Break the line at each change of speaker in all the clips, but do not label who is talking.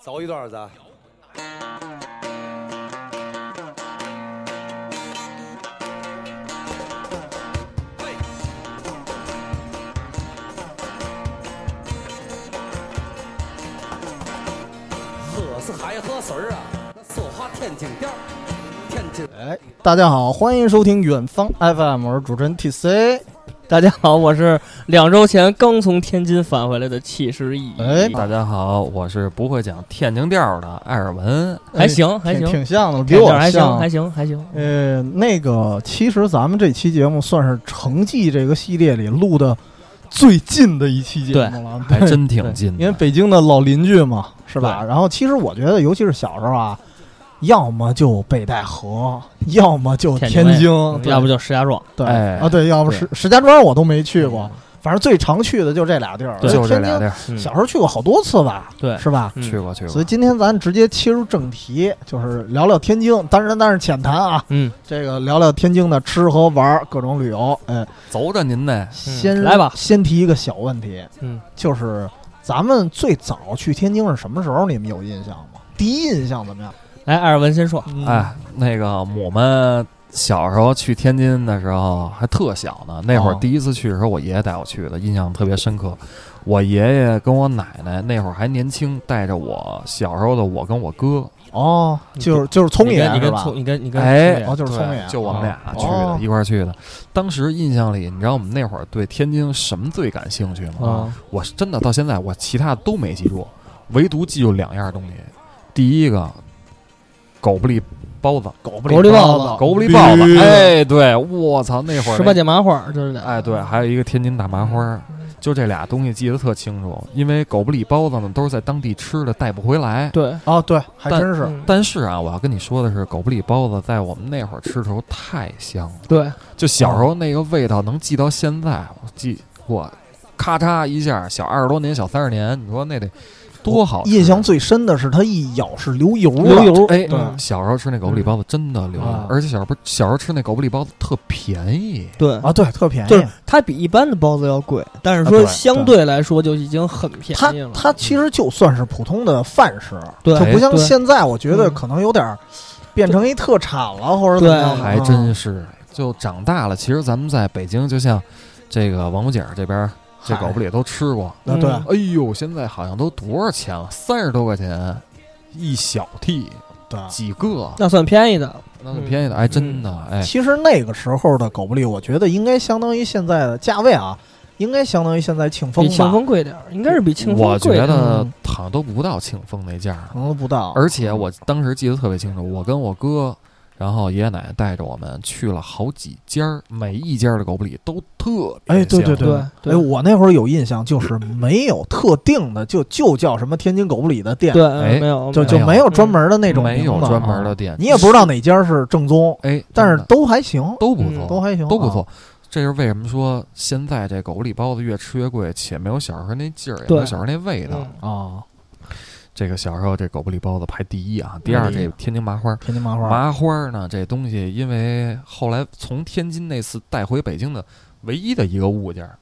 凿一段啊咱。我是海河神儿啊，那说话天津调儿，天津。
哎，大家好，欢迎收听远方 FM，我是主持人 TC。
大家好，我是两周前刚从天津返回来的七十一，
哎
大家好，我是不会讲天津调的艾尔文。
还行还
哎挺
行，
挺像的，比
这
我
点还行
像
还。行还行，
呃，那个，其实咱们这期节目算是成绩这个系列里录的最近的一期节目了，
还
对
哎真挺近
因为
的，
北京的老邻居嘛，是吧？然后其实我觉得，尤其是小时候啊，要么就北戴河，要么就
天津嗯
天津，嗯对
要不就石家庄，
对
哎
啊，对，要不
对
石石家庄我都没去
哎
过，反正最常去的就这俩地儿。
就这
天
俩
津
地儿，
嗯，
小时候去过好多次吧，
对
是吧？
嗯
去过去
所
过
以。今天咱直接切入正题，就是聊聊天津，当然但是浅谈啊，
嗯，
这个聊聊天津的吃喝玩儿各种旅游。哎，
走着您呢，
先、
嗯来吧
先提一个小问题，
嗯，
就是咱们最早去天津是什么时候？你们有印象吗？第一印象怎么样？
来艾尔文先说，
嗯
哎，那个我们小时候去天津的时候还特小呢，那会儿
哦
第一次去的时候，我爷爷带我去的，印象特别深刻。我爷爷跟我奶奶那会儿还年轻，带着我小时候的我跟我哥，
哦，就是就是聪
你
爷
跟你
是
跟
吧？
聪你跟你跟
哎
聪爷
哦，就是聪爷
对，，就我们俩去
哦
的，一块儿去的。当时印象里，你知道我们那会儿对天津什么最感兴趣
哦
吗？
啊，
我是真的到现在我其他都没记住，唯独记住两样东西。第一个，狗不理包子，
狗不
狗不理包
包
子
狗不理包
驴
子。哎，对，我操，那会儿
十八
那
姐麻花儿就是俩，
哎，
啊
对，还有一个天津大麻花儿，就这俩东西记得特清楚。因为狗不理包子呢，都是在当地吃的，带不回来。
对，
哦，对，还
但
真是。
嗯
但是啊，我要跟你说的是，狗不理包子在我们那会儿吃的时候太香了，
对，
就小时候那个味道能记到现在，我记我咔嚓一下，小二十多年，小三十年，你说那得多好吃啊！
印象最深的是它一咬是流油的，
流油，
哎，
对
小时候吃那狗不理包子真的流行
啊
而且小时候不小时候吃那狗不理包子特便宜，
对。
啊，对，特便宜。
就是它比一般的包子要贵，但是
啊
说
对
相对来说就已经很便
它
宜了。
它其实就算是普通的饭食，
对
就不像
对
现在，我觉得
嗯
可能有点儿变成一特产了，或者怎么样的。啊
还真
是
是。就长大了，其实咱们在北京，就像这个王府井这边，这狗不理都吃过。
啊，对，
嗯
哎呦，现在好像都多少钱了？三十多块钱一小屉，
对。
嗯
几个，
那算便宜的，
那挺便宜的。哎，真的，
嗯
哎，
其实那个时候的狗不理，我觉得应该相当于现在的价位啊，应该相当于现在庆丰
比
吧，
庆丰贵点儿，应该是比庆丰
我觉
贵点儿。
得
嗯
好像都不到庆丰那价儿。
可能不到。
而且我当时记得特别清楚，我跟我哥，然后爷爷奶奶带着我们去了好几家儿，每一家儿的狗不理都特别
哎对对
香
对
哎，我那会儿有印象，就是没有特定的，就就叫什么天津狗不理的店，
对，
哎
没有嗯
就就
没
没
有
有专门的那种
没有
名字啊
专门的，店，
你也不知道哪家是正宗，
哎，
但
真
是
的
都还行，
都不
嗯
错，
都还行，啊
都不错。这是为什么说现在这狗不理包子越吃越贵，且没有小时候那劲儿，也没
对
有小时候那味道。
啊。
嗯
啊
这个小时候这狗不理包子排第一啊，第二
第一
这天津麻花儿。
天津麻花，
麻花儿呢，这东西因为后来从天津那次带回北京的唯一的一个物件儿，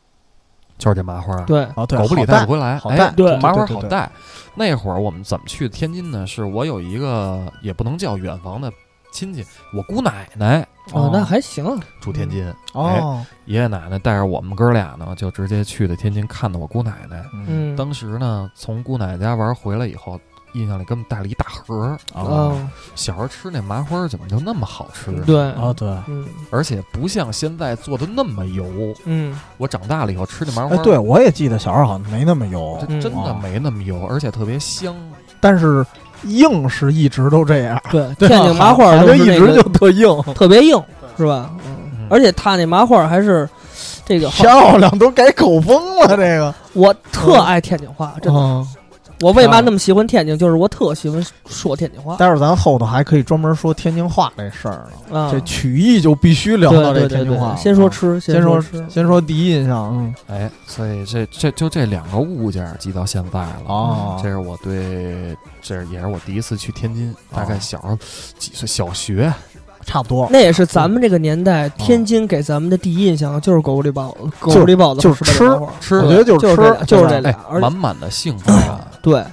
就是这麻花儿。
对，
啊，对，
狗不理
好
带
带
不回来，
好带
哎，
对
麻花
对对
好
对
带。那会儿我们怎么去天津呢？是我有一个也不能叫远房的亲戚，我姑奶奶
哦，那还行，
住天津，
哦，
爷爷奶奶带着我们哥俩呢，就直接去的天津看的我姑奶奶。
嗯
嗯，
当时呢，从姑奶奶家玩回来以后，印象里给我们带了一大盒儿。
啊
啊，
小时候吃那麻花儿怎么就那么好吃？
对，
啊，对，
嗯
而且不像现在做的那么油。
嗯，
我长大了以后吃那麻花
哎
儿，，
对我也记得小时候好像没那么油
这，
嗯
真的
哦
没那么油，而且特别香。
但是硬是一直都这样，
对，
对吧
天津麻花
好
儿
像
都
一
是那
直就
个
特硬，
特别硬，是吧？嗯
嗯，
而且他那麻花儿还是这个好，
漂亮都改口风了，这个
我特爱天津话，哦真的。
嗯，
我为嘛那么喜欢天津？就是我特喜欢说天津话
待会儿咱后头还可以专门说天津话这事儿呢，
啊。
这曲艺就必须聊
对
到这
对
天
对
津话
对，
了，啊
先说吃，
先
说
说
吃，
先说第一印象，嗯，
哎，所以这这就这两个物件儿记到现在了。
哦
这，是我对，这也是我第一次去天津，大概
哦
小时候几岁，小学
差不多，
那也是咱们这个年代，天津给咱们的第一印象就是狗不理包子，狗不理包子
哦就
和
是
十
吃
八里麻花儿
吃
我觉得
就是是这
哎
吃
俩，就是
对吧
这俩，而且
满满的幸福感。
对，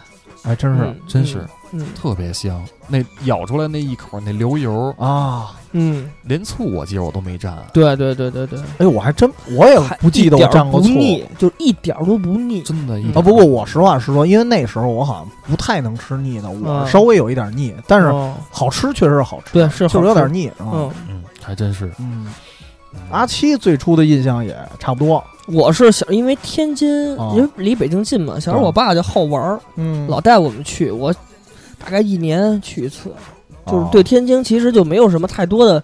哎，真是
嗯
哎真是，
嗯
特别香。那咬出来那一口，那流油，
啊！
嗯，
连醋我记得我都没蘸，
对对对对对，
哎，我还真我也不记得我
还一点
蘸
儿
过
不
醋
腻，就一点儿都不腻。
真的一
嗯
点
啊。不过我实话实说，因为那时候我好像不太能吃腻的，我
嗯
稍微有一点腻，但是
哦
好吃确实好吃，
对是
就是
好
有点
吃
腻啊
嗯。，
嗯，还真是。
嗯，
嗯
阿七最初的印象也差不多，
嗯我是小，因为天津
哦
因为离北京近嘛，小时候
对
我爸就好玩儿，
嗯
老带我们去，我大概一年去一次，
哦
就是对天津其实就没有什么太多的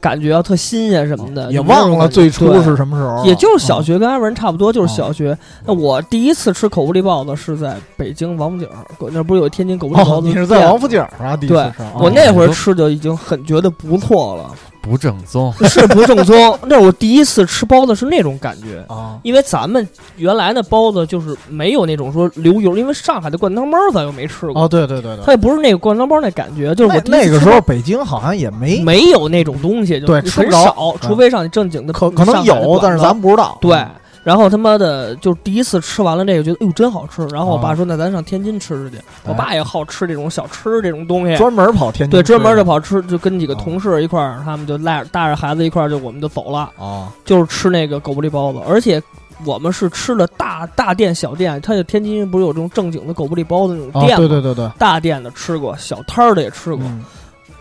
感觉啊，特新鲜什么的，
哦也
就没有
忘了
感觉
最初
对
是什么时候了，
也就是
啊
小学跟艾文差不多，就是
哦
小学。那我第一次吃口福利包子是在北京王府井儿，那不是有天津口福利包
哦，
子
你
店吗？
是在王府井儿啊？第一次
对
吃啊，
我那会儿吃就已经很觉得不错了，
不正宗，
是不正宗。那是我第一次吃包子是那种感觉，
啊，
因为咱们原来的包子就是没有那种说流油，因为上海的灌汤包咱又没吃过，
哦，对对对对，
它也不是那个灌汤包那感觉，就是我
那
第一次
那个
吃
时候
到
北京好像也没，
没有那种东西，就
对吃
很
不着嗯
少，除非上正经的
可可能
上海的
有，
馆
但是
子
咱们不知道。
对，然后他妈的就第一次吃完了这个，觉得哎呦真好吃。然后我
哦
爸说：“那咱上天津吃吃去。”我爸也好吃这种小吃这种东西，
哎专门跑天津吃的，哦
对，专门就跑吃，就跟几个同事一块儿，他们就带带着孩子一块儿，就我们就走了，
啊
就是吃那个狗不理包子，而且。我们是吃了大大店小店，它就天津不是有这种正经的狗不理包子那种
啊，
店吗？
对对对对，
大店的吃过，小摊儿的也吃过，
嗯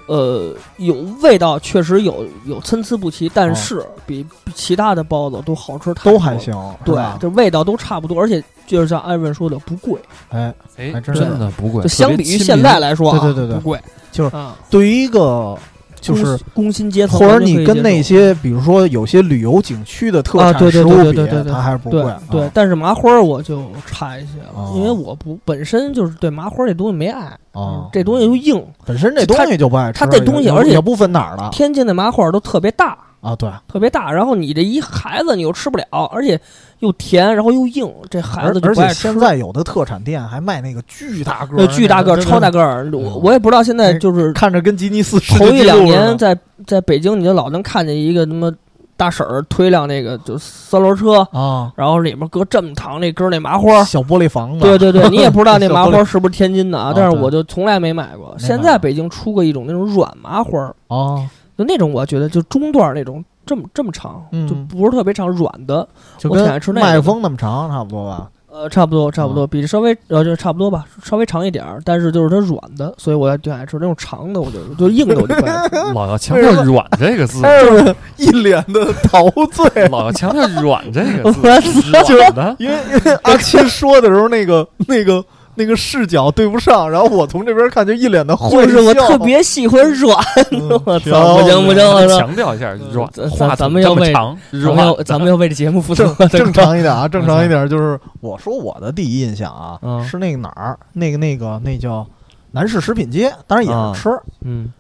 呃，有味道，确实有有参差不齐，但是比比其他的包子都好吃太
哦
多了，
都还行，是
对
吧，
这味道都差不多，而且就是像艾文说的，不贵，
哎，
哎
还真是
真的不贵。
就相比于现在来说啊，
对对对对
不贵，
就是
啊，
对于一个就是
工工薪阶层，
或者你跟那
那
些比如说有些旅游景区的特
啊
产
对对
食
对
物
对
比
对对，对
它还是不贵
对
啊。
对，但是麻花儿我就差一些
哦
了，因为我不本身就是对麻花儿这东西没爱，
啊，
这东西又硬，
本身这东西就不爱吃，
它它这东西
也
而且
也不分哪儿的
天津的麻花儿都特别大，
啊，对，
特别大，然后你这一孩子你又吃不了，而且又甜，然后又硬，这孩
而
子就
而
不爱
且
吃
现。在有的特产店还卖那个巨大个儿
那
的，
巨大个儿、
真的
超大个儿，
嗯
我我也不知道现在就是
看哎着跟吉尼斯世界
头一两
纪录似
年
的
在在北京，你就老能看见一个他妈大婶儿推辆那个就三轮车，
啊，
然后里面搁这么长那根那麻花儿。
小玻璃房子，
对对对，你也不知道 那
小
麻
玻璃
花儿是不是天津的啊
啊？
但是
对
我就从来没买过。
没
现
买
在
过
北京出过一种那种软麻花儿，
啊，
就那种我觉得就中段儿那种，这么这么长，就
嗯
不是特别长，软的。
就
我挺爱吃
跟
那个的
麦风那么长差不多 吧。
呃，差不多，差不多，
嗯
比稍微呃，就差不多吧，稍微长一点儿，但是就是它软的，所以我还挺爱吃那种长的，我就就硬的我就 不爱吃。，
老要强调“软”这个字，
是一脸的陶醉，
老要强调“软”这个字
就是
软的。
因为因为阿七说的时候，那个那个那个视角对不上，然后我从这边看就一脸的
就
会
是我特别喜欢软，
嗯
我操，不行不行，我操。
强调一下“软
咱”，
话
咱
筒
们要
这么
为
长，
咱
软
们
的
要 咱们要为这节目负责
正，正常一点啊，正常一点就是我说我的第一印象啊，
嗯
是那个哪儿，那个那个那叫南市食品街，当然也是吃。
嗯，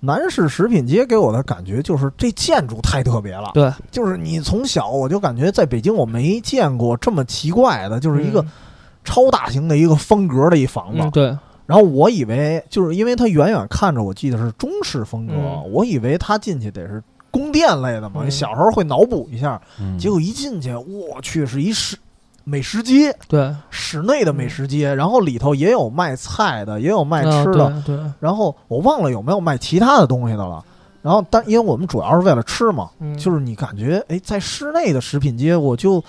南市食品街给我的感觉就是这建筑太特别了，
对，
就是你从小我就感觉在北京我没见过这么奇怪的，就是一个超大型的一个方格的一房
嗯，
子
嗯，对，
然后我以为就是因为它远远看着，我记得是中式风格，
嗯
我以为它进去得是宫殿类的嘛，
嗯
小时候会脑补一下。
嗯
结果一进去，我去是一室美食街，
对，
室内的美食街，然后里头也有卖菜的，也有卖
啊
吃的，，
嗯对对，
然后我忘了有没有卖其他的东西的了。然后但因为我们主要是为了吃嘛，
嗯
就是你感觉哎，在室内的食品街，我就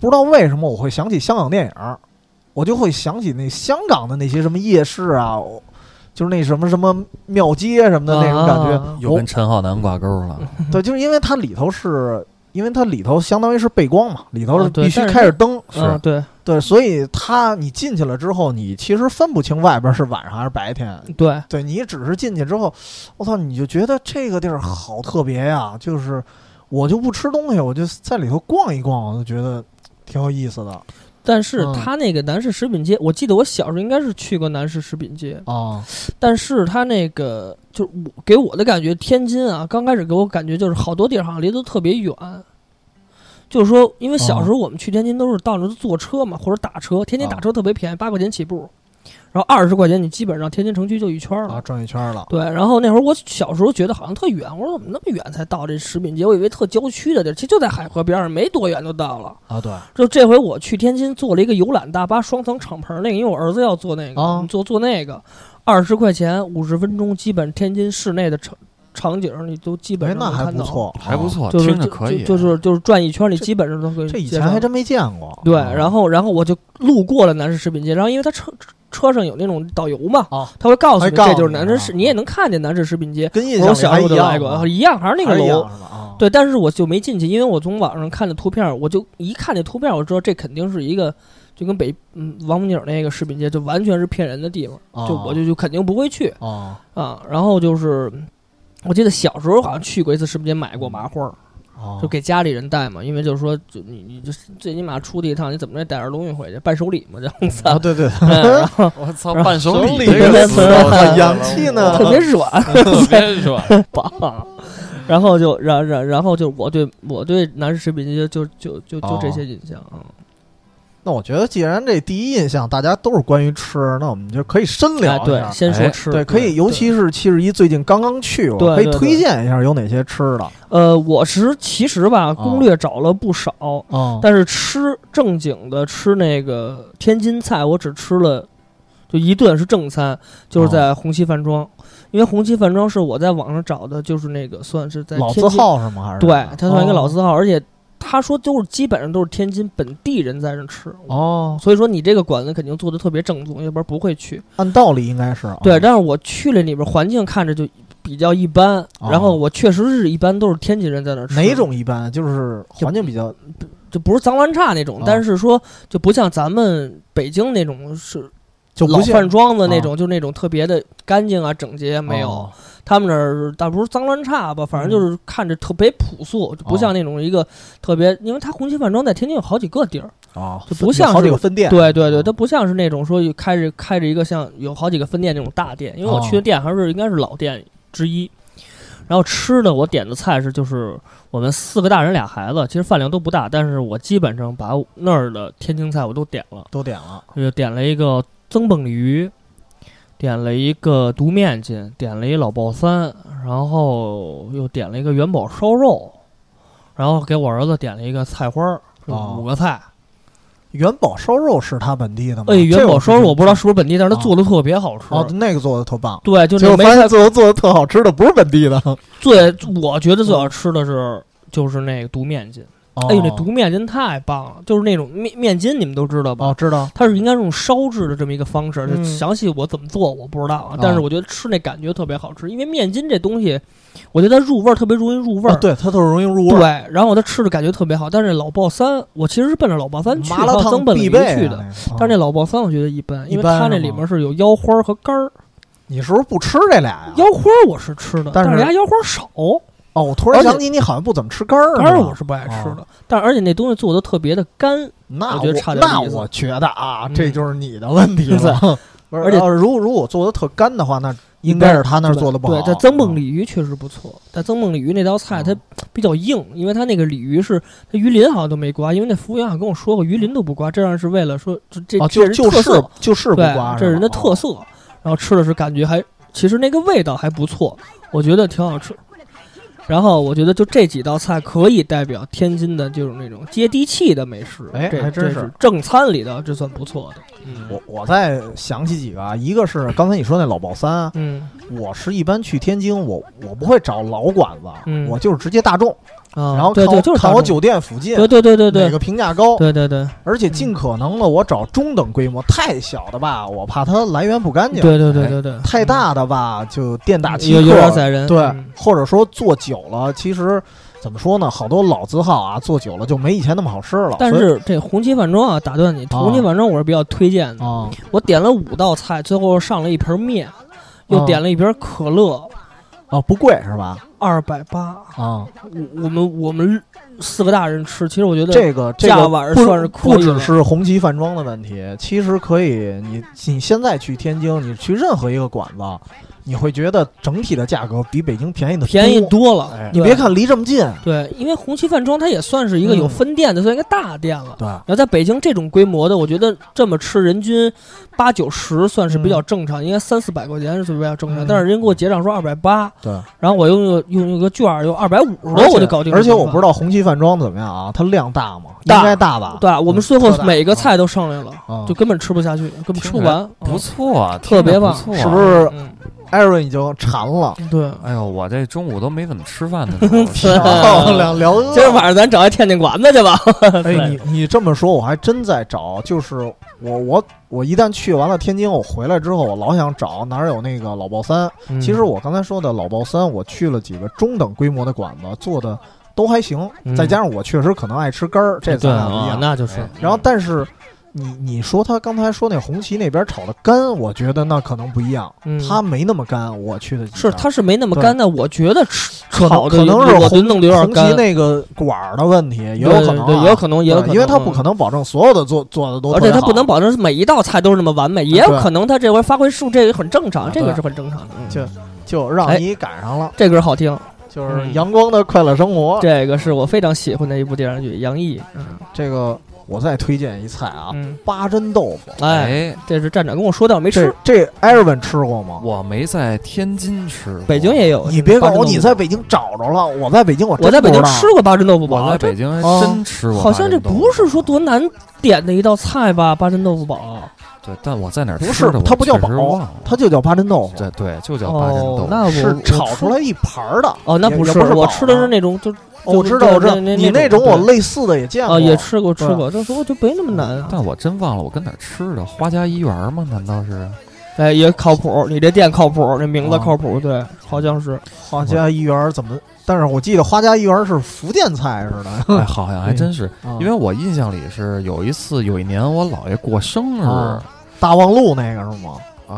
不知道为什么我会想起香港电影儿，我就会想起那香港的那些什么夜市啊，我就是那什么什么庙街什么的那种感觉。
啊
又跟陈浩南挂钩了。
对，就是因为它里头是。因为它里头相当于是背光嘛，里头
啊
是
对
必须
但是
开着灯，
啊，对
对，所以它你进去了之后，你其实分不清外边是晚上还是白天，
对，
对你只是进去之后，我操，你就觉得这个地儿好特别呀、就是我就不吃东西，我就在里头逛一逛，我就觉得挺有意思的
但是
嗯
他那个南市食品街，我记得我小时候应该是去过南市食品街，
啊。
但是它那个就是我给我的感觉，天津啊，刚开始给我感觉就是好多地儿好像离得特别远。就是说，因为小时候我们去天津都是到那儿坐车嘛，或者打车，天津打车特别便宜，八块钱起步。然后二十块钱你基本上天津城区就一圈了。
啊，转一圈了。
对，然后那会儿我小时候觉得好像特远，我说怎么那么远才到这食品街？我以为特郊区的地儿，其实就在海河边上，没多远就到了。
啊，对，
就这回我去天津坐了一个游览大巴，双层敞篷那个，因为我儿子要坐那个，
啊
我们坐坐那个，二十块钱五十分钟，基本天津市内的场场景你都基本
哎，
上
那
能
还
看
不
到，
错，
还不
啊。
错，
就是
哦听着
就
可以，啊
就就是就是转一圈，你
这
基本上都可以。
这以前还真没见过。
对，
啊
然后然后我就路过了南市食品街，然后因为他车车上有那种导游嘛，
啊
他会告诉
还
你
告诉
这就是
你
南
啊
市，市，你也能看见南市食品街。
跟印
我
象
小时
还
候
一
就来
样
过，
吗
啊一样还是那个
还是一
楼
样。是吧？啊，
对，但是我就没进去，因为我从网上看的图片儿，我就一看这图片儿，我知道这肯定是一个就跟北嗯王府井那个食品街就完全是骗人的地方，
啊
就我就就肯定不会去
啊
啊。然后就是我记得小时候好像去过一次食品街买过麻花儿，
啊，
就给家里人带嘛，因为就是说就你你就最起码出去一趟，你怎么着带点儿东西回去，伴手礼 嘛，这样子
啊，对对，
嗯然后
我操，
然后
伴手礼
手
这
里
个词
这个词
我
洋气呢
特别软。
特别软。
棒。然后就，然然然后就，我对我对男士食品街就就就就
哦
就这些印象啊。
那我觉得，既然这第一印象大家都是关于吃，那我们就可以深聊
哎，
一
对
下，。
先说
哎
吃，
对，可以，尤其是七十一最近刚刚去过，
对
可以
对对
推荐一下有哪些吃的
呃，我是其实吧，攻略找了不少，
啊
嗯但是吃正经的吃那个天津菜，我只吃了就一顿是正餐，就是
啊
在红旗饭庄，因为红旗饭庄是我在网上找的，就是那个算是在
老字
天津，
号是吗？还是哦
对，它算一个老
字
字号，而且他说都是基本上都是天津本地人在这吃，
哦，
所以说你这个馆子肯定做的特别正宗，要不然不会去。
按道理应该是啊
对，但是我去了里边，环境看着就比较一般，
哦
然后我确实是一般都是天津人在那儿吃，
哪种一般就是环境比较
就不是脏乱差那种，
哦
但是说就不像咱们北京那种是
就
老
不
饭
像
庄子那种，就那种特别的干净啊、整洁没有。
哦
他们那儿倒不是脏乱差吧，反正就是看着特别朴素，就不像那种一个特别，因为它红旗饭庄在天津有好几个地儿，
啊，
就不像
好几
是
个分店，
对对对，
啊
它不像是那种说有开着开着一个像有好几个分店那种大店，因为我去的店还是应该是老店之一。然后吃的我点的菜是就是我们四个大人俩孩子，其实饭量都不大，但是我基本上把那儿的天津菜我都点了，
都点了
就点了一个增蹦鲤鱼，点了一个独面筋，点了一老爆三，然后又点了一个元宝烧肉，然后给我儿子点了一个菜花儿，就
哦
五个菜。
元宝烧肉是他本地的吗？
哎，元宝烧肉我不知道
是
是不是本地，但是它哎
啊
做的特别好吃。
哦，那个做的特棒，哦
对，就
结果
是没
发
菜
现做的做的特好吃的不是本地的，
最，我觉得最好吃的是就是那个独面筋。哎呦，那
毒
独面筋太棒了，就是那种面面筋，你们都知道吧？
哦知道
它是应该是用烧制的这么一个方式，
嗯
详细我怎么做我不知道
啊，
啊但是我觉得吃那感觉特别好吃，因为面筋这东西，我觉得它入味儿特别容易入味儿、
啊对，它特容易入味
对
儿，
然后它吃的感觉特别好，但是老爆三，我其实是奔着老爆三去，
麻辣
还有
烫
增本里
必备啊
去
那
的，
个
但是
啊
那老爆三我觉得一般，因为
一般啊
它那
是吗
里面是有腰花儿和肝儿。
你是不是不吃这俩呀？
腰花我是吃的，
但
但
是
人家腰花少，
哦，我突然想起你好像不怎么吃肝儿呢，
肝儿我是不爱吃
哦
的。但而且那东西做的特别的干，
那
我觉得差点
那
意思
我觉得啊，
嗯
这就是你的问题了。不是
而且
要是如果如果我做的特干的话，那应该是他那儿做的不好。啊
对，在增蹦鲤鱼确实不错，但增蹦鲤鱼那道菜它
嗯
比较硬，因为它那个鲤鱼是它鱼鳞好像都没刮，因为那服务员好像跟我说过鱼鳞都不刮，这样是为了说这这
啊，
这
就
人
就
特
是
色，
就是不
对
刮，，
这是人的
吧哦
特。色。然后吃的是感觉还，其实那个味道还不错，我觉得挺好吃。然后我觉得就这几道菜可以代表天津的，就是那种接地气的美食。
哎
这
还真
这
是嗯
是正餐里头，这算不错的。嗯
我我再想起几个啊，一个是刚才你说那老爆三啊，
嗯
我是一般去天津，我我不会找老馆子，
嗯
我就是直接大众，
啊，
然后看
对
我
对，就是
看
大
我
众
酒店附近
对对对对
哪
对
个评价高，
对对对
而且尽可能的我找中等规模，太小的吧，我怕它来源不干净。
对对对对对，
啊哎太大的吧，就店大欺
有有点
客，
宰人。
对
嗯，
或者说做久了，其实怎么说呢，好多老字号啊，做久了就没以前那么好吃了。
但
哦所以
是这红旗饭庄啊，打断你，
啊
红旗饭庄我是比较推荐的。
啊，
我点了五道菜，最后上了一盆面，又
啊
点了一瓶可乐，
啊不贵是吧？
二百八。
啊，
我我们我们四个大人吃，其实我觉得
这个这
价
个
碗
不
算是可
不
以
只
了
是红旗饭庄的问题，其实可以，你你现在去天津，你去任何一个馆子，你会觉得整体的价格比北京便宜的
便宜
多。哎
多了。
你
对
别看离这么近，
对，因为红旗饭庄它也算是一个有
嗯
分店的，算一个大店了。
对，
然后在北京这种规模的，我觉得这么吃人均八九十算是比较正常，应该三四百块钱是比较正常。
嗯
但是人家给我结账说二百八，
对，
然后我用个用用个券儿，用二百五
而
十
且
我就搞定了
而且我不知
道，
道红旗饭庄怎么样啊，它量大吗？
大
应该大吧？
对啊，我们
嗯
最后
特大
每个菜都上来了，
啊，
就根本吃不下去，根本吃不完。
不错啊，
特别
听着不
棒
错啊
是不是
嗯，
艾瑞已经馋 了？
对。
哎呦，我这中午都没怎么吃 饭呢，这
对
漂亮，聊饿
今儿晚上咱找一天津馆子去吧。
哎，你你这么说，我还真在找，就是我我我一旦去完了天津，我回来之后，我老想找哪儿有那个老爆三。
嗯
其实我刚才说的老爆三，我去了几个中等规模的馆子，做的都还行，
嗯哎啊
再加上我确实可能爱吃干儿，这咱俩不一样。
那就
哎
然后，但啊是你你说他刚才说那红旗那边炒的干，我觉得那可能不一样，
嗯
他啊没那么干。我去的几
是
家
它是没那么
对
干的，我觉得吃
可
炒的
可能是
我觉得
红
弄得有点
红旗
干，
那个管儿的问题，也有
对
可能、啊
对也有可能，也有
对
可能，嗯
因为他不可能保证所有的做做的都
而
特别
且
好，
他不能保证每一道菜都是那么完美，也有可能他这回发挥失误，这个很正常，
啊
这个
对
是很正常的。嗯
就啊就让你赶上了，
这歌好听，
就是
哎嗯
阳光的快乐生活。
这个是我非常喜欢的一部电视剧《杨毅》。
这个我再推荐一菜啊，
嗯，
八珍豆腐，
哎，
哎，
这是站长跟我说的，我没
这
吃。
这艾瑞文吃过吗？
我没在天津吃过，
北京也有，
你别告诉我
八珍豆腐
你在北京找着了，我在北京我
我在北京吃
过，
过八珍豆腐
我
煲，
在
这
北京还
哦
真吃过八珍豆腐。
好像这不是说多难点的一道菜吧？八珍豆腐煲，
对，但我在哪儿
不
吃
是
的，
它不叫煲它
它
就叫八珍豆腐，
对对，就叫八珍
哦
豆，
那我
是
我
炒
吃
出来一盘儿的。
哦，那
也
不
也
是，
不是
我
煲
吃的
啊
是那种就
我知道，我知道你
那
种我
对
类似的也见过，
啊也吃过吃
对
过，但是我觉得没那么难啊。
但我真忘了我跟哪儿吃的，花家一园吗？难道是？
哎，也靠谱，你这店靠谱，这名字
啊
靠谱，对，好像是。
花家一园儿怎么？但是我记得花家一园儿是福建菜似的，
哎，好像还真是，
啊
因为我印象里是有一次，有一年我姥爷过生日
啊
啊，
大望路那个是吗？哪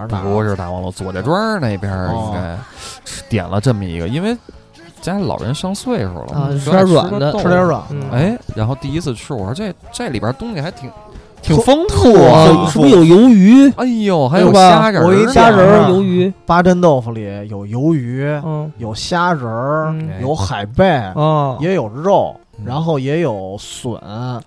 儿哪儿
不是大望路左家庄那边儿
哦
应该吃点了这么一个，因为家里老人上岁数了
啊
嘛，就
吃
爱
点软
个
的
豆
吃点
腐。
软
嗯
的，
哎，然后第一次吃，我说这这里边东西还挺挺
特
丰富
哇
哇，
啊
特，
是不是有鱿鱼？
哎呦，还有
对吧
虾仁
我一
儿呢，
家
虾仁
儿
儿、
啊
鱿鱼，
八珍豆腐里有鱿鱼，
嗯
有虾仁儿，
嗯
有海贝，
啊，
哎也有肉，
嗯
然后也有笋，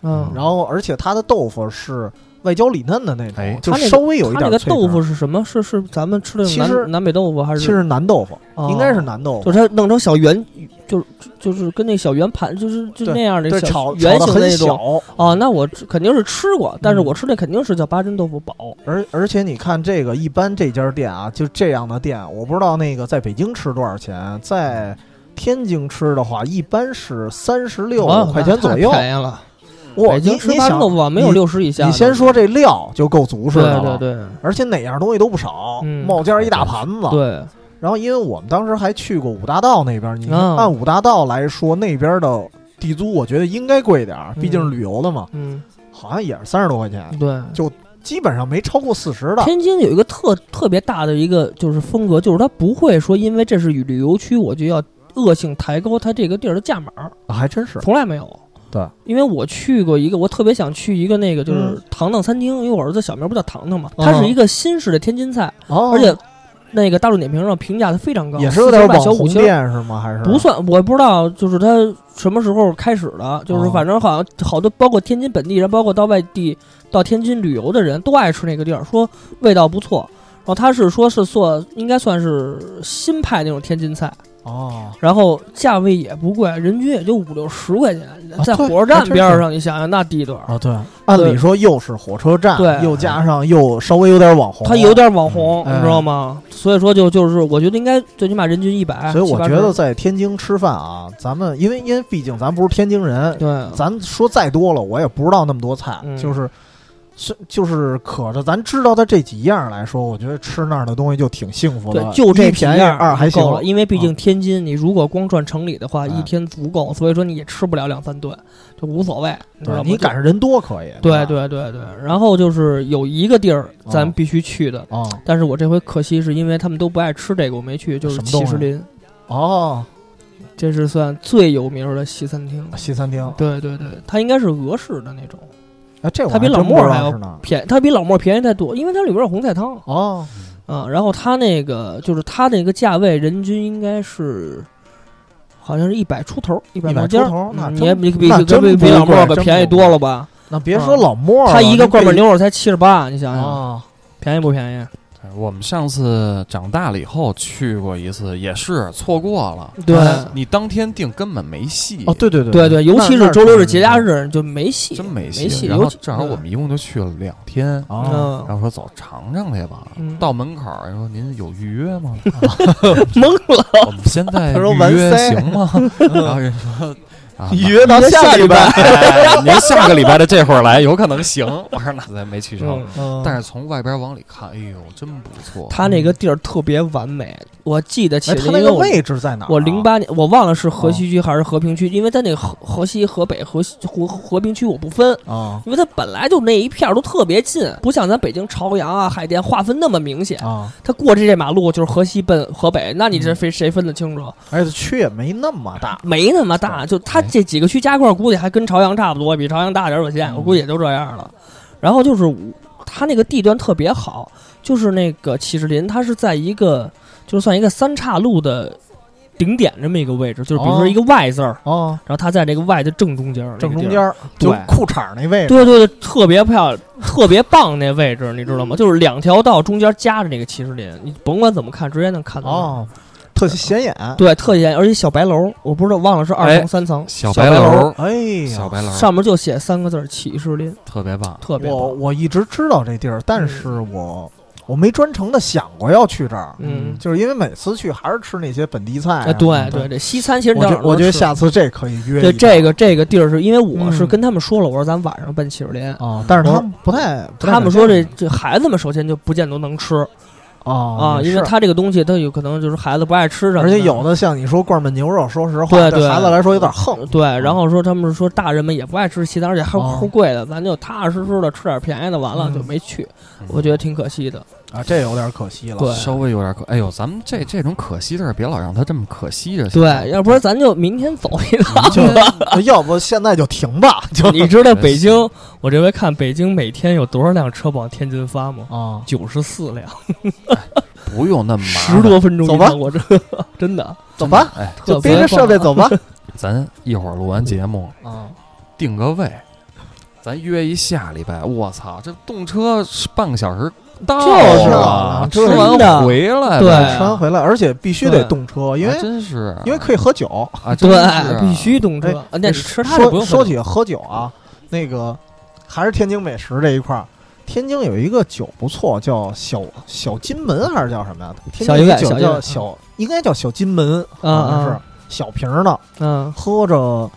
嗯，
然后而且它的豆腐是外焦里嫩的那
哎
种，就
它那个
稍微有一
它
点
那个
脆皮
豆
儿
腐，是什么？是是咱们吃的
其实
南南北豆腐还是？
其实南豆腐
哦
应该是南豆
就
腐，
是它弄成小圆，就是就是跟那小圆盘，就是就
对
那样的
对，
小
炒
圆
炒的
形的
很
那
小嗯
种。，哦，那我吃肯定是吃过，但是我吃的肯定是叫八珍豆腐煲。
而而且你看这个，一般这家店啊，就这样的店，我不知道那个在北京吃多少钱，在天津吃的话，一般是三十六
哦
块钱
那太
左右。
便宜了。
我
北
你
京吃
你
八珍豆
想，
腐煲没有
你
六十以下的。
你先说这料就够足是
对
的了，
对对
而且哪样东西都不少，
嗯
冒尖儿一大盘子。
对，
然后因为我们当时还去过五大道那边，你
啊
按五大道来说，那边的地租我觉得应该贵点儿，毕竟是旅游的嘛，
嗯
好像也是三十多块钱，
对。
基本上没超过四十的。
嗯天津有一个特特别大的一个就是风格，就是它不会说因为这是旅游区，我就要恶性抬高它这个地儿的价码儿，
啊还真是，
从来没有。
对，
因为我去过一个，我特别想去一个那个就是
嗯
糖糖餐厅，因为我儿子小名不叫糖糖嘛，
嗯
它是一个新式的天津菜，
哦
而且那个大众点评上评价它非常高，
也是有点
40万
网
小五
红
星。
店是吗？还是
不算，我不知道，就是它什么时候开始的，就是
哦
反正好像好多，包括天津本地人，包括到外地到天津旅游的人都爱吃那个地儿，说味道不错。然后他是说是做应该算是新派那种天津菜，
哦，
然后价位也不贵，人均也就五六十块钱，在
啊对
火车站
还真
边
是
上，你想想那地段儿，
啊对，按理说又是火车站，
对
又加上又稍微有点网红，
它有。点网红，
哎
你知道吗？所以说就就是我觉得应该最起码人均一百，
所以我觉
70
得在天津吃饭啊，咱们因为因为毕竟咱不是天津人，
对
咱说再多了，我也不知道那么多菜，
嗯
就是。是，就是可着咱知道的这几样来说，我觉得吃那儿的东西就挺幸福的。
对，就这
一便宜，
样
二还行
够了，因为毕
啊
竟天津，你如果光转城里的话，一
哎
天足够，所以说你也吃不了两三顿，就无所谓，你知道
对
吗？
你嗯
就
赶上人多可以。
对
吧
对对对。然后就是有一个地儿咱
啊
必须去的，
啊
但是我这回可惜是因为他们都不爱吃这个，我没去，就是
什么
七
东西
十林，
哦，
这是算最有名的西餐厅。
西餐厅，
对对对，它应该是俄式的那种，
哎，这我
它比
还
老
真不
莫
知
还
道
要
是哪儿
便它比老莫便宜太多，因为它里边有红菜汤，
哦，
啊，然后它那个就是它那个价位，人均应该是。好像是一百出头，一百毛尖儿
100出头那
嗯
真
也比比
那
比
真
比比
不
老莫
贵
儿
真
吧
不
便宜
贵
多了吧？
那别说老莫了，
啊他一个
那
罐
被
本牛肉才七十八，你想想，
啊，
哦
便宜不便宜？
哎我们上次长大了以后去过一次，也是错过了。
对
哎
你当天订根本没戏
哦，对对对
对对，尤其
那嗯
是周六日节假
那
日就没戏，
真
没
没
戏。
然后
尤其
正好我们一共就去了两天，
啊，
嗯
然，后说走尝尝去吧
嗯。
到门口儿人说您有预 约吗？
懵了，
我们现在
他说
预
完
约
塞
行吗？然后人说啊，
预约到下礼拜，
哎您下个礼拜的这会儿来有可能行。我说那咱没去成
嗯。
但
但
是从外边往里看，哎呦，真不错。
他那个地儿特别完美，我记得起
哎，
来，
他
因
那
为
个
我
位置在哪儿啊？哦
我零八年我忘了是河西区还是和平区，因为它那个河河西、河北、河西和和平区我不分，
啊
因为它本来就那一片儿都特别近，不像咱北京朝阳啊、海淀划分那么明显。
啊，嗯
它过这这马路就是河西奔河北，那你这谁谁分得清楚？
而且区也没那么大，
没那么大，就它这几个区加一块儿，估计还跟朝阳差不多，比朝阳大点儿。我现在我
嗯
估计也就这样了。然后就是我它那个地段特别好，就是那个启士林，它是在一个就算一个三岔路的顶点这么一个位置，就是比如说一个 Y 字儿，
哦，
然后它在这个 Y 的正中间儿，
正中
那个地
间
儿。
儿就
对
裤衩儿那位置，
对对对，特别漂亮，特别棒那位置，你知
嗯
道吗？就是两条道中间夹着那个骑士林，你甭管怎么看，直接能看到那儿。
哦，特显眼，
对，特显眼，而且小白楼，我不知道忘了是二层三层，
小
白
白楼
楼，
哎呀
小，白楼
上面就写三个字儿“启士林
特别棒”，。
特别
我
棒。
我一直知道这地儿，但
嗯
是我我没专程的想过要去这儿，
嗯
就是因为每次去还是吃那些本地菜啊
哎，对
对
对，，这西餐其实
我觉
这
我觉得下次这可以约
对
一
这
个
个这个地儿是因为我是
嗯
跟他们说了，我说咱晚上奔启士林。
啊，但是他们不太，不太
他们说这
感兴
这孩子们首先就不见得能吃
趣啊
啊，因为
是
他这个东西，他有可能就是孩子不爱吃什么的，
而且有的像你说罐焖牛肉，说实话
对对
孩子来说有点横，
对，然后说他们说大人们也不爱吃西餐，而且还
哦
齁贵的，咱就踏踏实实的吃点便宜的，完了
嗯
就没去，
嗯
我觉得挺可惜的。
啊，这有点可惜了。
对
稍微有点可，哎呦，咱们这这种可惜的事儿别老让他这么可惜着。
对，要不然咱就明天走一趟。
嗯就要不现在就停吧，就
你知道北京，我这回看北京每天有多少辆车往天津发吗？
啊，
九十四辆，
不用那么麻
十
烦，
多分钟
走
一
吧
趟，我这 真的
走吧，
哎，
特
就
别
背着设备
棒
走 吧。
咱一会儿录完节目
啊，
定个位，咱约一下礼拜。我操，这动车是半个小时到
就是
啊
了，吃
真的
完回来
对
呗，
吃完回来，而且必须得动车，因
啊
还
为
真是
因为可以喝酒。
啊，真是
对，必须动车。啊那吃它就不
哎说
用
说
分
起喝酒啊，那个还是天津美食这一块儿，天津有一个酒不错，叫小小金门还是叫什么呀？天
小
津
鱼
有
干
一酒
小鱼
叫
干
小，应该叫小金门，好
啊
像是
啊
小瓶儿的，
嗯
喝着。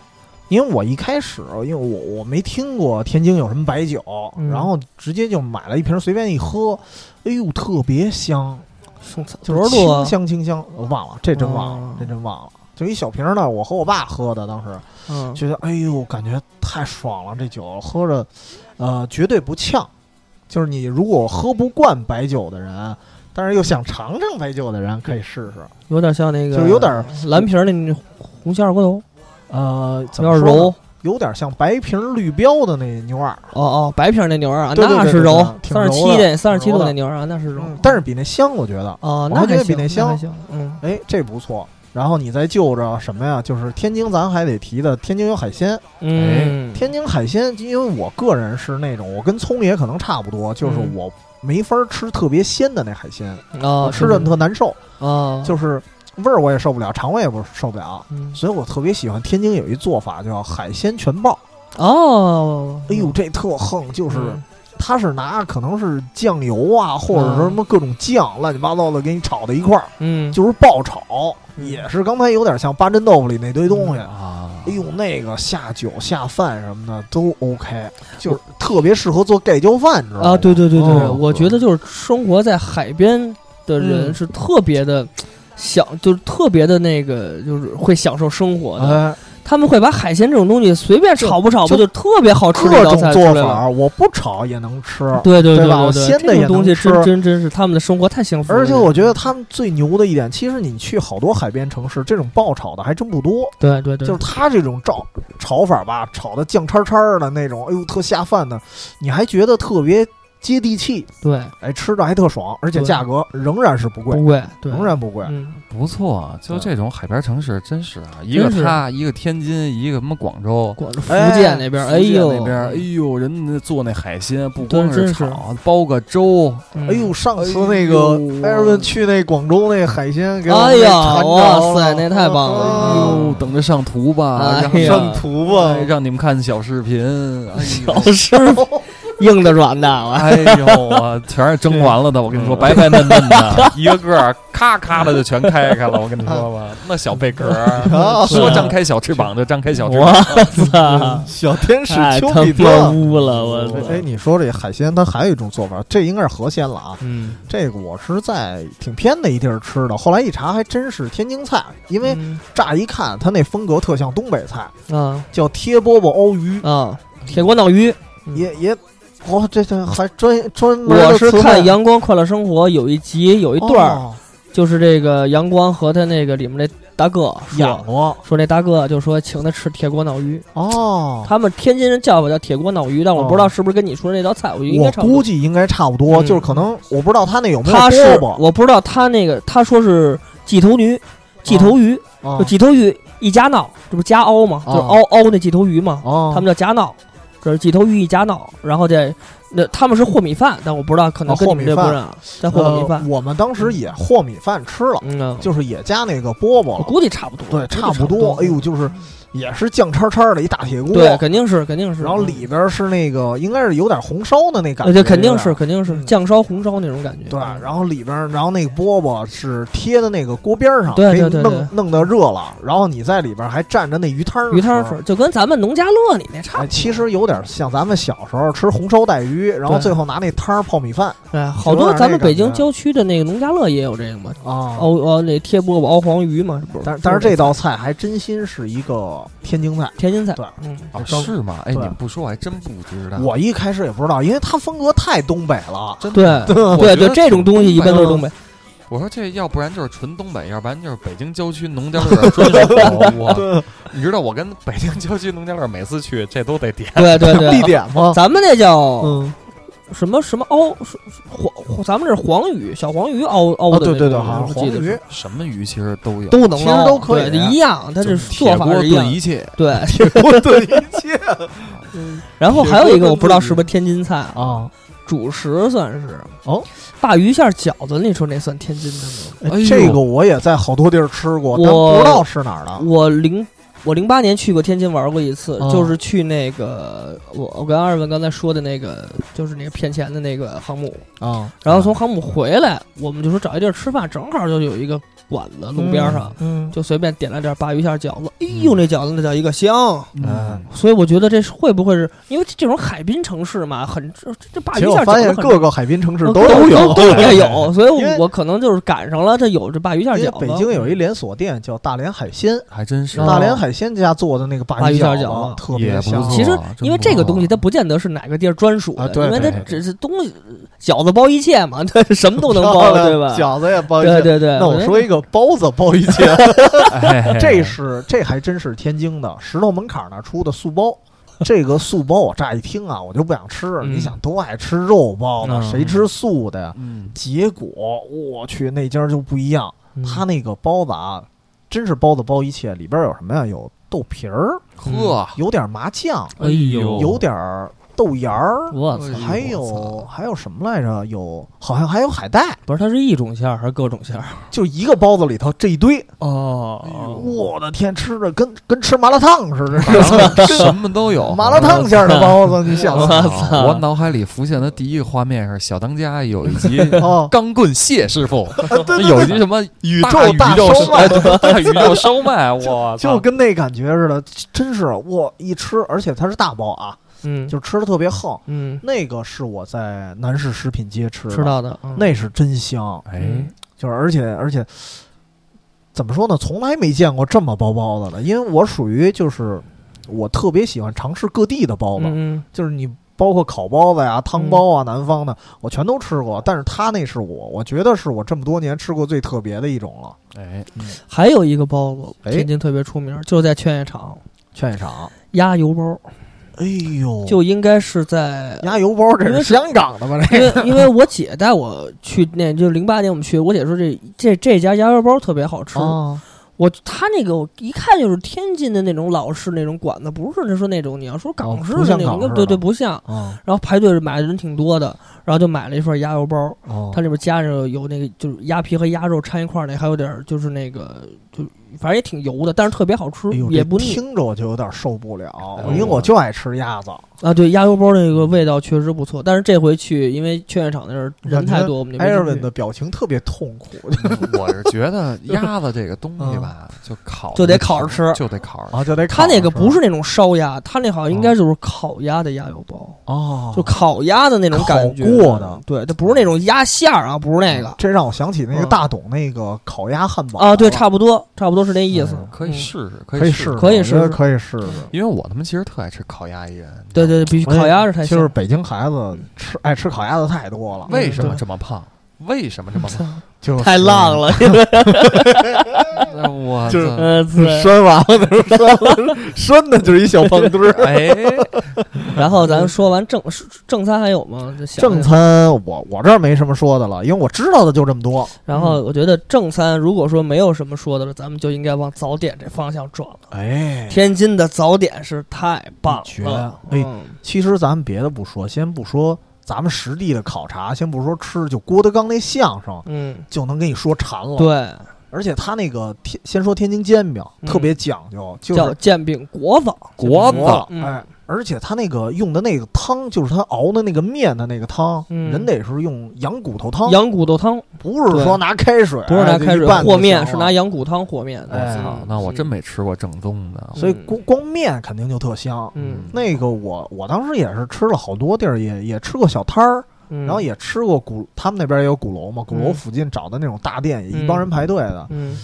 因为我一开始，因为我我没听过天津有什么白酒，
嗯
然后直接就买了一瓶，随便一喝，哎呦，特别香，
送餐
就
多
是
少
清
度？
香清香，我忘了，这真忘了
哦，
这真忘了，就一小瓶儿的，我和我爸喝的，当时，
嗯，
觉得哎呦，感觉太爽了，这酒喝着，呃，绝对不呛。就是你如果喝不惯白酒的人，但是又想尝尝白酒的人，可以试试。
嗯有点像那个，
就是有点儿
蓝瓶儿那红线二锅头，
呃，怎
有
么
点
说呢
柔。
有点像白瓶绿标的那牛二，
哦哦，白瓶儿那牛儿啊，
对对对
那是
对
柔，
对挺
三
柔
十
的
七的，三十七
挺柔
度
的
那牛儿啊，那是柔
嗯，，但是比那香，我觉得，我
哦，那
还觉
还
得
行，
比那香
还行，嗯，
哎，这不错。然后你再就着什么呀？就是天津，咱还得提的，天津有海鲜。
嗯，
天津海鲜，因为我个人是那种，我跟聪爷可能差不多，就是
嗯
我没法吃特别鲜的那海鲜，
哦
我，吃着
是
特难受。
哦，
就是味儿我也受不了，肠胃也不受不了，
嗯
所以我特别喜欢天津有一做法叫海鲜全爆。
哦，
哎呦，这特横，就
嗯，
是它是拿可能是酱油啊，或者是什么各种酱乱七八糟的给你炒在一块儿，
嗯，
就是爆炒，
嗯
也是刚才有点像八珍豆腐里那堆东西。
啊
哎，呦，那个下酒下饭什么的都 OK，就是特别适合做盖浇饭，你知道吗？
啊，对对对对，
哦
我觉得就是生活在海边的人
嗯
是特别的。想就是特别的那个，就是会享受生活的。
哎，
他们会把海鲜这种东西随便炒不炒，不
就
就特别好吃的
各
一道
种
菜出
做
来了？
法，我不炒也能吃。
对对
对吧
对
我鲜的
这
也
种
能
东西真
吃
真真是他们的生活太幸福了。
而且我觉得他们最牛的一点，其实你去好多海边城市，这种爆炒的还真不多。
对对对，
就是他这种炒炒法吧，炒的酱叉叉的那种，哎呦特下饭的，你还觉得特别接地气，
对，
哎，吃着还特爽，而且
对
价格仍然是不贵
不，贵，对，
仍然不贵。
嗯，
不错，就这种海边城市，真是啊，一个
真是
它，一个天津，一个什么广州，
广福
哎
建那边，哎
福建
呦
那边，哎呦，人家做那海鲜不光
对真是
炒，包个粥，
嗯
哎呦，上次那个艾
哎呦
尔文去那广州那海鲜，给我
哎
们
呀
馋着
哇
了
塞那太棒了
哎
啊
呦，等着上图吧，
哎呀
让
上图吧
哎，让你们看小视频，哎呦
小师 傅，硬的软的，我
哎呦啊，全是蒸完了的，我跟你说，白白嫩嫩的，一个个儿咔咔的就全开开了，我跟你说吧，那小贝壳儿，啊
哎
嗯
说张开小翅膀就张开小翅
我
膀，
操，
啊小天使
太
嗯丘
哎他
比
妈
特。
污了，我操，
哎，你说这海鲜，它还有一种做法，这应该是河鲜了啊。
嗯，
这个我是在挺偏的一地儿吃的，后来一查还真是天津菜，因为
嗯
乍一看它那风格特像东北菜，
啊
叫贴饽饽熬鱼，
啊，铁锅闹鱼。
也也，哇，这这还专专门
嗯我
的
是
词汇
看《阳光快乐生活》有一集有一段儿，
哦
就是这个阳光和他那个里面那大哥
养
说
过
说那大哥就说请他吃铁锅闹鱼，
哦，
他们天津人叫法叫铁锅闹鱼，但我不知道是不是跟你说的那道菜，我觉得应该
我
差不多
估。计应该差不多，
嗯
就是可能我不知道他那有没有
他
饽
是
饽，
我不知道他那个他说是鸡头鱼，鸡头鱼
啊
就鸡头鱼一家闹，这不是家熬吗？
哦
就是熬熬那鸡头鱼嘛，
哦，
他们叫家闹，这是鸡头鱼一家闹，然后在那他们是和米饭，但我不知道可能
哦
跟你
和
们
米
这不
饭
一样，在和
呃
米饭，
我们当时也和米饭吃了，
嗯啊。
就是也加那个饽饽
我
了，
估计差不多，
对，
估计
差
不
不多。哎呦，就是也是酱叉叉的一大铁锅，
对，肯定是，肯定是。
然后
嗯
里，边是那个应该是有点红烧的那感
呃，
觉，
对，肯定
有
是，
点
肯定是
嗯
酱烧红烧那种感觉。
对。
嗯
然后里边，然后那个饽饽是贴在那个锅边上，
对
给
对对
弄弄得热了，然后你在里边还蘸着那鱼汤儿
鱼汤
吃
吃，就跟咱们农家乐里那差不
哎，
多。
其实有点像咱们小时候吃红烧带鱼，然后
对
最后拿那汤儿泡米饭
哎，好
有
多
点
咱
那
们北
感
京
觉
郊区的那个农家乐也有这个嘛，
啊
熬熬那贴饽饽熬黄鱼嘛，是不是？
但是但是这道菜还真心是一个天津菜，
天津菜，
对
嗯，
啊
刚
是吗？哎，你
对
们不说我还真不知道，
我一开始也不知道，因为它风格太东北了。
真的
嗯对
我
对
觉
对，
得
这种东西一般都是东北。
我说这要不然就是纯东北，要不然就是北京郊区农家乐专属。我
对，
你知道我跟北京郊区农家乐每次去，这都得点。
对对
必
对，
点吗？
咱们那叫
嗯，
什么什么熬是是黄，黄咱们这是黄鱼，小黄鱼熬熬
哦，
的那
对对对，
种
好像
我
是
记
黄
得是
鱼
什么鱼其实都有，
都能
其实
捞
都可以
对一样，它
就是铁
做法
锅
是一
炖
样
一。切。
对，
铁锅炖一切嗯
然后还有一个我不知道是不是天津菜啊，
啊！
主食算是
哦，
鲅鱼馅饺子，你说那算天津的吗？
哎
哎呦
这个我也在好多地儿吃过，但
我
不知道是哪儿的。
我零我零八年去过天津玩过一次，
哦
就是去那个我我跟二文刚才说的那个，就是那个骗钱的那个航母，
啊，
然后从航母回来，我们就说找一地儿吃饭，正好就有一个馆子路边上。
嗯，
就随便点了点鲅鱼馅饺子，哎呦，那饺子那叫一个香！
嗯，
所以我觉得这是会不会是因为这种海滨城市嘛，很这这鲅
嗯其
鱼
实
馅
我
饺子
发现
很
各个海滨城市
呃
都
都
有，
都也
对
有，所以
因为
我我可能就是赶上了，这有这鲅鱼馅
因为
饺子。
北京有一连锁店叫大连海鲜，
还真是
哦
大连海鲜家做的那个鲅鱼
鲅鱼馅
饺子
饺子
特
也
别
不
香
错。
其实
真
因为
不
这个
错
东西它不见得是哪个地儿专属
哦啊
的，
对
因为它
对
只是东西饺子包一切嘛， 对，什么都能包，
漂亮
对吧？
饺子也包一
对
切。
对对，
那我
觉得
说一个包子包一切，
哎
这是这还真是天津的石头门槛儿那儿出的素包。这个素包我乍一听啊，我就不想吃。
嗯
你想都爱吃肉包子，
嗯
谁吃素的呀？
嗯，
结果我去那家就不一样，
嗯
他那个包子啊，真是包子包一切，里边有什么呀？有豆皮儿，
呵，
有点麻酱，
哎呦，
有点儿豆芽儿，
我
哎
操
还
呦，我
有还有什么来着？有好像还有海带，
不是它是一种馅儿还是各种馅儿？
就一个包子里头这一堆，
哦
哎
我的天，吃的跟跟吃麻辣烫似的，
什么都 有，哦
麻辣烫馅儿的包子，你 想
我
啊？
操！我脑海里浮现的第一个画面是小当家有一集
哦，
钢棍谢师傅，
对对
有一
对
集什么宇
宙
宙
大
宇宙
烧麦
哎对 大宇宙烧麦，我
就
操！
跟那感觉似的，真是我一吃，而且它是大包啊，
嗯，
就吃的特别横。
嗯，
那个是我在南市食品街吃的，
吃到的，嗯
那是真香，
哎，
就是而且而且怎么说呢，从来没见过这么包包子的，因为我属于就是我特别喜欢尝试各地的包子，
嗯
就是你包括烤包子呀、汤包啊、南方的，我全都吃过。但是它那是我，我觉得是我这么多年吃过最特别的一种了。
哎，
嗯，还有一个包子，
哎
天津特别出名，就在劝业场
劝业场
鸭油包，
哎呦，
就应该是在
压油包，这是香港的吧？这啊
因为因为我姐带我去那，就零八年我们去，我姐说这这这家鸭腰包特别好吃。
啊，
我他那个我一看就是天津的那种老式那种馆子，不是那说那种你要说港式
哦不
的
像
那
港
种，
式的
对对不像。
哦
然后排队买的人挺多的，然后就买了一份鸭油包，
哦，
它里边加上有那个就是鸭皮和鸭肉掺一块儿那，还有点儿就是那个就反正也挺油的，但是特别好吃，
哎呦
也
这
不腻哎
听着我就有点受不了，
呦
因为我就爱吃鸭子。
啊。对，鸭油包那个味道确实不错，但是这回去因为劝业场那儿人
哎
太多，我们就没
艾
进
尔
去
文的表情特别痛 苦，
我是觉得鸭子这个东西吧，
嗯
就烤
就得烤着吃
就得烤着吃。
啊，就哦得
他那个不
是
是那种烧鸭，他那好像应该就是烤鸭的鸭油包，
哦，
就烤鸭的那种感觉。
烤过的，
对，它不是那种鸭馅儿啊，不是那个
这让我想起那个
嗯
大董那个烤鸭汉堡
啊，对，差不多，差不多是那意思
嗯。
可以试试，
可以
以
试，
试。
可以
我
试
觉得
试
可以试试。
因为我他妈其实特爱吃烤鸭一人。
对对对，必须
我也
烤鸭是太
就
香
是北京孩子吃爱吃烤鸭的太多了，
为什么这么胖？为什么这么胖？
就是
太浪，了，因为
那我
嗯就是
操
呃对
拴完了就是拴了，拴的就是一 小胖墩儿。
哎，
然后咱说完正正餐还有吗？就想
正。餐我我这儿没什么说的了，因为我知道的就这么多。
然后我觉得正餐如果说没有什么说的了，咱们就应该往早点这方向转了。
哎，
天津的早点是太棒
绝
了，
哎
嗯
其实咱们别的不说，先不说咱们实地的考察，先不说吃，就郭德纲那相声
嗯，
就能给你说馋了。，
对，
而且他那个天，先说天津煎饼、
嗯
特别讲究，就
叫
是
煎饼果子，
国子
馍
嗯
哎，而且他那个用的那个汤，就是他熬的那个面的那个汤，
嗯
人得是用羊骨头汤，
羊骨头汤，
不是说拿开水，
不是拿开
哎就
水
一拌就
和面，
行
是
了
拿羊骨汤和面的。
哎
我操
嗯！
那我真没吃过正宗的。
所以
嗯
光光面肯定就特香。
嗯
那个我我当时也是吃了好多地儿，也也吃过小摊儿，
嗯，
然后也吃过鼓，他们那边也有鼓楼嘛，鼓楼
嗯
附近找的那种大店，也一
嗯
帮人排队的，
嗯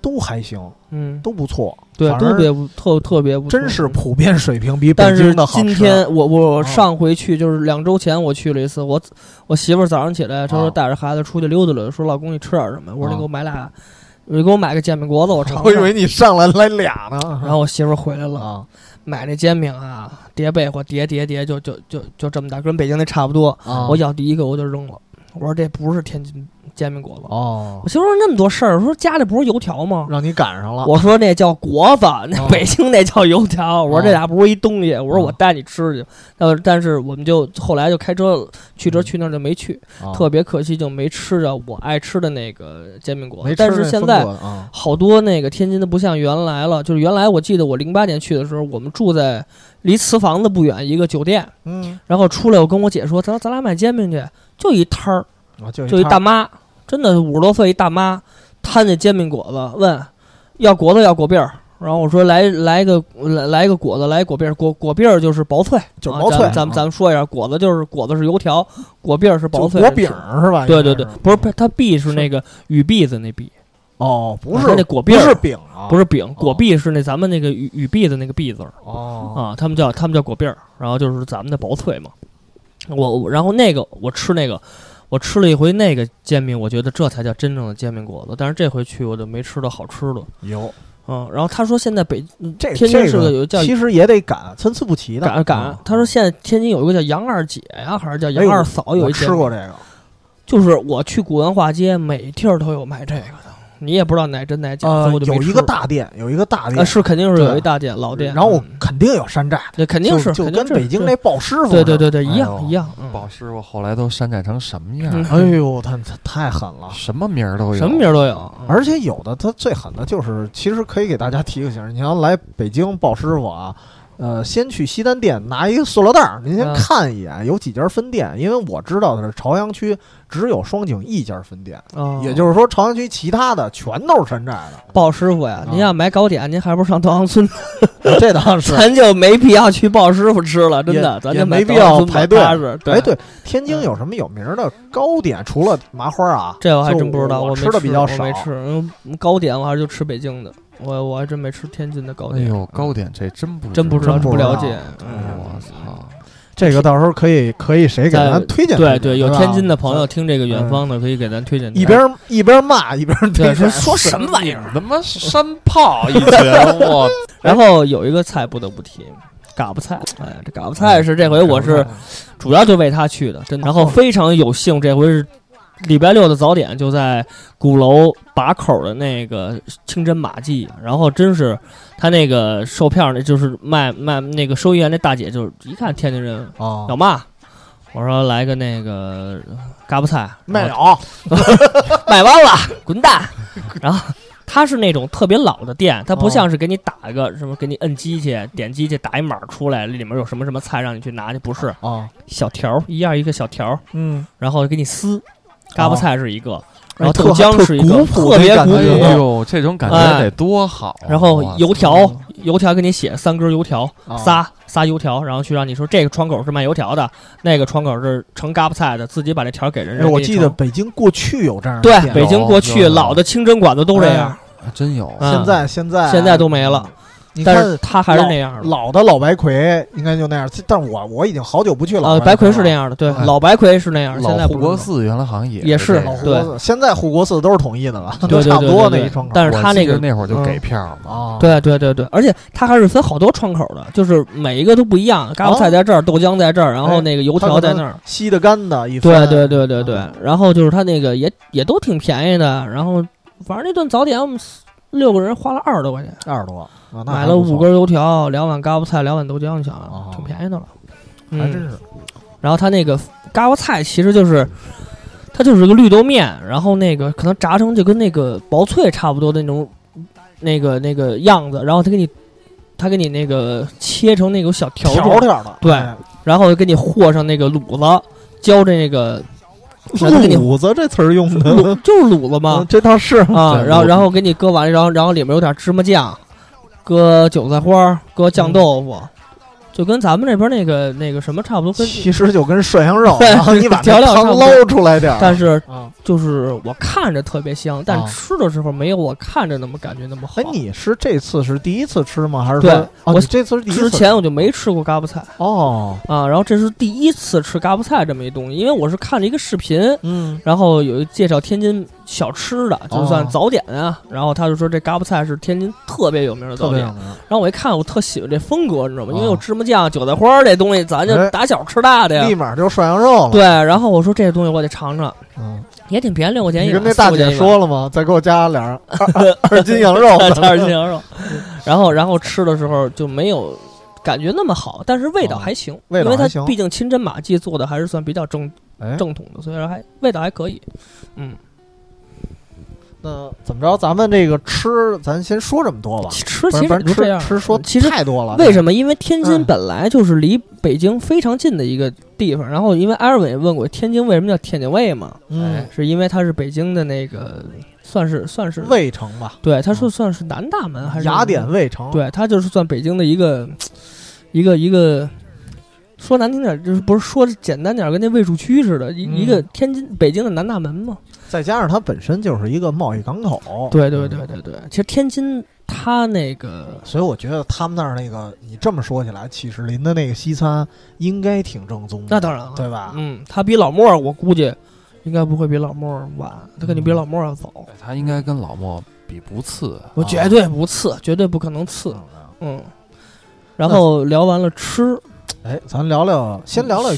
都还行，
嗯，
都不错。
对，
反
特
而
别不特特别不错，嗯
真是普遍水平比北
但是
京的好吃。
今天我我
啊
上回去就是两周前我去了一次，我我媳妇儿早上起来，她
啊
说带着孩子出去溜达溜达，说老公你吃点什么？我说
啊
你给我买俩，你给我买个煎饼果子，我尝
我以
尝。
为你上来来俩呢，
然后我媳妇儿回来了，
啊
买那煎饼啊，叠被或叠叠叠，就就就就这么大，跟北京那差不多。
啊
我咬第一个我就扔了，我说这不是天津煎饼果子。
哦
我，媳妇儿说那么多事儿，我说家里不是油条吗？
让你赶上了。
我说那叫果子，那
啊
北京那叫油条。我说这
啊
俩不是一东西。我说我
啊
带你吃去。呃，但是我们就后来就开车去这儿去那儿就没去，
啊
特别可惜就没吃着我爱吃的那个煎饼果
没吃
子。但
那
是现
风
在
格啊
好多那个天津的不像原来了，就是原来我记得我零八年去的时候，我们住在离祠房子不远一个酒店，
嗯，
然后出来我跟我姐说，咱咱俩买煎饼去，就一摊儿。
啊就
就一
摊
大妈，真的五十多岁一大妈，摊那煎饼果子，问要果子要果篦儿，然后我说来来一个来来一个果子，来一果篦儿，果果篦儿就是薄脆，
就是
啊
薄脆
咱咱们
啊
咱们说一下，果子就是果子是油条，果篦儿是薄
就
脆，
果饼。儿是吧？
对
应该
对对，不是不是它篦是那个雨篦子那篦，
哦，不
它
是
那果
不
篦
是
儿
饼啊，
不是饼，果
哦
篦是那咱们那个雨雨篦子那个篦字儿
哦
啊，他们叫他们叫果篦儿，然后就是咱们的薄脆嘛。我我然后那个我吃那个，我吃了一回那个煎饼，我觉得这才叫真正的煎饼果子。但是这回去我就没吃到好吃的，
有
嗯。然后他说现在北
嗯这
天津
这
是个有叫
其实也得赶，参差不齐的
赶赶
啊，
他说现在天津有一个叫杨二姐呀，还是叫杨
哎呦
二嫂，有
我
一煎
吃
饼
过这个，
就是我去古文化街，每地儿都有卖这个的，你也不知道哪真哪假，所
呃
以我，就没
有一
吃
个
过
大店，有一个大
呃
店，
是肯定是
对
有一大店老店，
然后我
嗯
肯定有山寨，
对肯定
就是就
肯定
跟
是
北京
对
那鲍师傅，
对对，对对一
哎
样
呦
一样，嗯
宝师傅后来都山寨成什么样儿？
哎呦，他他太狠 了。
什么名儿都有，
什么名儿都有，
而且有的他最狠的就是，其实可以给大家提个醒儿，你要来北京鲍师傅啊，呃，先去西单店拿一个塑料袋儿，您先
嗯
看一眼有几家分店，因为我知道的是朝阳区只有双井一家分店，
啊
也就是说朝阳区其他的全都是山寨的，
鲍师傅呀，您要买糕点，您还不如上稻香村，
嗯啊这倒是。
咱就没必要去鲍师傅吃了，真的，
也
咱
也
就
没
买
必
稻香
要
村吧
排队
踏实对，
哎，对，天津有什么有名儿的糕点？除了麻花啊，
这我还
就
真不知道，
我
没
吃的比较少，
我没吃，嗯，糕点我还是就吃北京的，我我还真没吃天津的糕
哎
点，嗯
呦，糕点这真不
真不知道，
真不
不
知道哎
了解，嗯
我操！
这个到时候可以可以谁给
在
咱推荐推
对
荐
对，有
吧嗯
天津的朋友听这个远方的，可以给咱推荐
一边儿一边儿骂一边儿推
对
荐
说说什么玩意儿？
他妈山炮一群，我
然后有一个菜不得不提，嘎巴菜，哎，这嘎巴菜是这回
嗯
我是主要就为他去的，
哦
真的。然后非常有幸，这回是礼拜六的早点就在鼓楼把口的那个清真马记，然后真是他那个售票那就是卖卖那个收银员那大姐，就是一看天津人，
啊
老，妈，我说来个那个嘎巴菜，
卖
然后
了，
卖完了，滚蛋。然后它是那种特别老的店，它不
哦
像是给你打一个什么，给你摁机器、点机器打一码出来，里面有什么什么菜让你去拿去，不是
啊，
小条儿一样一个小条儿，
嗯，
然后给你撕。嘎巴菜是一个，然后
哎特
豆浆是一
特
个，
古朴
特别
那感
古
觉
哎
朴。
呦，这种感
哎
觉得多好啊！
然后
哇
油条
嗯
塞，
油条给你写三根油条，
啊
仨仨油条，然后去让你说这个窗口是卖油条的，那个窗口是盛嘎巴菜的，自己把这条给人。
哎
人家
我
给你
记得哦
盛
北京过去有这样的
对
店
北京过去
有
老的清真馆子都这样，
还真有
嗯
现在现在
现在都没了，
哎嗯你
但
看
是他还是那样的。
老的老白魁应该就那样，但我我已经好久不去
啊，
老
白
魁
魁是那样的，对，
哎
老白魁是那样，现
老
在
护
不
国
是。
寺原来好像也
也是
老
是这样
护
对
国寺，现在护国寺都是统一的了，
对对
差不多
对对
那一
对
窗口
但是他
我记
那
得
个
那会儿就
嗯
给票嘛，
啊，
对对对对，而且他还是分好多窗口的，就是每一个都不一样，嘎巴菜在这儿，豆浆在这儿，然
哎
后那个油条在那儿。
吸的干的一
对
分
对对对对
嗯，
然后就是他那个也也都挺便宜的，然后反正那顿早点我们四六个人花了二十多块钱，
二十多，啊那
买
还
了
不错
五根油条，两碗嘎巴菜，两碗豆浆，你想啊
哦
挺便宜的了，嗯
还真是
然后它那个嘎巴菜其实就是，它就是个绿豆面，然后那个可能炸成就跟那个薄脆差不多的那种，那个那个样子，然后它给你，它给你那个切成那种小条
条
状，
条的，
对
哎
然后给你和上那个卤子，浇这那个然后给你
卤子这词儿用 的
卤就是卤子嘛
嗯这倒是
啊，
对
然后
卤
然后给你搁完，然后然后里面有点芝麻酱，搁韭菜花儿，搁酱豆腐，就跟咱们这边那个那个什么差不多，跟
其实就跟涮羊肉，
对
然后你把
调
那
料差
汤
不多
捞出来点儿，
但是
啊，
就是我看着特别香，但
啊
吃的时候没有我看着那么感觉那么好。
哎，你是这次是第一次吃吗？还是
对
说哦
我
你这次是第一次
之前我就没吃过嘎巴菜
哦，
啊，然后这是第一次吃嘎巴菜这么一东西，因为我是看了一个视频，
嗯
然后有一介绍天津小吃的，就算早点啊，然后他就说这嘎巴菜是天津特别有名的
特
早
别
点
有。名
然后我一看，我特喜欢这风格，你知道吗？因为
啊
有芝麻酱、韭菜花儿这东西，咱就
哎
打小吃大的呀
立。马就涮羊肉了。
啊对，然后我说这东西我得尝尝，
嗯，
也挺便宜，六块钱一
你
碗。
跟那
四
大
块钱
姐
一碗，
说了吗？再给我加俩二二二斤羊肉
二斤羊肉，然后然后吃的时候就没有感觉那么好，但是味道还行，
哦味道
因
还
为
行
它毕竟清真马记做的还是算比较正
哎，
正统的，所以说还味道还可以。
那怎么着？咱们这个吃，咱先说这么多吧。不
吃其
然
实
咱
也就这
吃
样，
吃说
其实。
太多了。
为什么？因为天津
嗯
本来就是离北京非常近的一个地方，然后因为艾尔文也问过天津为什么叫天津卫嘛，
嗯，
是因为它是北京的那个算是算是
魏城吧，
对，它是算是南大门还是
雅典魏城。
对，它就是算北京的一个一个一个，说难听点儿，就是不是说简单点儿，跟那卫戍区似的，一、
嗯
一个天津北京的南大门嘛。
再加上它本身就是一个贸易港口。
对对对对对，其实天津它那个
所以我觉得他们那儿那个，你这么说起来，启士林的那个西餐应该挺正宗的，
那当然了，
对吧？
嗯，它比老莫儿我估计应该不会比老莫儿晚，它肯定比
嗯
老莫儿要早。
哦
他应该跟老莫比不次。
我绝对不次，绝对不可能次。
嗯
嗯，然后聊完了吃，
哎，咱聊聊，先聊聊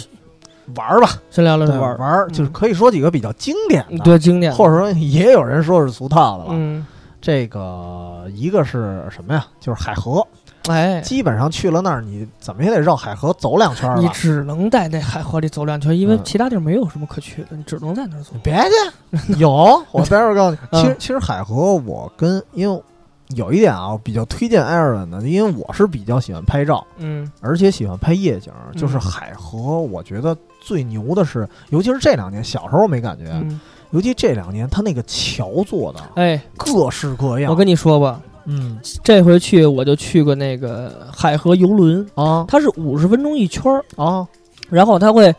玩儿吧，
先聊聊
对
玩
玩
儿，
儿，
嗯
就是可以说几个比较经典的，
对经典的，
或者说也有人说是俗套的了。
嗯，
这个一个是什么呀？就是海河，
哎，
基本上去了那儿，你怎么也得绕海河走两圈儿
你
吧。
只能在那海河里走两圈，因为
嗯
其他地儿没有什么可去的，你只能在那儿走
你。别去，有我待会儿告诉你。
嗯
其实其实海河，我跟因为有一点啊，我比较推荐艾尔文的，因为我是比较喜欢拍照，
嗯
而且喜欢拍夜景。就是
嗯
海河，我觉得最牛的是，尤其是这两年，小时候没感觉，
嗯，
尤其这两年，它那个桥做的
哎，
各式各样。
我跟你说吧，
嗯
这回去我就去过那个海河游轮，
啊
它是五十分钟一圈儿，
啊
然后它会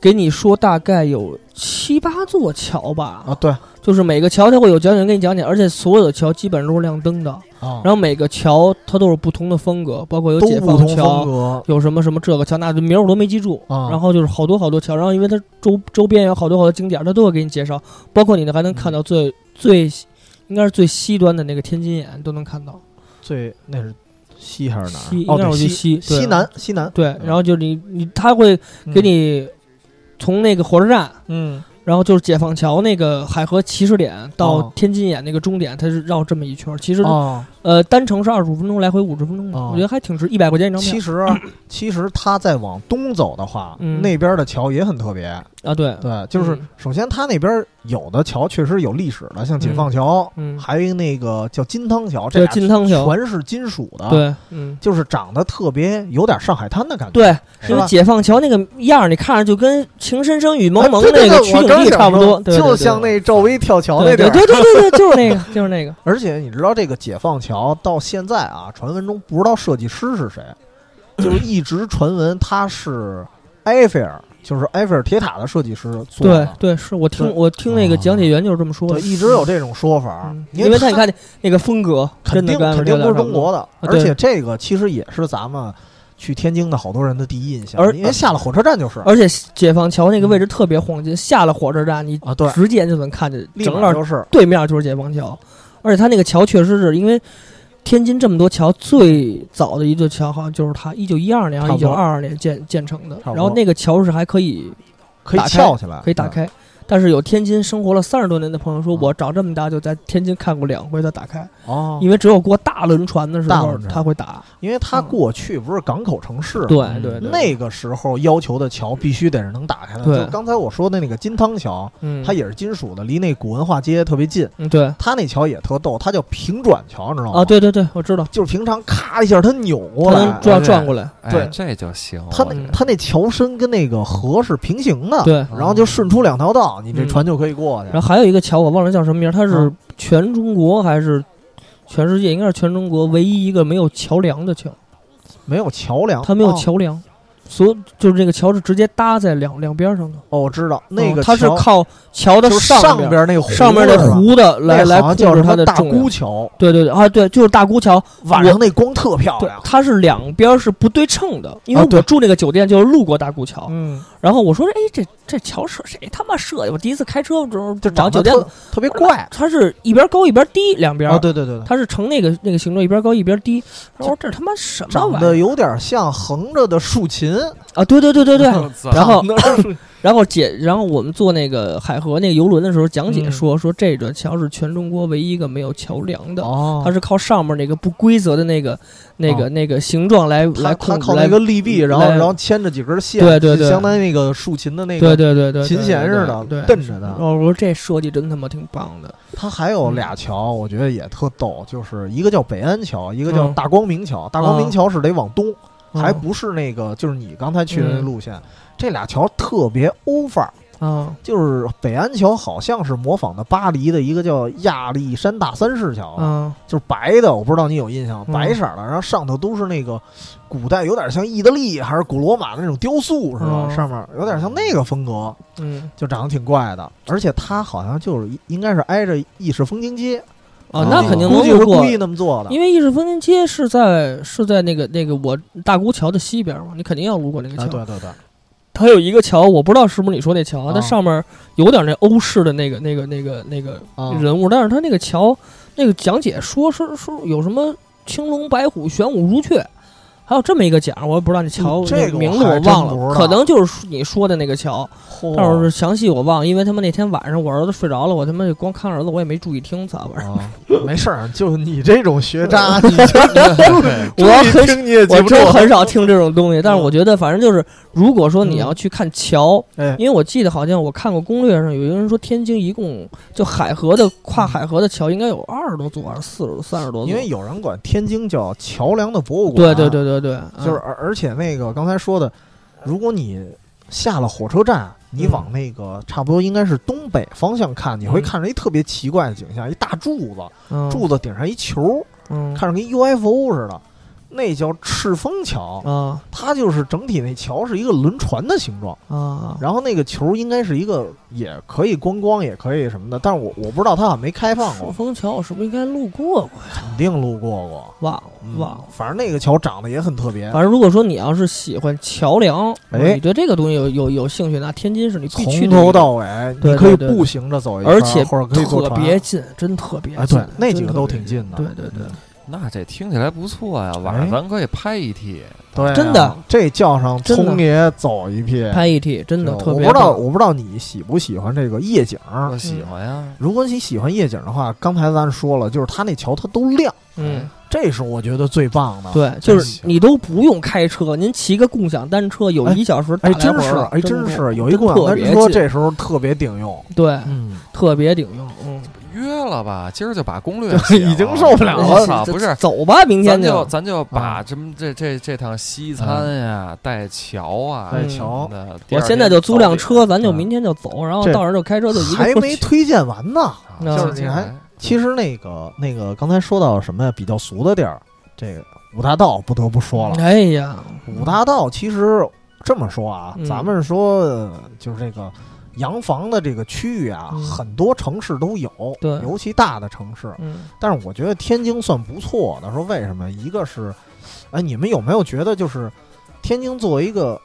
给你说大概有七八座桥吧，
啊，对
就是每个桥它会有讲解，给你讲解，而且所有的桥基本上都是亮灯的，
啊，
然后每个桥它都有不同的风格，包括有
都
解
不
放
同风
桥。
格
有什么什么这个桥那个名儿我都没记住，
啊
然后就是好多好多桥，然后因为它周周边有好多好多景点儿，它都会给你介绍，包括你呢还能看
嗯
到最、最应该是最西端的那个天津眼都能看到，
最那是西还是哪儿？
西，应
哦，
该
对
我去
西
西对
西南西南，
对，然后就你你他会给你从那个火车站，
嗯
然后就是解放桥那个海河起始点到
哦
天津眼那个终点，它是绕这么一圈儿。其实
哦，
呃，单程是二十五分钟，来回五十分钟吧，
哦
我觉得还挺值，一百块钱一张
其
票
实其实他再往东走的话，
嗯
那边的桥也很特别。
啊。对，
对，就是
嗯
首先它那边有的桥确实有历史的，像解放桥，
嗯，
还有一个那个叫金汤桥，这
对，
俩
金汤桥，
全是啊金属的，，
对，嗯，
就是长得特别有点上海滩的感觉，
对，
是
因为
吧？
解放桥那个样儿，你看着就跟《情深深雨蒙蒙
哎》
那
对对
个
对
取
我刚
景地
想
差不多
说，
对
就像那赵薇跳桥那
对
地
对
儿。
对对对对，就 是那个，就是那个，
而且你知道这个解放桥到现在啊，传闻中不知道设计师是谁，就是一直传闻他是埃菲尔，就是埃菲尔铁塔的设计师做
对
的。
对，是我听
对
我听那个
哦
讲解员就是这么说的
对，，一直有这种说法，
嗯因为他你看那那个风格，
肯
真的
定
跟
肯定不是中国的，
啊对
而且这个其实也是咱们去天津的好多人的第一印象，
而
因为下了火车站就是
而且解放桥那个位置特别晃街，下了火车站你
啊，对，
直接就能看见
立
整
马
个
就是
对面就是解放桥，而且它那个桥确实是因为天津这么多桥，最早的一座桥好像就是它，一九一二年还是
差
一
不
九
多
二二年建建成的
差。不多
然后那个桥是还可以
可以
打开
翘起来，
可以打
嗯。
开，但是有天津生活了三十多年的朋友说，
嗯
我长这么大就在天津看过两回它打开，
哦，
因为只有过大轮船的时
大
候
轮船
它会打。
因为它过去不是港口城市嘛，
对
嗯
对对，
那个时候要求的桥必须得是能打开的。
对
就刚才我说的那个金汤桥，
嗯
它也是金属的，离那古文化街特别近。
嗯对
它那桥也特逗，它叫平转桥，你知道吗？
啊，，对对对，我知道，
就是平常咔一下它扭过
它
来啊
能，转转过来，
哎
对
这就行。嗯
它
我觉
那
得
它那桥身跟那个河是平行的，，
对。
然后就顺出两条道，你这
嗯
船就可以过去。
然后还有一个桥，我忘了叫什么名儿，它是
嗯
全中国还是全世界？应该是全中国唯一一个没有桥梁的桥，
哦没有桥梁，
它没有
哦
桥梁，所有就是这个桥是直接搭在两两边上的。
哦，我知道那个
它嗯是
桥
靠桥的
就是上
边
边那个湖
上面
是
的
吧，
湖的来
那
来
好
控
像叫
制
什
它
么
的
大
重量
沽。桥，
对对对啊，对，就是大沽桥，
晚上那光特漂
对
亮，。
它是两边是不对称的，因为
啊对
我住那个酒店就是路过大沽桥，
嗯，
然后我说哎这这桥设谁他妈设计？我第一次开车之后
就
往
长
酒
得
店
特特别怪。
它是一边高一边低，两边
哦，对对对对，
它是呈那个那个形状，一边高一边 低。然
哦
后这他妈什么
长
玩意儿
得有点像横着的竖琴。
啊？对对 对对对。
对
然后
躺着 竖
然后姐，然后我们坐那个海河那个游轮的时候，讲解
嗯
说、说这座桥是全中国唯一一个没有桥梁的，
哦
它是靠上面那个不规则的那个那个、
哦
那个形状来
它它
来控制
靠
来
那个立臂，然后
来
然后牵着几根线，
对对对
就相当于那个竖琴的那
对
个
对对对对
琴弦似的
对，
蹬着
然
的。哦
后我说这设计真他妈挺棒的，
它还有
嗯
俩桥，我觉得也特逗，就是一个叫北安桥，一个叫
嗯
大光明桥。大光明桥是得往东，还
嗯
不是那个就是你刚才去的那路线。这俩桥特别欧范儿，
啊
就是北安桥好像是模仿的巴黎的一个叫亚历山大三世桥，
啊
就是白的，我不知道你有印象，
嗯
白色儿的，然后上头都是那个古代有点像意大利还是古罗马的那种雕塑似的，
嗯
上面有点像那个风格，
嗯
就长得挺怪的。而且它好像就是一应该是挨着意式风情街，
啊
啊，
那肯定
哦估
能
计是
路过
故。意那么做的。
因为意式风情街是在是在那个那个我大沽桥的西边嘛，你肯定要路过那个
啊，
桥。
对对对，
它有一个桥，我不知道是不是你说那桥啊，它
啊
上面有点那欧式的那个、那个、那个、那个
啊
人物，但是它那个桥那个讲解说说说有什么青龙白虎、玄武如雀，还有这么一个讲，我也不知道那桥
嗯这
那
个我
名字我
还真
忘
不知
了，
道
可能就是你说的那个桥，
嚯
但是详细我忘了，因为他们那天晚上我儿子睡着了，我他妈就光看儿子，我也没注意听咋玩意儿。
哦
啊，没事儿，就你这种学 渣，你就
我很
听你也记
我
不住嗯
真。很少听这种东西，但是我觉得反正就是，如果说你要去看桥，
哎，
因为我记得好像我看过攻略上有一个人说，天津一共就海河的跨海河的桥应该有二十多座，还是四十三十多座？
因为有人管天津叫桥梁的博物
对
馆，啊
对对对对，嗯
就是而而且那个刚才说的，如果你下了火车站，你
嗯
往那个差不多应该是东北方向看，你会
嗯
看着一特别奇怪的景象，一大柱子，
嗯
柱子顶上一球，
嗯
看着跟 UFO 似的，那叫赤峰桥，
啊
它就是整体那桥是一个轮船的形状，
啊
然后那个球应该是一个也可以观光，也可以什么的，但是我我不知道它好像没开放
赤
过，
峰啊桥我是不是应该路过过？
肯定路过过。
忘了
嗯
忘了。
反正那个桥长得也很特别，
哦反正如果说你要是喜欢桥梁，
哎
你对这个东西有有有兴趣，那天津是你必须
从
得
头
去
到尾，
对
你可以
对对
步行着走一圈，
而且
或者可以坐
特
船。
别近，真特别
哎，
近
对，那几
真
个
特
都
别
挺近的。
对对对，
那这听起来不错呀，晚上
哎
咱可以拍一屉。
对啊、
真的
这叫上
真的
聪爷走一遍。
拍一屉真的
就
特
我
别
不知道，
棒
我不知道你喜不喜欢这个夜景。
我喜欢呀，
如果你喜欢夜景的话，刚才咱说了，就是它那桥它都亮，
嗯，
这是我觉得最棒的。，
对，就是
啊行
你都不用开车，您骑个共享单车有
哎
一小时打
哎，
来
真
回
是
了，
哎，
真
真
不
是有一共
特
享
别
单车，
近
这时候特别顶用。
对，
嗯，
特别顶用，嗯，
约了吧，今儿就把攻略
就
写
已经
了
受不了
哎我
了
操，不是。
走吧，明天
咱就咱就
啊
把什么这这这趟西餐
嗯
呀、带桥啊、
哎，
嗯
瞧，
的第
我
二天
现在就租辆车，
早
咱就
嗯
明天就走，然后
这
到那儿就开车就一个
还
人
没
去
推荐完呢。
那
点啊
就是你还其实那个那个，刚才说到什么呀？比较俗的地儿，这个五大道不得不说了。
哎呀，
五大道其实这么说啊，
嗯
咱们说呃就是这个洋房的这个区域啊，
嗯
很多城市都有，
对
尤其大的城市。
嗯，
但是我觉得天津算不错的，说为什么？一个是，哎，你们有没有觉得就是天津作为一个，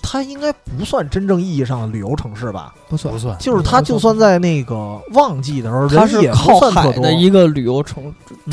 它应该不算真正意义上的旅游城市吧？
不错
不，算
就是它就算在那个旺季的时候，
它
人
是
也
靠
不算
海
特多
的，一个旅游城，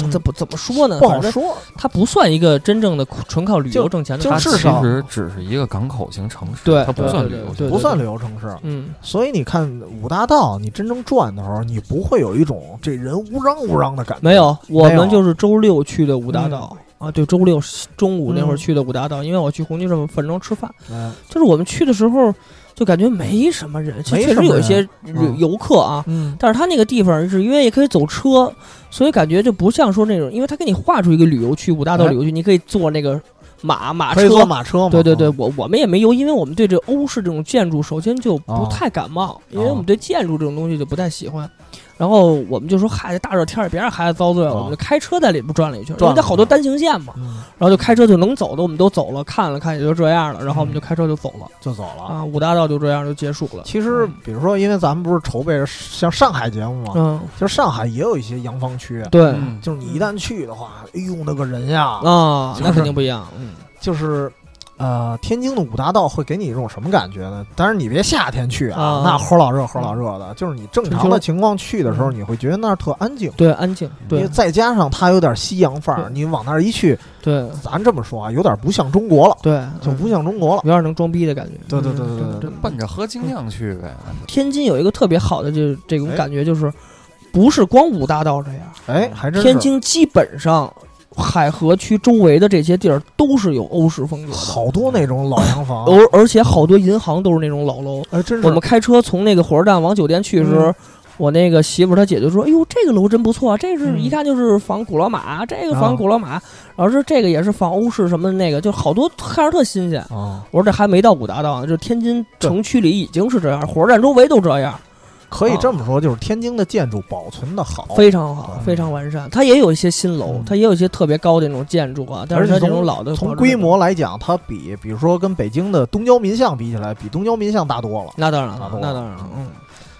嗯
这不怎么说呢？
不好
反正
说。
它不算一个真正的纯靠旅游挣钱的
就
大
它
城
至
其
市，
少
实只是一个港口型城市，
对
它不
对
算
对
旅
对
游
对
型，
不算旅游城市，
嗯，
所以你看五大道，你真正转的时候，你不会有一种这人乌嚷乌嚷的感觉。
没有，我
没有嗯
们就是周六去的五大道。啊，对，周六中午那会儿去的五大道，因为我去红旗镇粉庄吃饭，
嗯，
就是我们去的时候就感觉没什么人，其
没什
实确实
么
有一些
嗯
游游客啊，
嗯，
但是它那个地方是因为也可以走车，所以感觉就不像说那种，因为它给你画出一个旅游区，五大道
哎
旅游区，你可以坐那个马马
可以
车。
坐马车嘛？嗯
对对对，我我们也没游，因为我们对这欧式这种建筑首先就不
哦
太感冒，因为我们对建筑这种东西就不太喜欢。然后我们就说，嗨，大热天儿别让孩子遭罪了，
哦
我们就开车在里边转了一圈，因
转
为
了
它好多单行线嘛，
嗯，
然后就开车就能走的，我们都走了，看了看也就这样了，然后
嗯
我们就开车就走了
就走了。
啊，五大道就这样就结束了。
其实，比如说，因为咱们不是筹备着像上海节目嘛，
嗯，
其实上海也有一些洋房区，
对
嗯
就是你一旦去的话，哎呦那个人呀，
啊，
就是
那肯定不一样，嗯。
就是。呃，天津的五大道会给你一种什么感觉呢？当然你别夏天去啊，
啊嗯
那齁老热齁老热的。就是你正常
春秋
的情况去的时候，你会觉得那儿特安静，
对，安静，
因为
对
再加上它有点西洋范儿，
对
你往那儿一去，
对
咱这么说啊，有点不像中国了，
对，
就
嗯
不像中国了
有。点能装逼的感觉。
对对
嗯
对对
真的
对
真的
奔着喝精酿去呗。
嗯
天津有一个特别好的，就是这种
哎
感觉，就是不是光五大道这样，
哎，还真是
嗯天津基本上海河区周围的这些地儿都是有欧式风格的，
好多那种老洋房，
而而且好多银行都是那种老楼。
哎，哦真是
哦我们开车从那个火车站往酒店去的时候
嗯。
我那个媳妇儿她姐就说：“哎呦，这个楼真不错，啊这是
嗯
一看就是仿古罗马，这个
啊
仿古罗马，然后说这个也是仿欧式什么的那个，就好多看着特新鲜。
啊，
我说这还没到五大道呢，就是天津城区里已经是这样，火车站周围都这样，
可以这么说，就是天津的建筑保存的好，
啊非常好，
嗯
非常完善。它也有一些新楼
嗯，
它也有一些特别高的那种建筑啊，但是它
而且
这
从
种老的保
从
留
规模来讲，它比比如说跟北京的东交民巷比起来，比东交民巷大多了。
那当然
大
了
多，了
那当然了，嗯。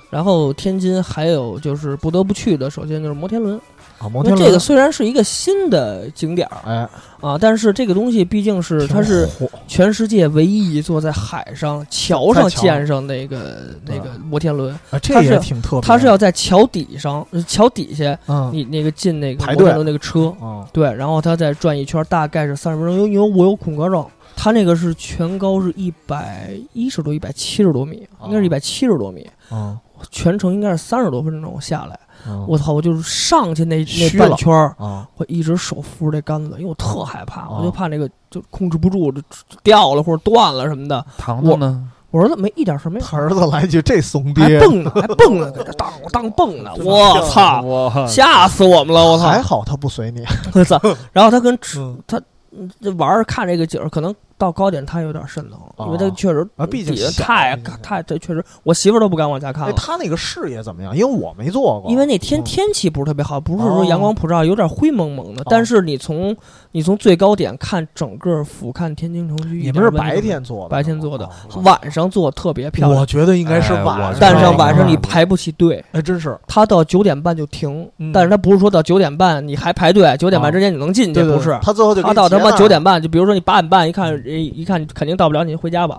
然后天津还有就是不得不去的，首先就是摩天轮。
啊，
因
摩
为
天
这
轮
个虽然是一个新的景点儿
哎，
啊，但是这个东西毕竟是它是
挺火
全世界唯一一座在海上桥上
在桥上
建上的一个那个摩天轮，
啊
它
这
是
也挺特别的，
它是要在桥底上，呃桥底下
嗯
你那个进那个
排
摩
队
天轮那个车，
嗯
对，然后他再转一圈，大概是三十分钟，因为因为我有恐高症，他那个是全高是一百一十多、一百七十多米，应该是一百七十多米，
嗯
全程应该是三十多分钟下来，
嗯
我操，我就是上去那那
虚
半
了
圈儿，
啊
我一直手扶着这杆子，因为我特害怕，我
啊
就怕那个就控制不住，就掉了或者断了什么的。
糖糖呢？
我儿子没一点事儿没有，
他儿子来句这怂
还
爹，
蹦呢，还蹦呢，搁这当当蹦呢，我操！
我
吓死我们了！我操！
还好他不随你，
我 操！然后他跟
嗯
这玩儿看这个景儿，可能到高点他有点渗透了，因为他
哦
确实
啊毕竟
底下
小
太
毕竟小
太这确实，我媳妇儿都不敢往下看
哎，
了。
他那个视野怎么样？因为我没做过，
因为那天
嗯
天气不是特别好，不是说
哦
阳光普照，有点灰蒙蒙的。但是你从你从最高点看整个俯瞰天津城区，
你
一
们
点
是
问题
白
都没有
天做的，
白天做的
哦，
晚上做特别漂亮
我，觉得应该是
哎
晚
我
上，
觉得
但是
上
晚上你
嗯
排不起队，
哎，真是
他到九点半就停
嗯，
但是他不是说到九点半你还排队，九点半
啊
之前你能进去，
对对
不是？
他最后就给
他
你
到他
截
妈
那儿
九点半，就比如说你八点半一看，一一看肯定到不了，你就回家吧。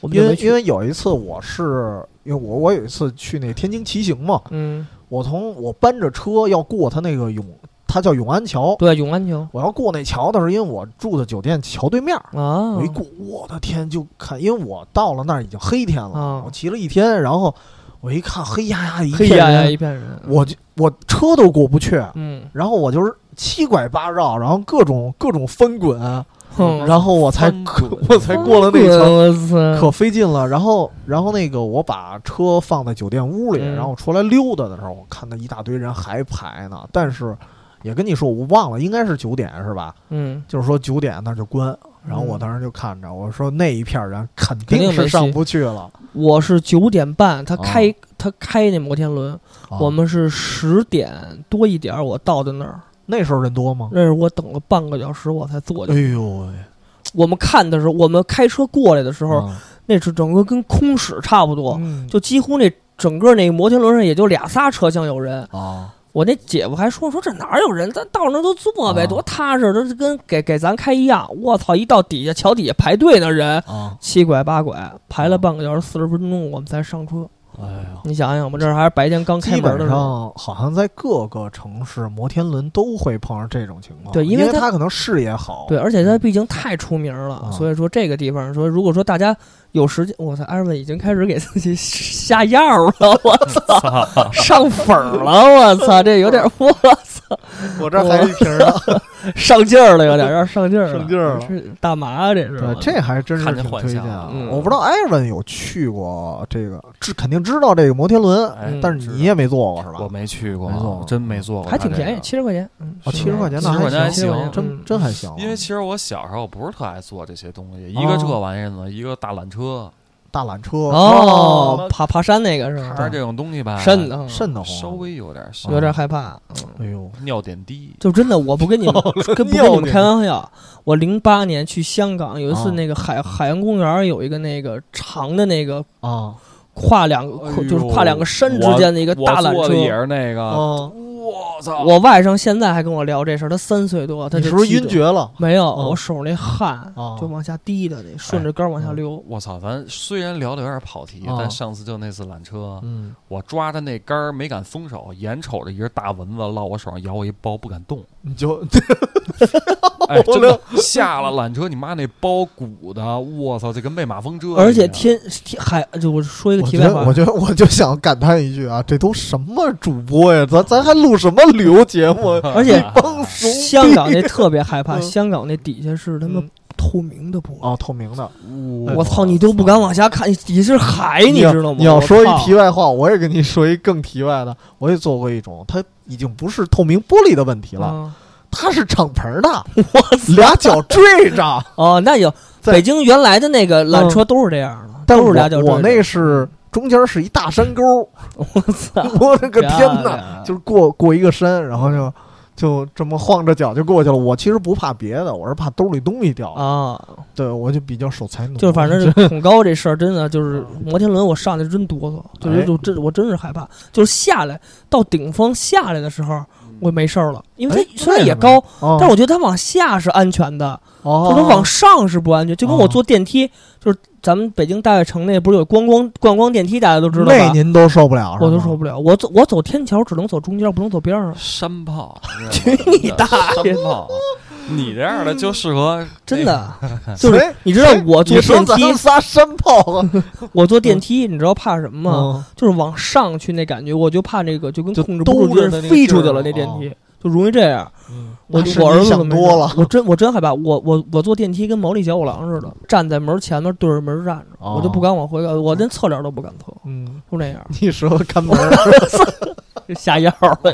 我们
因
就
为
没
因
去。
为有一次我是因为我我有一次去那天津骑行嘛，
嗯
我从我搬着车要过他那个永它叫永安桥。
对，永安桥
我要过那桥的时候，因为我住的酒店桥对面儿，
啊
我一过，我的天，就看，因为我到了那儿已经黑天了，
啊
我骑了一天，然后我一看嗯黑压压一片
黑压压
人
一片人，
我就我车都过不去，
嗯，
然后我就是七拐八绕，然后各种各种翻滚，
哼
然后我才
翻滚
我才过了那层，
我操，
可费劲了。然后然后那个我把车放在酒店屋里，
嗯
然后我出来溜达的时候，我看到一大堆人还排呢，但是也跟你说我忘了，应该是九点是吧？
嗯，
就是说九点那就关。然后我
嗯
当时就看着，我说那一片人肯
肯定
定是
没戏
上不去了。
我是九点半，他
哦
开他开那摩天轮，
啊
我们是十点多一点儿我到的那儿，
那时候人多吗？
那是我等了半个小时我才坐
哎
进去。
呦喂！
我们看的时候，我们开车过来的时候，
嗯
啊
那是整个跟空室差不多，
嗯
就几乎那整个那摩天轮上也就俩仨车厢有人。
啊，
我那姐夫还说说这哪儿有人，咱到那儿都坐呗，
啊
多踏实，这跟给给咱开一样。我操，一到底下桥底下排队的人。
啊，
七拐八拐，排了半个小时四十分钟，我们才上车。
哎呀，
你想想吧，这还是白天刚开
基
门的
本
时候，
上好像在各个城市摩天轮都会碰上这种情况，
对
因
因为它
它可能视野好，
对，而且它毕竟太出名了，
嗯啊
所以说这个地方说，如果说大家有时间，我操，艾瑞已经开始给自己 下药了，我操，上粉儿了，我操，这有 点我 操
我这儿还有一瓶儿呢，
上劲儿了，有点要上劲儿了，
上劲儿了
是大麻啊这是
对，这还真是
看
挺
见幻
推荐
想
啊
了！
嗯
我不知道艾文有去过这个，知肯定知道这个摩天轮，
哎
嗯
但是你也没坐过是
我
吧？
没去过，啊
没坐过
真没坐过，
还挺
它这个
便宜，七十块钱，嗯，
哦，七十块钱那
70块钱
还
还
行
行，
真真还行。
因为其实我小时候不是特爱做这些东西，一个这玩意儿呢，一个大缆车，
大缆车
哦，爬爬山那个是吧
还是？这种东西吧，
瘆得慌，
瘆得慌，
稍微有点
有点害怕，嗯。
哎呦
尿点低，
就真的，我不跟你们跟不跟你们开玩笑。我零八年去香港，有一次
啊
那个海、海洋公园有一个那个长的那个
啊
跨两个、
哎呦
就是跨两个山之间的一个大缆
我坐的也
车。哦
是那个，
啊！
我操！
我外甥现在还跟我聊这事儿，他三岁多，他
你
就是
不是
记
晕
得？
厥了？
没有，
哦
我手那汗
哦哎嗯
就往下滴的，得顺着杆儿往下流。
我操！咱虽然聊的有点跑题，
啊
哦
但上次就那次缆车，
嗯，
我抓着那杆儿没敢松手，眼瞅着一只大蚊子落我手上咬我一包，不敢 动。
你就
哎，真的下了缆车，你妈那包鼓的，我操，这跟被马蜂蛰一样。
而
啊
且天天海，就我说一个
我
题
觉
外
得，
话
我，觉得，我就想感叹一句啊，这都什么主播呀？咱咱还录什么旅游节目？啊
而且
帮怂
香港那特别害 怕，
嗯
香港那底下是他妈
嗯
哦透明的玻璃。
啊，透明的，
我操，你都不敢往下看，你你是海，你
要
知道
哦
吗？
你要
我
说
操
一题外话，我也跟你说一更题外的，我也做过一种，它已经不是透明玻璃的问题了，
啊
它是敞篷 的，俩脚坠着。
哦，那有
在嗯
北京原来的那个缆车都是这样的，
但
都
我
是俩脚
我
坠
那
的。
是中间是一大山沟，
我操！
我的个天
漂
哪！
亮
就是过过一个山，然后就就这么晃着脚就过去了。我其实不怕别的，我是怕兜里东西掉。
啊，
对，我就比较守财奴。
就是反正 是恐高这事儿，真的就是摩天轮，我上去真哆嗦，就是
嗯哎
就真我真是害怕，就是下来到顶峰下来的时候，我没事儿了，因为
嗯哎
它虽然也
为什么呀
高，
哦，
但我觉得它往下是安全的，
哦
它说往上是不安全，就跟我
哦
坐电梯，就是咱们北京大悦城那不是有观光观光电梯，大家都知道
哦那
吧？
您都受不了，
我都受不了，我走我走天桥只能走中间，不能走边啊
哎
上。
山炮，
去你大爷
山炮！你这样的就适合
真的，
了
就是你 知道我坐
你说
电
咱们
梯，
仨山炮 啊
我坐电梯，你知道怕什么吗？
嗯
就是往上去那感觉，我就怕那个就跟
就
控制不住
兜着
就
的
是
那
飞
劲
出去
儿
了，
了
那电
哦
梯就容易这样。我
嗯那是
我
你
儿子
想
都没
多
事儿
了
我真我真害怕，我我我坐电梯跟毛利小五郎似的，站在门前面对着门站着，我就不敢往回看，我连侧脸都不敢侧，
嗯，
就那样
你说看 门儿，
就下药 了。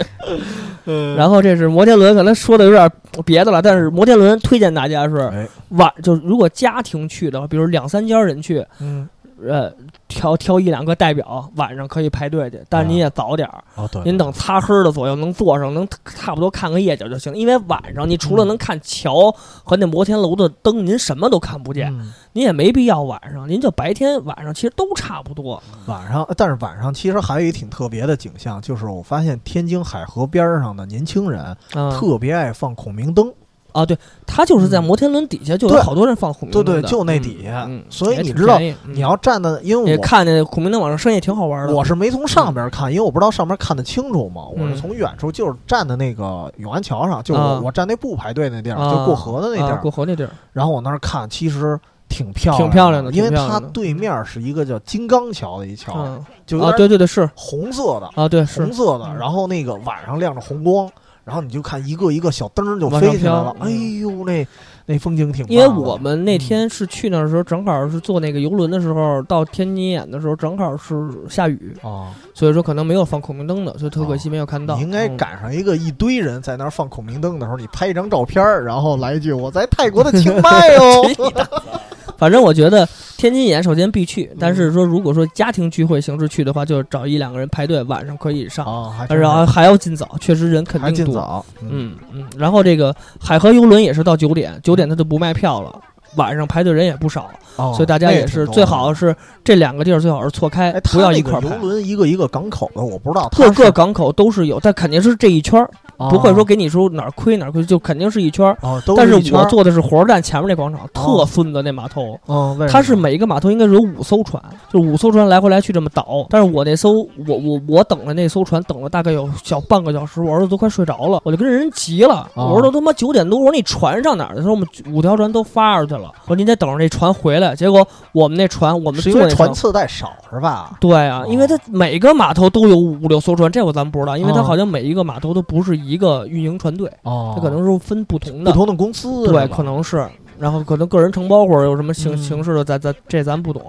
嗯
然后这是摩天轮，可能说的有点别的了，但是摩天轮推荐大家
哎
是晚，就是如果家庭去的话，比如两三家人去，
嗯，
呃，挑挑一两个代表，晚上可以排队去，但是您也早点儿，
哦对，
您等擦黑儿的左右能坐上，能差不多看个夜景就行。因为晚上你除
嗯
了能看桥和那摩天楼的灯，您什么都看不见，
嗯
您也没必要晚上，您就白天晚上其实都差不多。
晚上，但是晚上其实还有一挺特别的景象，就是我发现天津海河边儿上的年轻人
嗯
特别爱放孔明灯，
啊，对，它就是在摩天轮底下就
嗯
有
对
好多人放孔明
对
灯的，
对，就那
嗯
底下
嗯，
所以
也
你
挺
知道
便宜嗯
你要站的，因为
也
我
看见孔明灯往上升也挺好玩的。
我是没从上边看，因为我不知道上面看得清楚嘛。我
嗯
是从远处，就是站的那个永安桥上，就是
啊
我我站那步排队那地儿，
啊
就过河的那地
啊，
儿
过。河那地儿，
然后我那儿看，其实挺漂亮，
挺漂亮的
因为
挺漂
它
亮的
对面是一个叫金刚桥的一桥，
嗯，
就有，
啊
点
对对对，是
红色的，
啊，对是
红，色的。
嗯
然后那个晚上亮着红光，然后你就看一个一个小灯儿就
往上
飞起来
飘
了。
嗯
哎呦，那那风景挺棒的。
因为我们
嗯
那天是去那儿的时候，正好是坐那个游轮的时候，到天津眼的时候，正好是下雨，
啊，
所以说可能没有放孔明灯的，所以特可惜没有看到。
哦你应该
嗯
赶上一个一堆人在那儿放孔明灯的时候，你拍一张照片儿，然后来一句“我在泰国的清迈哦
嗯反正我觉得天津眼首先必去，但是说如果说家庭聚会形式去的话，就是找一两个人排队，晚上可以”，上，
啊，还真是
然后还要尽早，确实人肯
还
定
尽
多。
早，嗯，
嗯嗯，然后这个海河游轮也是到九点，九点它就不卖票了，晚上排队人也不少，
哦
所以大家也是最好。是这两个地儿最好是错开
那也，挺
不
多的哎，他那
要一块儿
个
排
游。轮一个一个港口的，我不知道它
各个
是
港口都是有，但肯定是这一圈儿，
哦
不会说给你说哪儿亏哪儿亏，就肯定是一圈儿。
哦，都
但
是一
是
圈
我
儿
坐的是火车站前面那广场，
哦
特孙子那码头。
嗯，为什
它
么
是每一个码头应该是有五艘船，就是五艘船来回来去这么倒。但是我那艘，我我我等了那艘船，等了大概有小半个小时，我儿子都快睡着了，我就跟人急了，
哦
我说都他妈九点多，我说你船上哪儿去？他说我们五条船都发出去了，我说您得等着那船回来。结果我们那船，我们
是
坐
因
那
为船。次带少是吧？
对啊
哦，
因为它每个码头都有五六艘船，这我咱不知道，因为它
哦
好像每一个码头都不是一个运营船队，
哦
它可能是分不同
不
的。
同的公司是
对，
吧
可能是，然后可能个人承包或者有什么形
嗯
形式的，咱咱这咱不懂，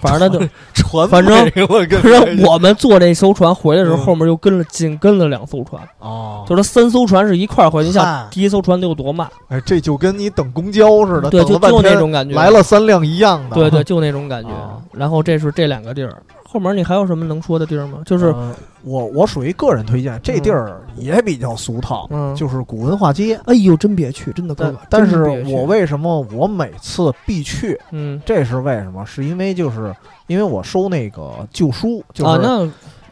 反正他就
船
反正
费我 跟
反正我们坐这艘船回来的时候，
嗯
后面又跟了紧跟了两艘船，
哦，
就是三艘船是一块儿回来。你
嗨
想第一艘船得有多慢？
哎，这就跟你等公交似的，
对，
等
就
了半
就那
天
种感觉
来。了三辆一样的，
对对，就那种感觉
啊。
然后这是这两个地儿，后面你还有什么能说的地儿吗？就
就是我我属于个人推荐，这地儿也比较俗套，
嗯，
就是古文化街。
哎呦，真别去，真的哥
但
哥。
但
真
是
别去
我为什么我每次必去？
嗯
这是为什么？是因为就是因为我收那个旧书，就
啊，
是哦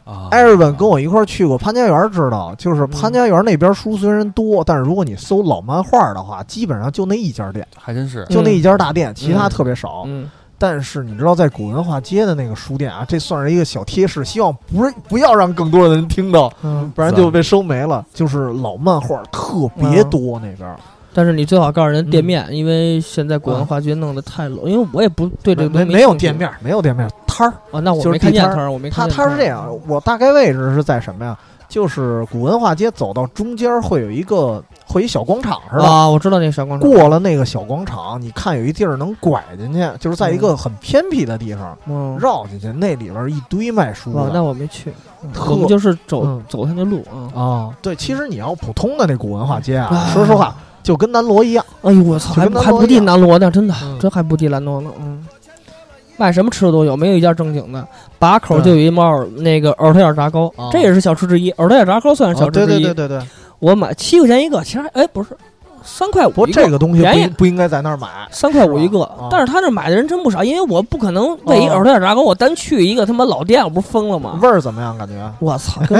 那
啊
艾瑞本跟我一块儿去过潘家园，知道就是潘
嗯
家园那边书虽然多，但是如果你搜老漫画的话，基本上就那一家店，
还真是
就那一家大店，其他
嗯
特别少。
嗯，
但是你知道，在古文化街的那个书店啊，这算是一个小贴士，希望不是不要让更多的人听到，
嗯，
不然就被收没了。就是老漫画特别多那边儿，
但是你最好告诉人店
嗯
面，因为现在国文化街弄得太 low，因为我也不对这个
没
东西
没有
兴趣
店面儿，没有店面儿摊儿。
啊，那我
就是
没看
地
见
摊儿嗯
摊儿，我没
它
看见摊
它
儿。
是这样，我大概位置是在什么呀？就是古文化街走到中间儿会有一个会一小广场似的。
啊，我知道那个小广场，
过了那个小广场，你看有一地儿能拐进去，就是在一个很偏僻的地方
嗯，
绕进去，那里边儿一堆卖书
哇，
的。
哦那我没去，
特
我们就是走
嗯
走他那路啊。
啊，对，其实你要普通的那古文化街啊，
哎
说实话，就跟南锣一样，
哎呦我操，
就
还
跟
不
南
还
锣
不
一
地
样
南锣呢，真的
嗯，
真还不地南锣呢，嗯。卖什么吃的都有，没有一家正经的。把口就有一猫儿那个耳朵眼炸糕
啊，
这也是小吃之一。耳朵眼炸糕算是小
啊对
吃之
对
一
对，对对。
我买七块钱一个，其实还哎不是，三块
不
五
过
一
这个东西不
便宜
应不应该在那儿买，
三块五一
是
个
吧啊，
但是他这买的人真不少，因为我不可能为一
哦
耳朵眼炸糕我单去一个他妈老店，我不是疯了吗？
味儿怎么样？感觉哎
我操，跟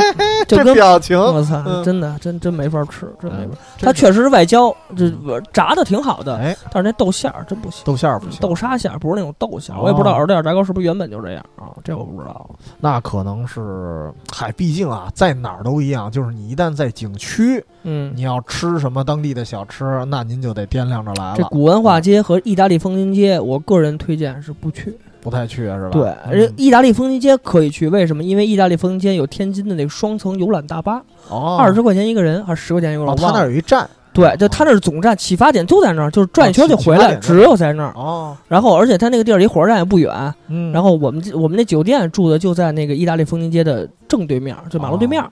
就嗯跟
表情
我操，
嗯
真的真真没法吃，真没
嗯
法。
真
它
是
确实是外焦，这炸的挺好的，
哎，
但是那豆馅儿真不行，
豆馅儿不行，
豆沙馅儿不是那种豆馅儿，
哦
我也不知道耳朵眼炸糕是不是原本就这样啊，这我不知道。
那可能是，嗨，毕竟啊，在哪儿都一样，就是你一旦在景区，
嗯，
你要吃什么当地的小吃，那您就得掂量着来
这
了，
古文化街和意大利风情街，我个人推荐是不去。
不太去是吧？
对，人
嗯
意大利风情街可以去，为什么？因为意大利风情街有天津的那个双层游览大巴，
哦，
二十块钱一个人还是十块钱一个
哦，
人，
他
我
那
忘
儿
了。
有一站
对，就他那是总站，启发点就在那儿，就是转一圈就
哦
回
启启
来，
发点在
只有在那儿。
哦，
然后，而且他那个地儿离火车站也不远，
嗯，
然后我们这我们那酒店住的就在那个意大利风情街的正对面，就马路对面。
哦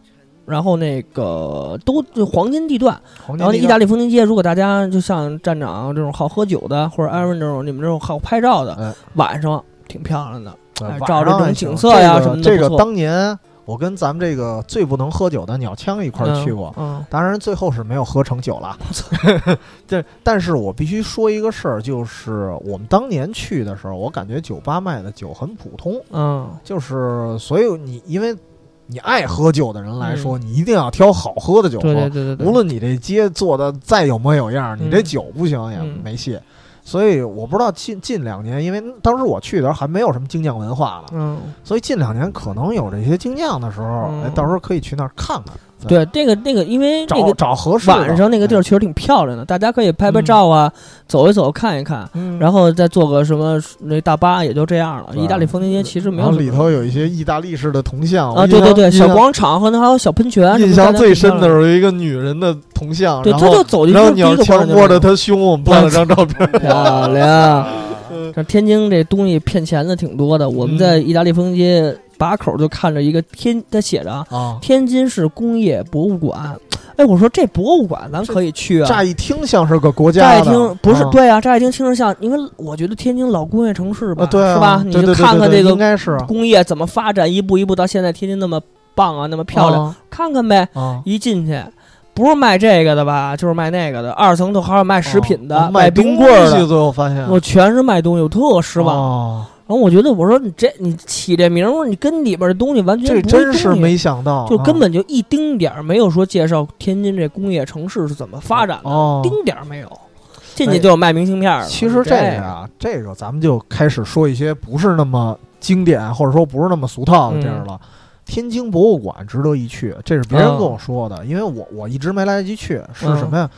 然后那个都就黄金地段，
黄
然后那
金
意大利风情街，如果大家就像站长这种好喝酒的，或者艾文这种你们这种好拍照的，
嗯哎
晚上嗯挺漂亮的。
对
哎
晚
照着
上
这种
还
景
行
色
这
呀
个
什么的
这
不
个
错
当年我跟咱们这个最不能喝酒的鸟枪一块儿去过，
嗯，
当然最后是没有喝成酒 了。这，但是我必须说一个事儿，就是我们当年去的时候，我感觉酒吧卖的酒很普通，
嗯
就是所以你因为。你爱喝酒的人来说，你一定要挑好喝的酒
嗯对
喝
对。对对对，
无论你这街做的再有模有样，
嗯
你这酒不行也
嗯
没戏。所以我不知道近近两年，因为当时我去的时候还没有什么精酿文化了，
嗯，
所以近两年可能有这些精酿的时候，
嗯
哎，到时候可以去那儿看看，
对，那个那个，因为那
找
个
找合适的
晚上那个地儿，确实挺漂亮的，大家可以拍拍照啊，走一走，看一看，
嗯
然后再坐个什么那大巴，也就这样了。
对
意大利风情街其实没
然
有
后
什么
里头有一些意大利式的铜像
啊，
我
对
印
对
象
对，
印
小
象
广场和那还有小喷泉，
印象最深的
是，
是有一个女人的铜像，
对，
然
他
后
就走进去
然后
第
你
一
要
个
强
广场就
握
是
着她胸，我们拍了张照片。
漂亮。
嗯
像天津这东西骗钱的挺多的，我们
嗯
在意大利风情街把口就看着一个天，它写 着啊，
啊，
天津市工业博物馆。哎，我说这博物馆咱可以去啊。
乍一听像是个国
乍
家的，
一听不是
啊
对啊，乍一听听着像，因为我觉得天津老工业城市吧，
啊，对啊，
是吧？你
对
就
对对
看看
对
这
对
个
应该是啊
工业怎么发展，一步一步到现在天津那么棒啊，那么漂亮，看看呗。
啊，
一进去，不是卖这个的吧，就是卖那个的。二层头还有卖食品的，
啊
卖
卖
冰棍儿
东西哦
的，
最后发现
我全是卖东西，我特失望。
望，
然后我觉得，我说你这你起这名儿，你跟里边的东西完全
这
不一
真是
东西
没想到，
就
啊
根本就一丁点儿没有说介绍天津这工业城市是怎么发展的，
哦。哎
丁点儿没有。进去就有卖明信片儿的。
其实
这
这个啊，这个咱们就开始说一些不是那么经典，或者说不是那么俗套的地儿了。天津博物馆值得一去，这是别人
嗯
跟我说的，因为我我一直没来得及去。是什么呀？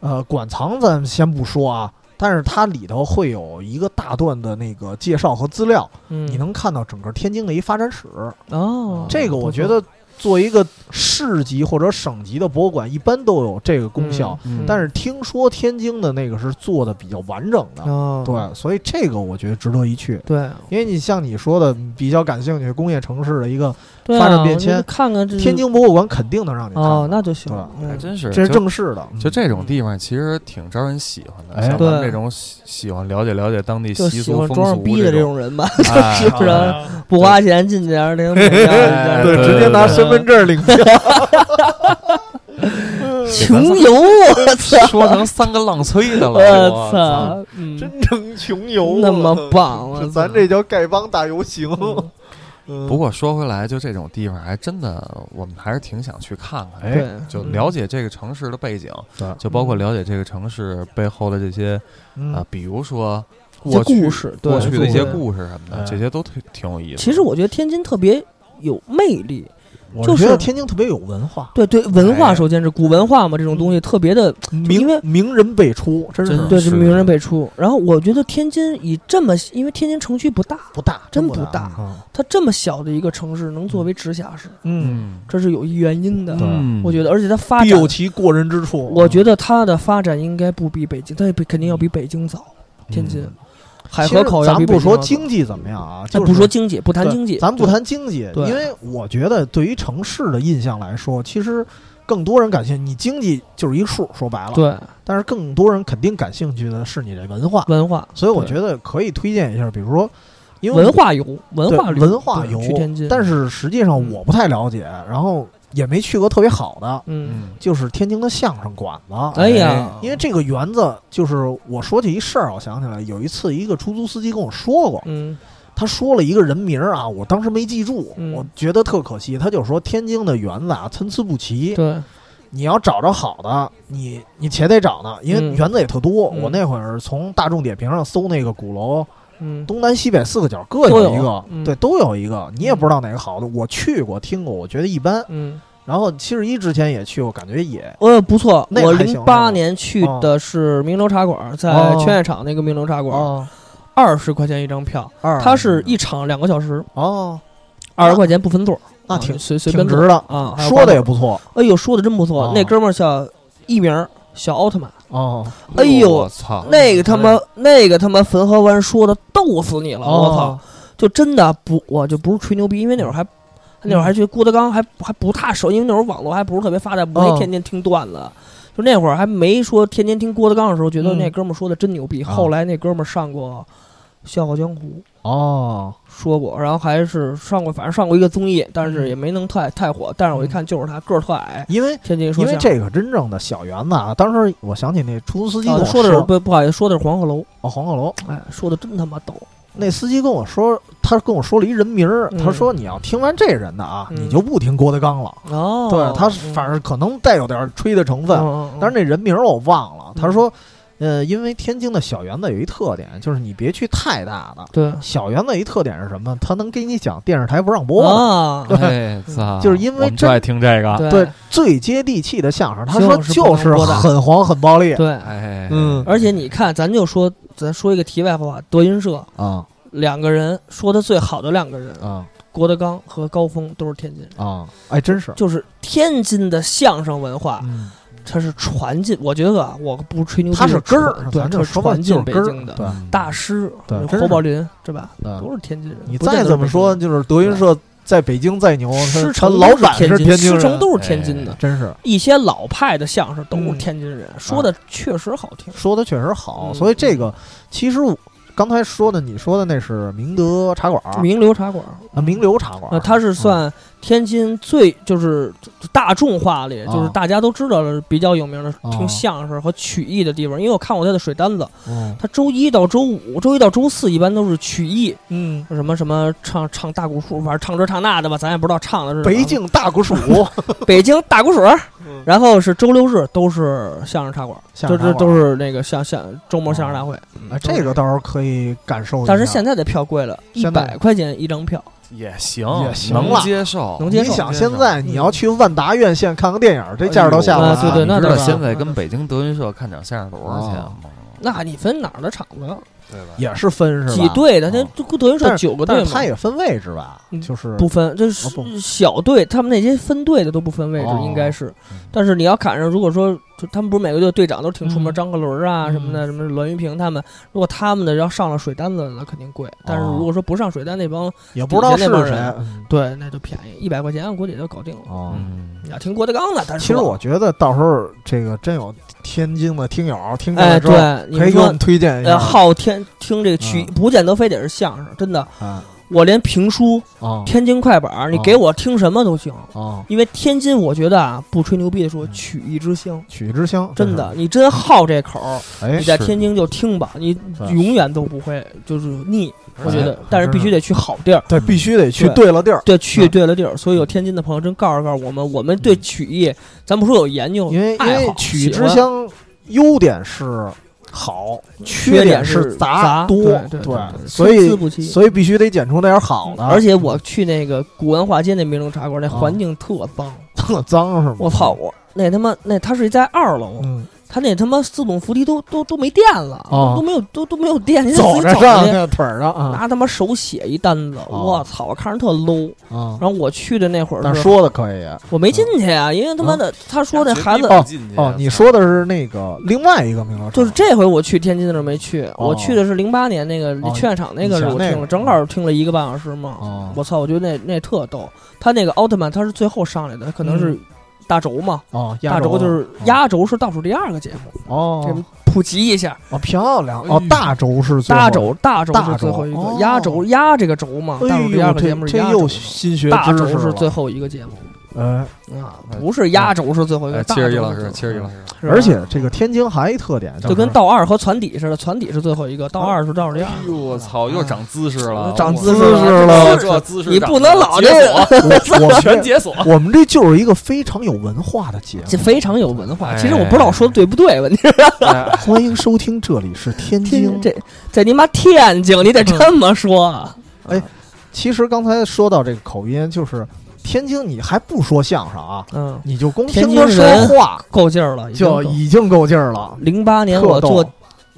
呃，馆藏咱们先不说啊，但是它里头会有一个大段的那个介绍和资料，
嗯
你能看到整个天津的一发展史。
哦，
这个我
不错
觉得作为一个市级或者省级的博物馆，一般都有这个功效。
嗯
但是听说天津的那个是做的比较完整的，
嗯
哦，
对，所以这个我觉得值得一去，
对
因为你像你说的，比较感兴趣工业城市的一个
对啊，
发展变迁
我就看看这
天津博物馆，肯定能让你看。
嗯哦，那就行
对
了。
还
嗯
真是，
这是
就
正式的，
就
嗯
这种地方其实挺招人喜欢的，
哎
像咱们
对
这种喜喜欢了解了解当地
就
习
喜
俗
欢
风
装上
俗
逼的
这
这，种人吧，
哎
是不是啊？不花钱进去，然后零
哎对
直接拿身份证 领票，
穷游，我操！
说成三个浪催的了，
我
我操！
操！嗯
真成穷游，
那么棒啊我
这
啊操
咱这叫丐帮大游行。
嗯
嗯
不过说回来，就这种地方，还真的我们还是挺想去看看
哎
的。
对，
就了解这个城市的背景
对，
就包括了解这个城市背后的这些
嗯
啊，比如说
一些
过去
故事，对
过去的一些
对
故事什么的，
哎
这些都挺挺有意思的。
其实我觉得天津特别有魅力，
我
就是
觉得天津特别有文化，
对对，文化
哎
首先是古文化嘛，这种东西特别的，因
名
为
名人辈出，真是
真
对，
是
就名人辈出。然后我觉得天津以这么，因为天津城区不大，
不大，
真
不
不大
啊
它这么小的一个城市能作为直辖市，
嗯，
嗯，
这是有原因的
对。
嗯，
我觉得，而且它发
必
展
有，其过人之处。嗯
我觉得它的发展应该不比北京，它也比肯定要比北京早。天津
嗯
海河口
其实
要
咱
比北
不
京
说
要早
经济怎么样啊，
咱
就是
不说经济，不谈
对
经济，
咱不
对
谈经济，
对
因为我觉得对于城市的印象来说，其实更多人感兴趣，你经济就是一数，说白了，。
对
但是更多人肯定感兴趣的是你这文化，
文化，
所以我
对
觉得可以推荐一下，比如说，因为
文化游，文
对
化旅
文化游
对去天津，嗯
但是实际上我不太了解，然后也没去过特别好的，
嗯，
嗯，
就是天津的相声馆子。
哎呀，
因为这个园子，就是我说起一事儿，我想起来有一次一个出租司机跟我说过，
嗯
他说了一个人名儿啊，我当时没记住，
嗯
我觉得特可惜。他就说天津的园子啊参差不齐，
嗯对，
你要找着好的，你你且得找呢，因为园子也特多。
嗯
我那会儿从大众点评上搜那个鼓楼，
嗯
东南西北四个角各
都
一
有
个，
嗯
对，都有一个，你也不知道哪个好的。我去过听过，我觉得一般。
嗯，
然后七十一之前也去过，感觉也
呃，不错，
那
我
还行
零
是吧
八年去的是明州茶馆，在
哦
劝业场那个明州茶馆，
哦
二十块钱一张票，
二
它是一场两个小时，
哦，
二十块钱不分座，
那
啊
挺
随随
挺
便
值
坐
的，
啊，还有
说的也
包
不错
括，哎呦，说的真不错
哦，
那哥们儿叫艺名小奥特曼，
哦。
哎呦
我操！
那个他妈那个他妈汾河湾说的逗死你了，我操！
哦，
就真的不，我就不是吹牛逼，因为那
嗯
会儿还。那会儿还觉得郭德纲还还不太熟，因为那会儿网络还不是特别发达，没
哦
天天听段子。就那会儿还没说天天听郭德纲的时候，觉得
嗯
那哥们儿说的真牛逼。
啊
后来那哥们儿上过《笑傲江湖
哦，》，
说过，然后还是上过，反正上过一个综艺，但是也没能太太火。但是我一看就是他，个儿特矮，
因为
天津
因
说
为
相声。
这个真正的小园子啊，当时我想起那出租司机跟
啊
我
说的
的
是不不好意思，说的是黄鹤楼，
哦，黄鹤楼，
哎，说的真他妈逗。
那司机跟我说，他跟我说了一人名儿，
嗯
他说你要听完这人的啊，
嗯
你就不听郭德纲了。
哦，
对他反正可能带有点吹的成分，
正
但是那人名儿我忘了。他
嗯
说，呃，因为天津的小园子有一特点，就是你别去太大的。
对
小园子一特点是什么？他能给你讲电视台不让播的，
啊，
哎，操
就是因为
我们就
真
爱听这个，
啊对，最接地气的相声。他
希
说
望是不
就
能
是
播的
很黄很暴力。
对，
哎，
嗯
而且你看，咱就说，咱说一个题外话，德云社
啊
两个人说的最好的两个人，
啊
郭德纲和高峰都是天津人，
啊！哎，真是，
就是天津的相声文化，
嗯，
它是传进，我觉得啊，我不是吹牛逼，
他是根儿
传，对，
咱
它
就是说吧，
传
就是
进北
根儿
京。的。
对，
大师
对真
侯
是
宝林，对吧？
嗯
都是天津人。
你
不见
再
得
怎么说，
北
就是德云社再北京再牛，
京
哦他
人，
他
师承
老
都
板是
天
天
津，
津
师承
人，
都是天津的。
真是
一些老派的相声都是
嗯
天津人，说的确实好听。
说的确实好。
嗯
所以这个其实我刚才说的，你说的那是明德茶馆儿，
名流茶馆，
啊名流茶馆
呃，
儿，嗯
它是算天津最就是大众化里，
啊
就是大家都知道了比较有名的
啊
听相声和曲艺的地方。因为我看过他的水单子，
嗯
他周一到周五，周一到周四一般都是曲艺，
嗯，
什么什么唱唱大鼓书，反正唱这唱那的吧，咱也不知道唱的是什么
北京大鼓 鼠，
北京大鼓水儿。然后是周六日都是相声茶馆，
嗯相
就
声
是
茶馆
都是那个相相周末相声大会。
哎这个到时候可以感受一下。
但是现在的票贵了，一
现在
百块钱一张票，
也行，
也行
能
了
接受，
能接
你
受嗯
想现在你要去万达院线看个电影，这价儿都下来
哎
了
呦啊对对那
你知
当
道
然
现在跟北京德云社看场相声多少钱吗？
那你分哪儿的场子呀？
对吧？
也是分是吧？
几队的？
啊
那德云社
但是
九个
但
队
是
嘛
它，也分位置吧
嗯，
就是
不分，这
哦不
是小队，他们那些分队的都不分位置
哦，
应该是
嗯。
但是你要赶上，如果说就他们不是每个队队长都挺出名，
嗯
张鹤伦啊什么的，什么栾云平他们，如果他们的要上了水单子，那肯定贵。但
哦
是如果说不上水单那帮，
也不知道是
底下那帮
谁
人。对，那就便宜一百块钱，我估计也就搞定了。
哦
嗯
你要听郭德纲的，但是
其实我觉得到时候这个真有天津的听友听过
哎，
了之后，
对，你
可以给我
说
们推荐一下。
呃，昊天听这个曲，
嗯
不见得非得是相声，真的。
啊
我连评书、
啊
天津快板，你
哦
给我听什么都行。
啊！
因为天津，我觉得啊，不吹牛逼的说，
嗯
曲艺之乡，
曲之乡
真的，，你真好这口儿，
哎
你，在
是
天津就听吧，你永远都不会就是腻。我觉得
哎，
但是必须得去好地儿，
对，必须得去
对
对了地儿，
对，去对了地
嗯
儿。所以有天津的朋友，真告诉告诉我们，我们对曲艺，咱不说有研究，
因为因
爱
为
好
曲
喜
之
欢
乡优点是好，
嗯缺
点
点
是
杂
多，
对对对对
所
参差不
以
齐
所以必须得捡出那点好的，
而且我去那个古文化街那明城茶馆，那
啊
环境特脏，
特脏是吗？
我操！我那他妈那他是在二楼，
嗯，
他那他妈自动扶梯都都都没电了，
啊
都没有都都没有电，你得
走
自
着
己
上
去
那腿儿上啊
拿他妈手写一单子，我操！我看着特 low。
啊
然！后我去的那会儿
但
是，
说嗯的可以
我没进去啊，因为他妈的他说那孩子
哦哦，你说的是那个另外一个名流，
就是这回我去天津的时候没去，
哦
我去的是零八年那个
哦
劝场那个是我
以前
听
那
了，
个
正好听了一个半小时嘛。
哦
我操！我觉得那那特逗，他那个奥特曼他是最后上来的，他可能是大轴嘛，
哦，嗯
大
压
轴
轴
就是压轴是倒数第二个节目，这
哦，
普及一下。
哦漂亮
哎呦
哦，大轴是最后
大轴，大轴是最后一
大
个
轴，哦
压轴压这个轴嘛，
哎
大
呦
轴第二个
这
节目是
这
压轴
又
嘛，
新学
大
知
轴
识
是
了
最后一个节目
哎，
啊，不是压轴是最后一个，
哎，
大嗯轴
七
是
十一
最后
老
一个
师，七十一老师，
是吧
而且这个天津还一特点
就跟
到
倒二和攒底似的，攒底是最后一个，倒二是倒数第二
哎。呦我操，又长姿势了，
长
姿势了
我
了
这姿势
你
长
不
得
能老
解
这
锁
我们
全解锁。
我们这就是一个非常有文化的节
这
目。
非常有文化，
哎
其实我不知道我说的对不对吧？你
哎
欢迎收听，这里是天津
听。这这你妈天津，你得这么说啊！
其实刚才说到这个口音，就是天津，你还不说相声啊，
嗯，
你就光
天
听
津
他
人
说话，
够劲儿了，已经
就
够
已经够劲儿了。
零八年我
特逗
坐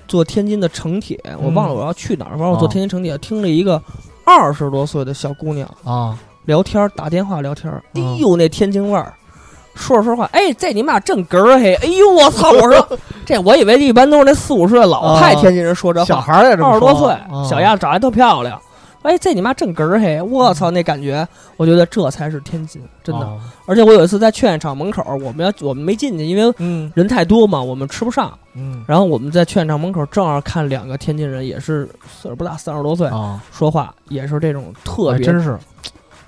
坐天津的城铁，我
嗯
忘了我要去哪儿，反正我坐
啊
天津城铁听了一个二十多岁的小姑娘
啊！
聊天儿，打电话聊天儿，哎
嗯
呦那天津味儿。说着说着话，哎，这你妈正哏儿嘿！哎呦，我操！我 说这，我以为一般都是那四五十岁老派
啊
天津人说这
小
话，
孩儿也这么
二十多岁
说啊
小丫头长得特漂亮，哎，这你妈正哏儿嘿！我操，那感觉，我觉得这才是天津，真的。
啊
而且我有一次在劝业场门口，我们要我们没进去，因为
嗯
人太多嘛，我们吃不上。
嗯
然后我们在劝场门口正好看两个天津人，也是岁数不大，三十多岁，
啊，
说话也是这种特
还
别、
真是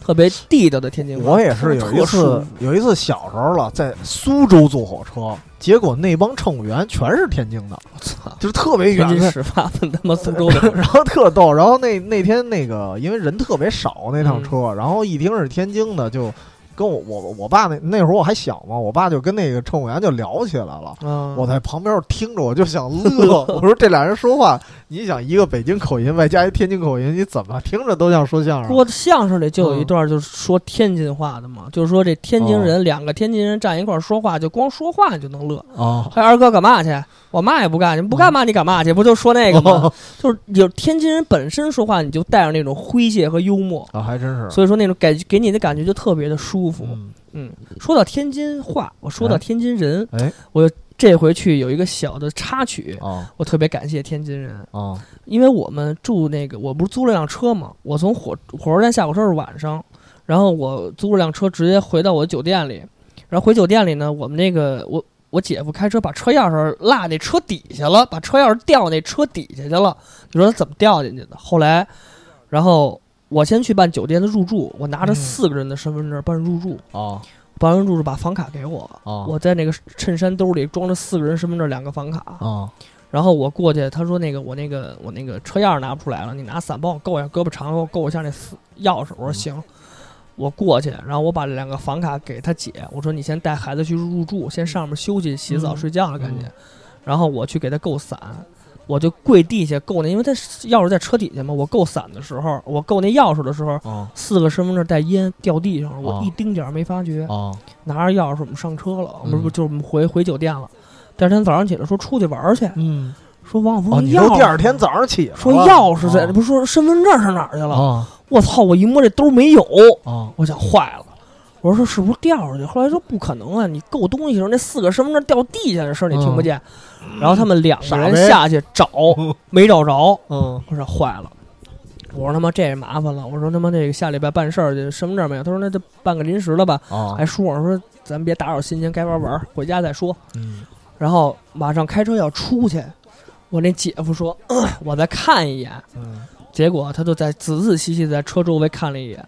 特别地道的天津话。
我也是有一
特舒
次
服，
有一次小时候了，在苏州坐火车，结果那帮乘务员全是天津的，
我操，
就是特别
天
远
津
的。，
始发问他妈苏州的
然后特逗，然后那那天那个因为人特别少那趟车，然后一听是天津的，就跟我我我爸那那会儿我还小嘛，我爸就跟那个乘务员就聊起来了。
嗯，
我在旁边听着，我就想乐。我说这俩人说话，你想一个北京口音，外加一天津口音，你怎么听着都像说相声
说相声里就
嗯
有一段就是说天津话的嘛，就是说这天津人两个天津人站一块儿说话，就光说话就能乐。
啊？
哎，二哥干嘛去？我嘛也不干，你不
嗯
干嘛你干嘛去？不就说那个
哦
吗？ 就是有天津人本身说话，你就带着那种诙谐和幽默，
啊，还真是。
所以说那种感给你的感觉就特别的舒服。
嗯，
说到天津话，我说到
哎
天津人，
哎，
我这回去有一个小的插曲，
啊
我特别感谢天津人，
啊
因为我们住那个，我不是租了辆车嘛，我从火火车站下火车是晚上，然后我租了辆车直接回到我的酒店里，然后回酒店里呢，我们那个我我姐夫开车把车钥匙落那车底下了，把车钥匙掉那车底下去了，你说他怎么掉进去的？后来，然后我先去办酒店的入住，我拿着
嗯
四个人的身份证办入住，
啊
办完入住把房卡给我，
啊
我在那个衬衫兜里装着四个人身份证两个房卡，
啊！
然后我过去，他说那个我那个我那个车钥匙拿不出来了，你拿伞帮我够一下胳膊长，给我够一下那丝钥匙。我
嗯
说行，我过去，然后我把两个房卡给他姐，我说你先带孩子去入住，先上面休息、洗澡、
嗯
睡觉了，赶紧。然后我去给他够伞，我就跪地下够那，因为他钥匙在车底下嘛。我够伞的时候，我够那钥匙的时候，
啊
四个身份证带烟掉地上了，
哦
我一丁点儿没发觉。
啊
拿着钥匙我们上车了，我们
嗯
不就是我们回回酒店了。第二天早上起来说出去玩儿去，
嗯
说王小
哦，
峰，
你
钥
说
匙
第二天哦早上起来
说钥匙在，不是说身份证上哪儿去了？
啊
我操！我一摸这兜没有，
啊
我想坏了。我说是不是掉下去？后来说不可能啊！你够东西的时候，那四个身份证掉地下的事儿你听不见。然后他们两个人
嗯傻呗
下去 找，没找着。
嗯
我说坏了，我说他妈这麻烦了。我说他妈这个下礼拜办事儿去，身份证没有。他说那就办个临时的吧。
啊
哎，叔，我说咱别打扰心情，该玩玩，回家再说。
嗯
然后马上开车要出去，我那姐夫说， 呃我再看一眼。
嗯
结果他就在仔仔细细地在车周围看了一眼，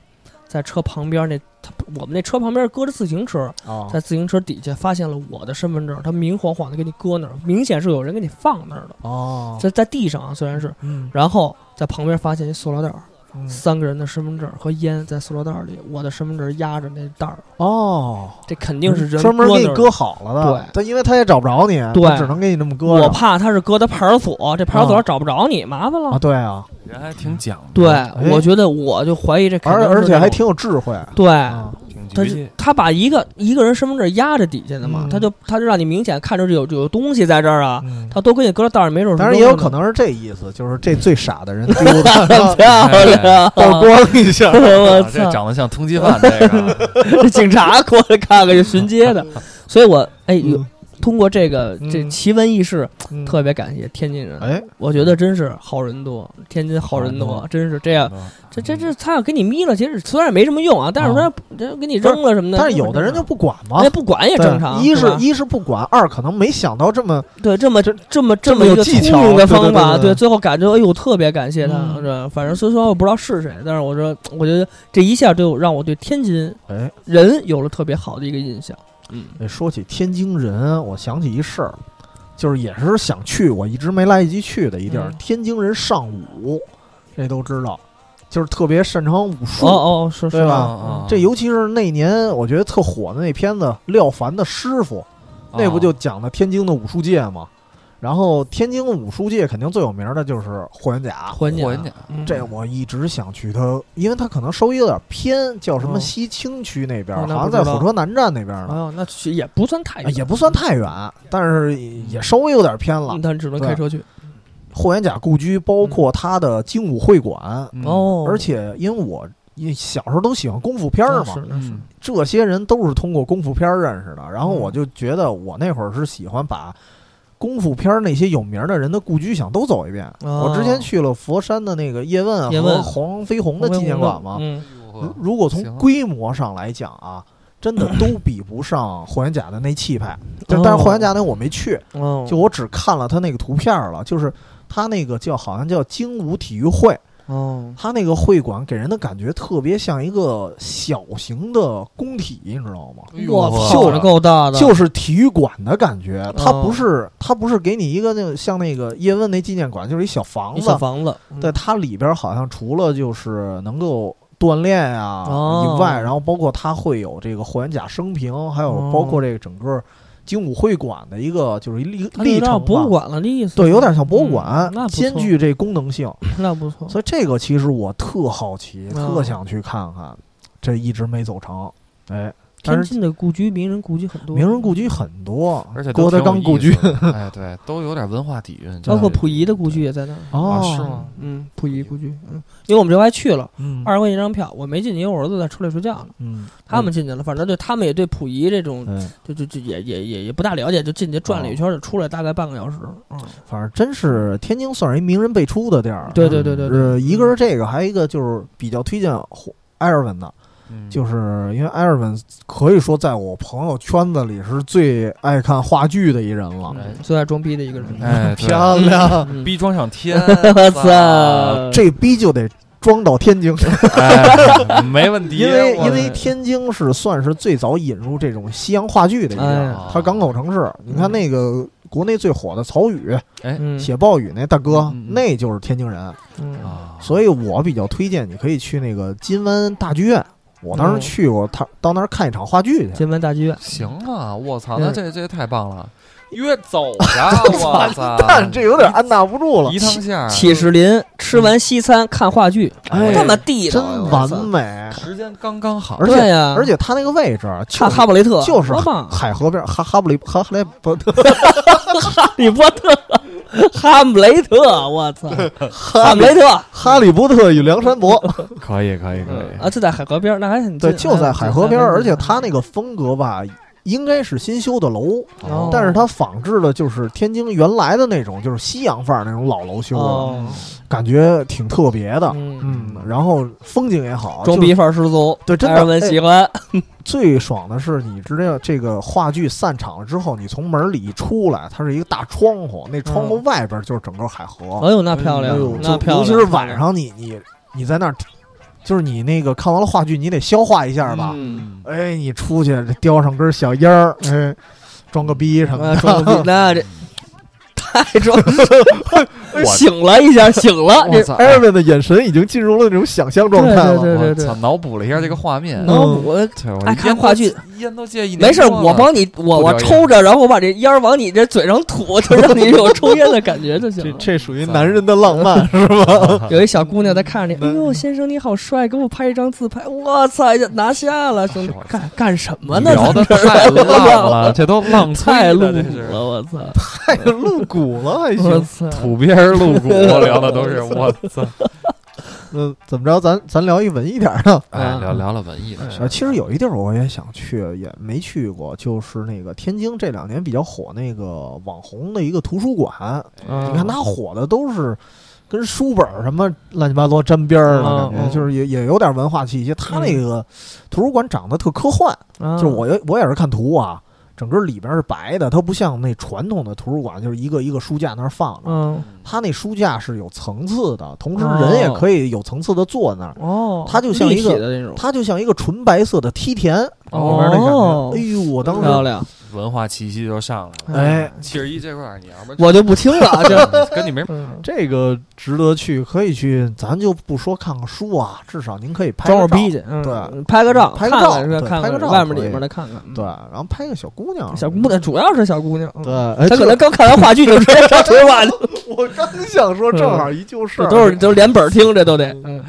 在车旁边那他我们那车旁边搁着自行车，
啊
在自行车底下发现了我的身份证，他明晃晃的给你搁那儿，明显是有人给你放那儿的，
啊
在在地上啊，虽然是，
嗯
然后在旁边发现一塑料袋儿，
嗯
三个人的身份证和烟在塑料袋儿里，我的身份证压着那袋儿，嗯
哦，
这肯定是人
专门
搁
给
那
你
儿
搁好了的。
对
他因为他也找不着你，
对
他只能给你那么搁
我
着
怕他是搁在派出所，这派出所
啊
找不着你，麻烦了。
啊，对啊，
人还挺讲究，
对，我觉得我就怀疑这肯定
哎而
是
而且还
那种哎
挺有智慧
对，
啊
挺
他
局
就
气。
他把一个一个人身份证压着底下的嘛，
嗯
他就他就让你明显看着有有东西在这儿啊，
嗯
他都给你搁到袋儿，没准
当然也有可能是这意思，就是这最傻的人 丢的，然后
漂 亮，啊
曝光一下。
我
啊这
操，
长得像通缉犯 这个， 啊
这警察过来看看就巡街的，所以我哎有
嗯
通过这个这
嗯
奇闻异事，
嗯
特别感谢天津人。
哎，
我觉得真是好人多，天津好人
好
多
人，
真是这样。
嗯
这这这，他要给你眯了，其实虽然也没什么用啊，但是
啊
他这给你扔了什么的，
但是有的人就不管嘛
哎那，不管也
啊对
正常。
一
是吧
是一是不管，二可能没想到这么
对，这么这这么
这
这
么
么
有
一个
技
聪
巧
明的方法，
对对对对对
最后感觉哎呦，特别感谢他。
嗯
这反正虽说我不知道是谁，但是我说，我觉得这一下就让我对天津
哎。
人有了特别好的一个印象。嗯，
哎说起天津人，我想起一事儿，就是也是想去，我一直没来得及去的一地儿，
嗯
天津人尚武，这都知道，就是特别擅长武术。
哦哦，是是
对吧
啊
这尤其是那年我觉得特火的那片子《廖凡的师傅》，
哦
啊
那不就讲的天津的武术界吗？然后天津武术界肯定最有名的就是霍元甲，
还你
霍元甲
嗯
这我一直想去他，因为他可能稍微有点偏，叫什么
嗯
西青区那边，
哦那
好像
不
在
知道
火车南站那边呢，
哦，那其实也不算太
啊
远，
也不算太远，但是也稍微有点偏了
嗯，。但只能
对
开车去。
霍元甲故居包括他的精武会馆，
哦
哦，
嗯而且因为我。因为小时候都喜欢功夫片儿
那
嘛
啊是，那是
嗯
这些人都是通过功夫片儿认识的。然后
嗯
我就觉得，我那会儿是喜欢把功夫片儿那些有名儿的人的故居想都走一遍。
哦
我之前去了佛山的那个叶问
叶
和
问
黄飞
哦
鸿的纪念馆嘛，
嗯，啊
如如果从规模上来讲啊，真的都比不上霍元甲的那气派。就是但是霍元甲那我没去，
哦，
就我只看了他那个图片了，就是他那个叫好像叫精武体育会，
哦，
它那个会馆给人的感觉特别像一个小型的工体，你知道吗？
我
哇
操，这够大的，
就是体育馆的感觉，它
哦
不是它不是给你一个那种像那个叶问那纪念馆，就是一小房
一
子
小，房子，
对，它里边好像除了就是能够锻炼啊
哦
以外，然后包括它会有这个霍元甲生平，还
哦
有包括这个整个精武会馆的一个就是一历
它嗯就有
历程
点
吧
博物，馆了，那意思
对，有点像博物馆
嗯，那不错
兼具这功能性，
那不错，
所以这个其实我特好奇，
哦
特想去看看，这一直没走成，哎。
天
但是
津的故居、名人故居很多，
名人故居很多，
而且
郭
都
德
挺
纲
有意
故居
思 的，哎，对，都有点文化底蕴，
包括
就是
溥仪的故居也在那儿。
哦
啊，是吗？
嗯，溥仪故居，嗯，因为我们这回还去了，
嗯
二十块钱一张票，我没进去，因为我儿子在车里睡觉了。
嗯，
他们进去了，反正对他们也对溥仪这种，
嗯，
就就就也也也也不大了解，就进去转了一圈，就出来大概半个小时。
哦
嗯，
反正真是天津算是一名人辈出的地儿。
对对对对嗯对，
呃，一个是这个，还有一个就是比较推荐胡埃尔文的，
嗯
就是因为埃尔文可以说在我朋友圈子里是最爱看话剧的一人了。
嗯最爱装逼的一个人。
哎，对
漂亮，
嗯
逼装上 天，
嗯
我
操！
操，
这逼就得装到天津，
哎，没问题，
因为
我
因为天津是算是最早引入这种西洋话剧的一
哎
个，它是港口城市。你看那个国内最火的曹禺
嗯
写《暴雨》那大哥
嗯嗯，嗯
那就是天津人。
嗯
啊，
所以我比较推荐你可以去那个金湾大剧院。我当时去过，他到那儿看一场话剧去。
金湾大剧院，
行啊，我操，
嗯
那这这也太棒了，约走 啊，我操，
但 这有点按捺不住了
嗯一，趟线儿
启士林吃完西餐看话剧，
嗯哎
这么地道，啊
真
我
完
操
美。
时间刚刚好
而，
对
且
呀，
而且他那个位置啊就
看
是
《嗯哈布雷特》
就是
多棒，啊
海河边，哈哈布里哈哈雷不
哈利波特，哈姆雷特，我操，哈
哈
姆雷特，
嗯哈利波特与梁山伯，
可以可以
嗯啊，就在海河边儿，那还很近
对，就在海河边。
还
而
很近
且他那个风格吧，应该是新修的楼，
哦
但是他仿制的就是天津原来的那种，就是西洋范儿那种老楼修的，
嗯
哦，
感觉挺特别的。
嗯，
嗯，然后风景也好，
装逼范儿十足，
对真的哎
艾尔文喜欢，
最爽的是，你知道这个话剧散场了之后，你从门里一出来，它是一个大窗户，那窗户外边就是整个海河。
哎呦，那嗯漂亮
哎呦，，
那
就
漂亮，
尤其是晚，上你，你你在那儿，就是你那个看完了话剧，你得消化一下吧。
嗯
哎，你出去叼上根小烟儿，哎，装个逼什么
啊，
的。
装逼，那这太装，
我
醒了一下，醒了，
我
这
操，
艾瑞的眼神已经进入了那种想象状态了。
对对对
我操，脑补了一下这个画面，
脑
嗯
补。
对，我
爱看话剧，
烟都戒一年
没事儿，
多了
啊
我帮你，我
不
我
表演
抽着，然后我把这烟儿往你这嘴上吐，就让你有抽烟的感觉就行
这
了。
这属于男人的浪漫。
有一小姑娘在看着
嗯
你，哎呦，先生你好帅，给我拍一张自拍。我操，拿下了，兄弟
我，操
干干什么呢？
聊的太 浪了，这都浪
太
菜
露
了，
骨
这是
了，我操！
太露骨了，还
我
行。
操！
土鳖儿露骨，聊的 都是我操，
嗯，怎么着？咱咱聊一文艺点儿的。
哎，聊聊了文艺的
呃
事
啊，
儿，
其实有一地儿我也想去，也没去过，就是那个天津这两年比较火那个网红的一个图书馆。
嗯
你看它火的都是跟书本儿什么乱七八糟沾边儿的感
嗯
觉，
嗯
就是也也有点文化气息。它那个图书馆长得特科幻，
就
就是我也我也是看图啊，整个里边是白的，它不像那传统的图书馆，就是一个一个书架那儿放着。
嗯
它那书架是有层次的，同时
哦
人也可以有层次的坐那儿，
哦，
它就像一个
立体的那种，
它就像一个纯白色的梯田。
哦
里边那感
哦
觉。哎呦，我当
漂
时
亮，
文化气息就上来
嗯
了。
哎，
七十一这块儿，你要不
我就不听 了，就
跟你没
嗯
这个值得去，可以去，咱就不说看看书啊，至少您可以拍
装会
个
儿逼
照
去，嗯
对，
拍个照，
拍个照
看看
对
看
拍个照
外面里
可以
面的看看，嗯
对，然后拍个小姑娘，
小姑娘主要是小姑娘，嗯
对，，哎
她可能刚看完话剧就直接上图书馆去了，
就我刚想说，正好一旧事
这
儿，
嗯都是都是连本儿听，这都得，嗯，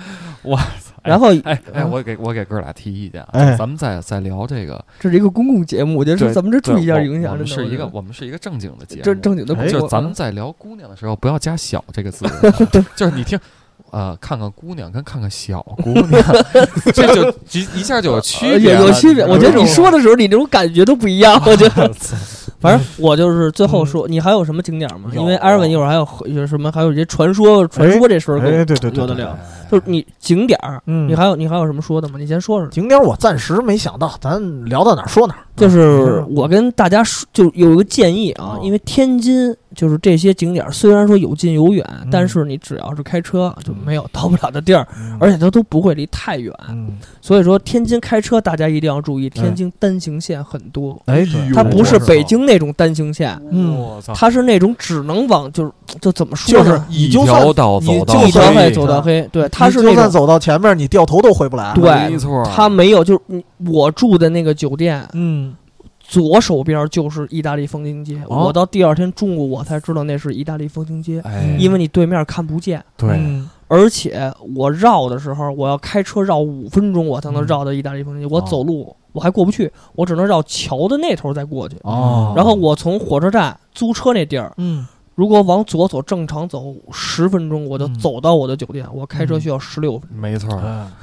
我
然后
哎哎，
嗯
我给我给哥俩提意见啊，
哎
咱们再再聊这个，
这是一个公共节目，我觉得说
对
咱们这注意一下
对我
影响，
我们
真的
是一个
我
我们是一个正经的节
觉得这
目，
嗯是正经的呃
哎
广播，
就是咱们在聊姑娘的时候，不要加“小” 这个字，啊就是你听。呃，看看姑娘跟看看小姑娘， 这就一一下就有区
呃
别了，
有有区别。我觉得你
这种
说的时候，你这种感觉都不一 样。我觉得，反正我就是最后说，你还有什么景点吗？
有
因为艾文一会儿还有和有什么，还有一些传说，传说这事儿
哎，
跟
对对对，
有的
对
聊。
哎
就是你景点儿，
嗯
你还有你还有什么说的吗？你先说说。
景点我暂时没想到，咱聊到哪儿说哪儿，
就是
嗯哦
我跟大家说，就有一个建议啊，因为天津就是这些景点儿虽然说有近有远，
嗯
但是你只要是开车就没有到不了的地儿，而
且
且它都不会离太远。
嗯，
所以说，天津开车大家一定要注意，天津单行线很多，
哎，
哎
对
呦
它不是北京那种单行线，
嗯
我操，
它是那种只能往就是就怎么说
就是
呢，
你
一
就算
条道走到
你就
一条黑
算
黑，
走到黑，对，它
他
是
就
那
算
种
走到前面，你掉头都回不来。
对
没错，
它没有就是你我住的那个酒店
嗯，
左手边就是意大利风情街，
哦
我到第二天中午我才知道那是意大利风情街，
哎，
因为你对面看不见。
对，
嗯
而且我绕的时候，我要开车绕五分钟，我才能
嗯
绕到意大利风情街。
哦
我走路我还过不去，我只能绕桥的那头再过去。
哦
然后我从火车站租车那地儿，
嗯，
如果往左走正常走十分钟，我就
嗯
走到我的酒店。我开车需要十六分钟。
没错，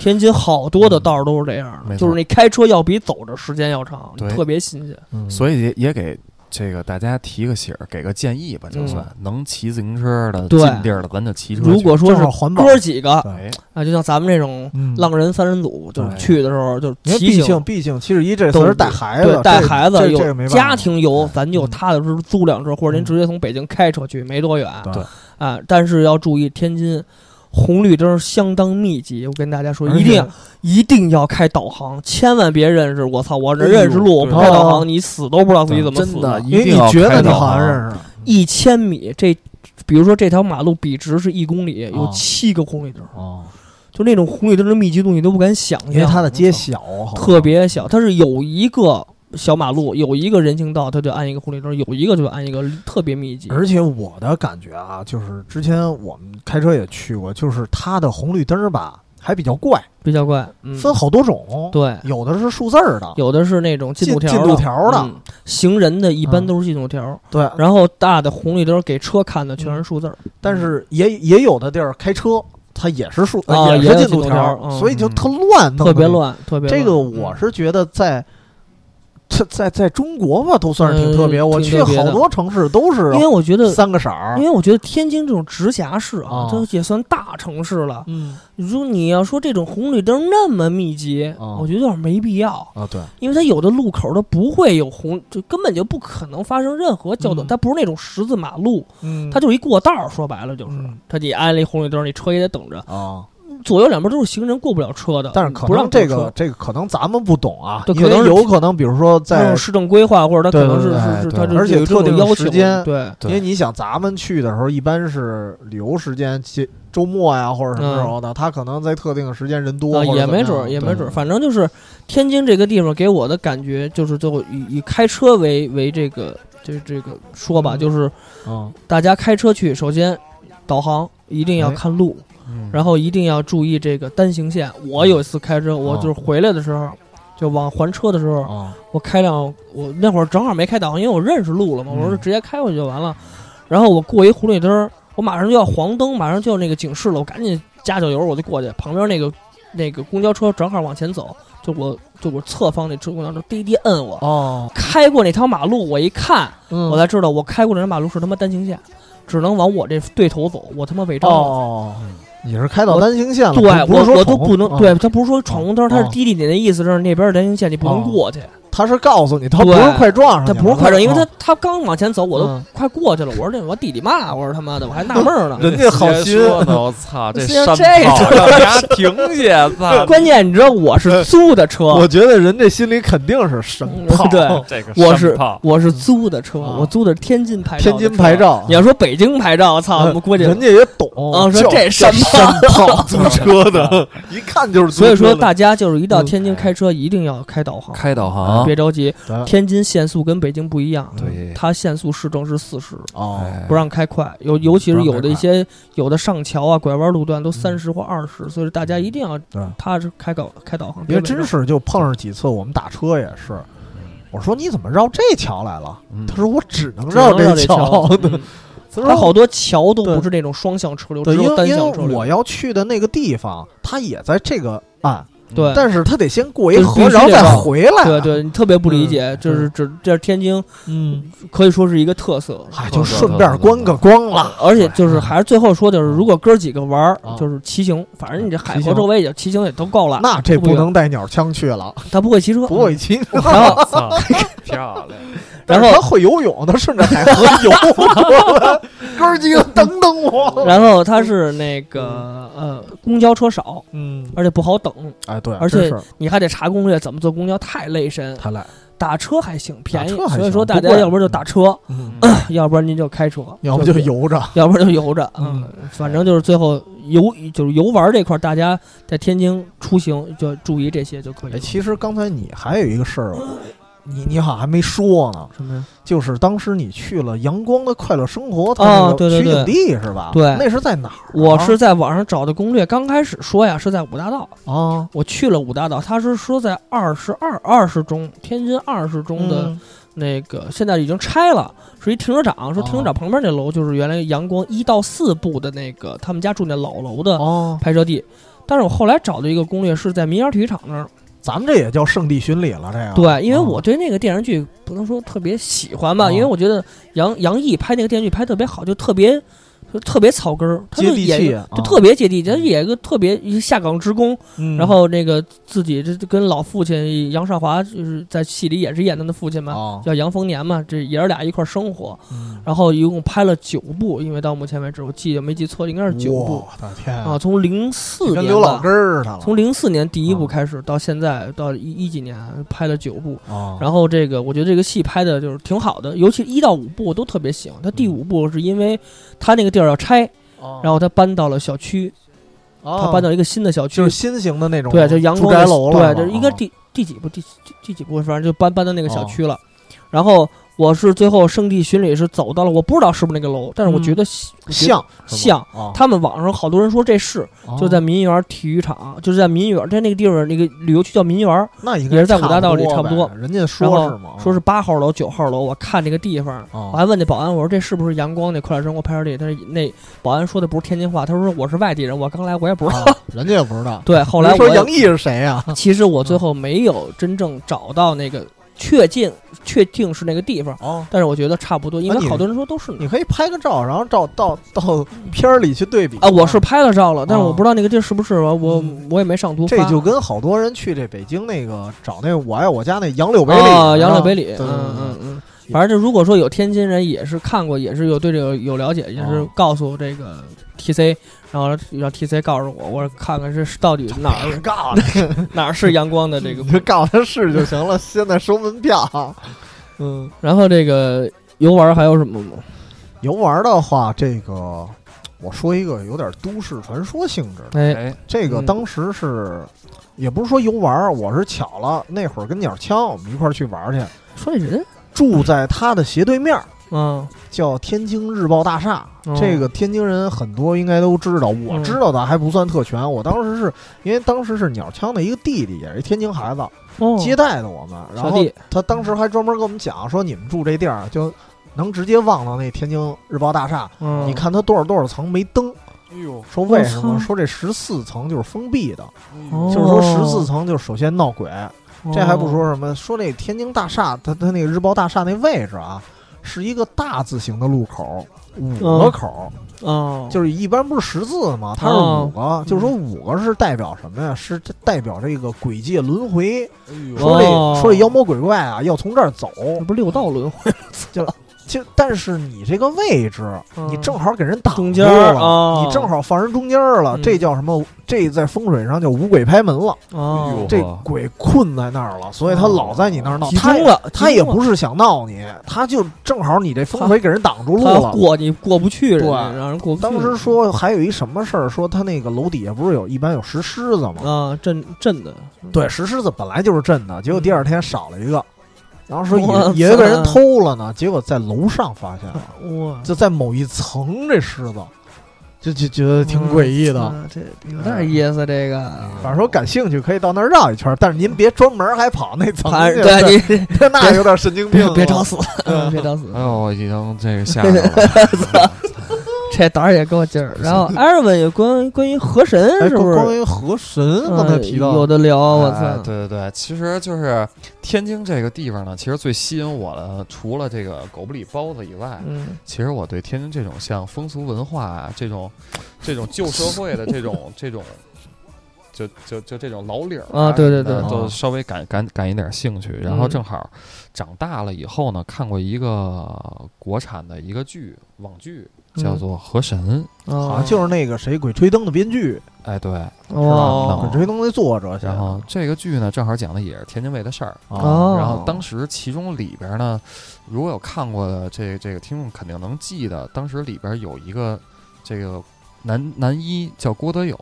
天津好多的道儿都是这样
嗯嗯没
的，
错
就是你开车要比走着时间要长，
对
特别新鲜。
嗯
所以也也给这个大家提个醒儿，给个建议吧，就
嗯
算能骑自行车的
对
近地儿的，咱就骑车去。
如果说
正
是
好环保，
哥儿几个
哎，
啊，就像咱们这种
嗯
浪人三人组，就是
对
去的时候就
因为
提
毕
醒
竟毕竟七十一这词
都
儿带孩子
对，，带
这
孩子
这这个没办
有
法
家庭游，咱就
嗯
踏踏实实租辆车，或者您
嗯
直接从北京开车去，没多远。
对
啊，但是要注意天津。红绿灯相当密集，我跟大家说，
而
一定
且
一定要开导航，千万别认识我操，我
哎
这认识路，我不
对
开导
哦
航，你死都不知道自己怎么死
真的，
因为
一
你
定要
觉得
开
啊
你
导
好像
航
认识，
一千米，这比如说这条马路笔直是一公里，有
哦
七个红绿灯，
哦，
就那种红绿灯的密集度你都不敢想象，
因为它的街小，好像
特别小，它是有一个小马路，有一个人行道，它就按一个红绿灯，有一个就按一个，特别密集。
而且我的感觉啊，就是之前我们开车也去过，就是它的红绿灯儿吧，还比较怪，
比较怪，嗯，
分好多种，
对，
有的是数字儿的，
有的是那种进
进
度条
进
的
度条的，
嗯行人的一般
嗯嗯
都是进度条，
对。
然后大的红绿灯给车看的全是数字儿，
但是也也有的地儿开车，它也是数，
啊
也
也有
是进
进
度
度
条
条嗯
所以就特乱，弄得
特别。乱，特
嗯
别乱
这个我
嗯
是觉得在。这在在中国吧，都算是挺特别。
嗯
我
挺
去
特别的
好多城市都是
因为我觉得。
三个色儿
因。为我觉得天津这种直辖市啊
啊，
这也算大城市了。
嗯
你说你要说这种红绿灯那么密集，
啊
我觉得有点没必要，
啊，对，
因为它有的路口它不会有红，就根本就不可能发生任何交通，
嗯
它不是那种十字马路，
嗯，
它就是一过道儿。说白了就是
嗯，
它你挨了一红绿灯，你车也得等着，
啊，
左右两边都是行人，过不了车的。
但是可
嗯不
能
让过
这
车
个这个可能咱们不懂啊，
对
因
可能
为
是
有可能，比如说
它有
在，
市政规划，或者它
对
可能是
对
是
对
是
对
它就是
而且
有这种
特定
要
时
求
间
对。
因为你想咱们去的时候一般是旅游时间，节周末呀或者什么时候的，他可能在特定的时间人多
嗯啊，，
或者
也
怎么
没
样
准儿，也没
对嗯
准儿，反正就是天津这个地方给我的感觉就是，就以以开车为为这个，就是这个说吧，
嗯
就是
嗯，
大家开车去，首先导航一定要
哎
看路，
嗯
然后一定要注意这个单行线。我有一次开车，我
哦
就是回来的时候，就往还车的时候，
啊，
我开辆我那会儿正好没开导航，因为我认识路了嘛，
嗯
我说直接开过去就完了。然后我过一红绿灯儿，我马上就要黄灯，马上就要那个警示了，我赶紧加脚油我就过去。旁边那个那个公交车正好往前走，就我就我侧方那车公交车滴滴摁我。
哦，
开过那条马路，我一看，
嗯
我才知道我开过那条马路是他妈单行线，只能往我这对头走，我他妈违章了。
哦，你是开到单行线了，
嗯对
啊不不
我
是说嗯
我都
闯
不能，
红啊
对他不是说闯红灯，他是
哦
滴滴你的意思是那边是单行线，你不能
哦
过去。
他是告诉你，他
对
不是快撞上你
他
了，
不是快车，因为他
啊
他刚往前走，我都
嗯
快过去了。我说这我弟弟骂我说他妈的，我还纳闷儿呢。
人家好
先
心
说呢，我操，这
先
山炮
这个
让家 停下，
啊
操，
关键你知道我是租的车，嗯
我觉得人这心里肯定是神炮，
对
这个
我是
山炮
我是租的车，
啊
我租的是天津牌照。
天津牌。照嗯
你。要说北京牌啊照，我操，我估计
人家也懂
啊说
就
这
山
山
炮租车 的，一看就是租
所
车
以
的。
说大家就是一到天津
嗯
开车一定要开导航，
开导航
别，着急。
咱
天津限速跟北京不一样，
嗯
对，
它限速市政是四十。
哦，
不让开快，尤尤其是
不让
有
开
的
快嗯
一些有的上桥啊、拐弯路段都三十或二十，所以大家一定要
对
踏实开导开导航。
嗯因为
别违
真
章
是就碰上几次，我们打车也是，我说你怎么绕这桥来了？
嗯
他说我只能
只能绕这
桥。
桥嗯
他
它
说
好多桥都
对
不是那种双向车流，
对，
只
因
有
为
单
因
向车
为
流
我。要去的那个地方，他也在这个岸，
对
但是他得先过一
对必
河，
须
然后
得
再
绕
回来。啊
对，对，你特别不理
嗯
解，这是这这是天津
嗯，
可以说是一个特色，啊
哎，就顺便观个
对
光了。
而且
哎
就是还是最后说，就是如果哥几个玩儿
啊，
就是骑行，反正你这
嗯
海
骑
河
行
周围也骑行也都够了，
那这
啊不
不能带鸟枪去了，
他不会骑车，
不会骑。
然后
操，漂亮，
然后
他会游泳，他顺着海河游， 哥儿几个等等我。
然后它是那个呃，公交车少，
嗯，
而且不好等，
哎，对，
而
真
且
是
你还得查攻略怎么坐公交，太累身。
太赖，
打车还行，便宜，
打车还行
所以说大
不
家
贵
要不然就打车，
嗯，
要不然您就开车，
要不就
对
游着，
要不然就游着，
嗯
嗯，反正就是最后游就是游玩这块儿，大家在天津出行就注意这些就可以
哎，
了。
其实刚才你还有一个事儿，你你好像还没说呢，
什么呀？
就是当时你去了阳光的快乐生活，它
哦
那个
对对
取景
对
地是吧？
对
那是在哪儿啊？
我是在网上找的攻略，刚开始说呀是在五大道，
啊，
我去了五大道，他是说在二十二二十中，天津二十中的
嗯
那个、现在已经拆了，是一停车场，说
哦
停车场旁边那楼就是原来阳光一到四部的那个他们家住那老楼的
哦，
拍摄地。但是我后来找的一个攻略是在民园体育场那儿，
咱们这也叫圣地巡礼了，这个
对，因为
啊
我对那个电视剧不能说特别喜欢吧，
哦
因为我觉得杨杨毅拍那个电视剧拍特别好，就特别就特别草根儿，他
接
就
地
演
气啊哦
一个，就特别接地气，他演一个特别一下岗职工，
嗯
然后那个自己这这跟老父亲杨少华就是在戏里也是演他的父亲嘛，
啊，
叫杨丰年嘛，这爷儿俩一块儿生活，
嗯
然后一共拍了九部，因为到目前为止我记得没记错，应该是九部
我的天
啊，，从零四
跟
年
刘老
吧
根儿似的了，
从零四年第一部
啊
开始到现在到一一几年拍了九部，
啊，
然后这个我觉得这个戏拍的就是挺好的，尤其一到五部我都特别喜欢。他第五部是因为他那个地儿要拆，
后
然后他搬到了小区，
他
他搬到一个新的小区
哦就是，新型的那种，
对，就阳
住
光
宅
的
楼了，啊
对，啊就是应该第第几部第第第几部，反正就搬搬到那个小
哦
区了。然后我是最后圣地巡礼是走到了，我不知道是不是那个楼，但是我
嗯
觉得
啊像
像
啊，
他们网上好多人说这是
哦
就在民园体育场，就是在民园，在那个地方那个旅游区叫民园，
那应该
也是在五
差
大道里
多
差不
呗
多
人家
然
说
后
是吗？
说是八号楼、九号楼。我看这个地方，
啊
我还问那保安，我说这是不是阳光那快乐生活拍摄地？他说那保安说的不是天津话，他说我是外地人，我刚来，我也不知道。
啊，人家也不知道。
对， 后来
人说
我
杨
也
毅是谁啊呀？
其实我最后没有真正找到那个确定确定是那个地方，
哦，啊
但是我觉得差不多，因
那你
为好多人说都是哪
你可以拍个照，然后照到到片儿里去对比
啊，我是拍了照了，但是
哦
我不知道那个地儿是不是我我
嗯
我也没上图发。
这就跟好多人去这北京那个找那我爱我家那杨柳北里
啊，杨柳北
里，
里，
对对对
嗯嗯
对
嗯，反正就如果说有天津人也是看过，也是有对这个有了解，也是
哦
告诉这个 TC，然后让 TC 告诉我，我看看这是到底哪
别
儿
告诉你，
哪儿是阳光 的这个嗯
你就告诉他是就行了。现在收门票，啊嗯，
然后这个游玩还有什么吗？
游玩的话，这个我说一个有点都市传说性质的。
哎，
哎，
这个
嗯
当时是，也不是说游玩儿，我是巧了，那会儿跟鸟枪我们一块儿去玩儿去，
说这人，
住在他的斜对面儿，
嗯，
叫天津日报大厦。
哦
这个天津人很多应该都知道，我
嗯
知道的还不算特全。我当时是因为当时是鸟枪的一个弟弟，也是一天津孩子，
哦
接待的我们。然
小
后
弟，
他当时还专门跟我们讲说，你们住这地儿就能直接望到那天津日报大厦。
嗯，
你看它多少多少层没灯，
哎呦，
说为什么？
我操
说这十四层就是封闭的，
哦
就是说十四层就首先闹鬼，
哦，
这还不说什么，说那天津大厦，它它那个日报大厦那位置啊，是一个大字形的路口，五个
嗯
口，
哦，
就是一般不是十字吗？它是五个，
嗯
就是说五个是代表什么呀？是这代表这个鬼界轮回，
哎呦，
说这、
哦
说这妖魔鬼怪啊要从这儿走，
这不是六道轮回，
就但是你这个位置，
嗯
你正好给人挡住
中间儿
了。
啊，
你正好放人中间儿了，
嗯
这叫什么？这在风水上叫五鬼拍门了。
哦，
这
哇
鬼困在那儿了，所以他老在你那儿闹。
集
他
中
也
了，
他
集
也
中了
不是想闹你，他就正好你这风水给人挡住路
他要
了。
过你过不去人
对
家，让人过不去。
当时说还有一什么事儿，说他那个楼底下不是有一般有石狮子吗？
啊，震震的，
对，石狮子本来就是震的，结果第二天少了一个，然后说
嗯我操
也也被人偷了呢，结果在楼上发现了，
哇，
就在某一层这狮子，就就觉得挺诡异的。
啊，这有点意思，这个。
反正说感兴趣可以到那儿绕一圈，但是您别专门还跑那层
反
去，
正啊哎对你 嗯
那有点神经病
别
了。
别找死，别找死
哎，呦，我已经这个吓着了。
这胆儿也够劲 儿。然后艾尔文有关关于河神
哎，
是
关
不是？
关于河神刚才
嗯
提到，
有的聊，我
哎
操，
对对对，其实就是天津这个地方呢，其实最吸引我的，除了这个狗不理包子以外，
嗯，
其实我对天津这种 像风俗文化啊，这种这种旧社会的这种这种就就就这种老理儿
啊对对对
那就
啊
稍微感感感一点兴趣。然
嗯
后正好长大了以后呢，看过一个国产的一个剧网剧，叫
嗯
做《河神》。
啊，
哦
就是那个谁《鬼吹灯》的编剧，
哎，对，
《鬼
哦
是吧
吹灯》的作者写的，
然后这个剧呢，正好讲的也是天津卫的事儿。
啊，
啊哦
然后当时其中里边呢，如果有看过的这这个听众肯定能记得，当时里边有一个这个男男一叫郭德友，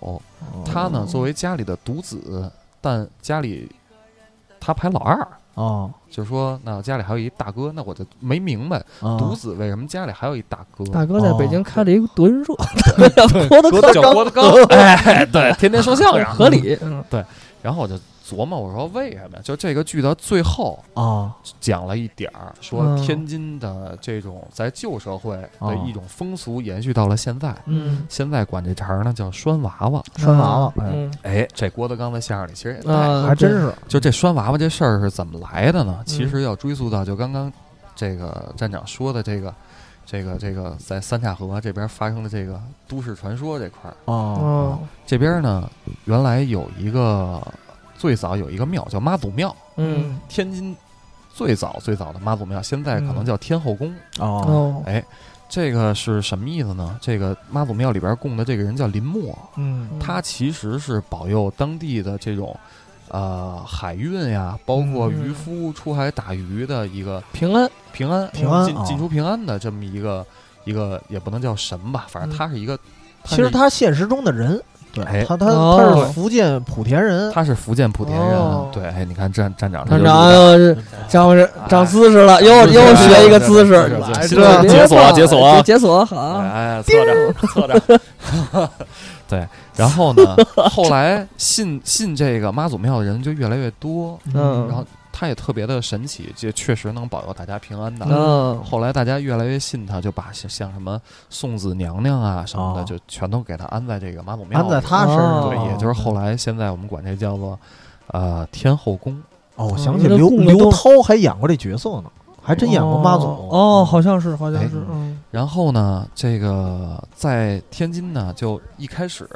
他
哦
呢作为家里的独子，但家里他排老二，
啊，
就是说那家里还有一大哥，那我就没明白
啊
独子为什么家里还有一大哥。
哦大哥在北京
哦
开了一个德云社， 郭德纲
叫嗯郭德纲， 哎，对，天天说相声，
合。理。嗯
然后我就琢磨，我说为什么呀？就这个剧到最后，
啊
讲了一点儿，说天津的这种在旧社会的一种风俗延续到了现在。
嗯，
现在管这茬儿呢叫拴娃娃，
拴娃娃哎
嗯
哎，这郭德纲在相声里其实也带过、
啊，
还真是
就这拴娃娃这事儿是怎么来的呢？其实要追溯到就刚刚这个站长说的这个，这个这个在三岔河这边发生的这个都市传说这块儿，
对。
啊
哦，
这边呢原来有一个最早有一个庙叫妈祖庙，
嗯，
天津最早最早的妈祖庙，现在可能叫天后宫。
啊
哦，
哎，这个是什么意思呢？这个妈祖庙里边供的这个人叫林默，
嗯
他其实是保佑当地的这种。呃，海运呀，包
嗯
括渔夫出海打鱼的一个
平安，
平安，
平安
进
啊
进出平安的这么一个一个，也不能叫神吧，反
嗯
正他是一个，
其实他现实中的人，对
哎
他他
哦
他是福建莆田人，
他是福建莆田人
哦，
对，哎，你看站站长这
站长
就知道
哎呦，长长姿势了，又又学一个姿势，
哎对
对对
别
解锁
放
解锁
解锁好，啊
哎，侧着 侧着，对。然后呢，后来信信这个妈祖庙的人就越来越多，
嗯，
然后他也特别的神奇，这确实能保佑大家平安的。
嗯
后来大家越来越信他，就把像像什么送子娘娘啊什么的，
哦
就全都给他安在这个妈祖庙
安
里。
在他身上，啊
哦
对，也就是后来现在我们管这叫做呃天后宫。
哦，我想起
嗯
刘
供的都
刘涛还演过这角色呢，还真演过妈祖嗯
哦，好像是，好像是，嗯
然后呢，这个在天津呢，就一开始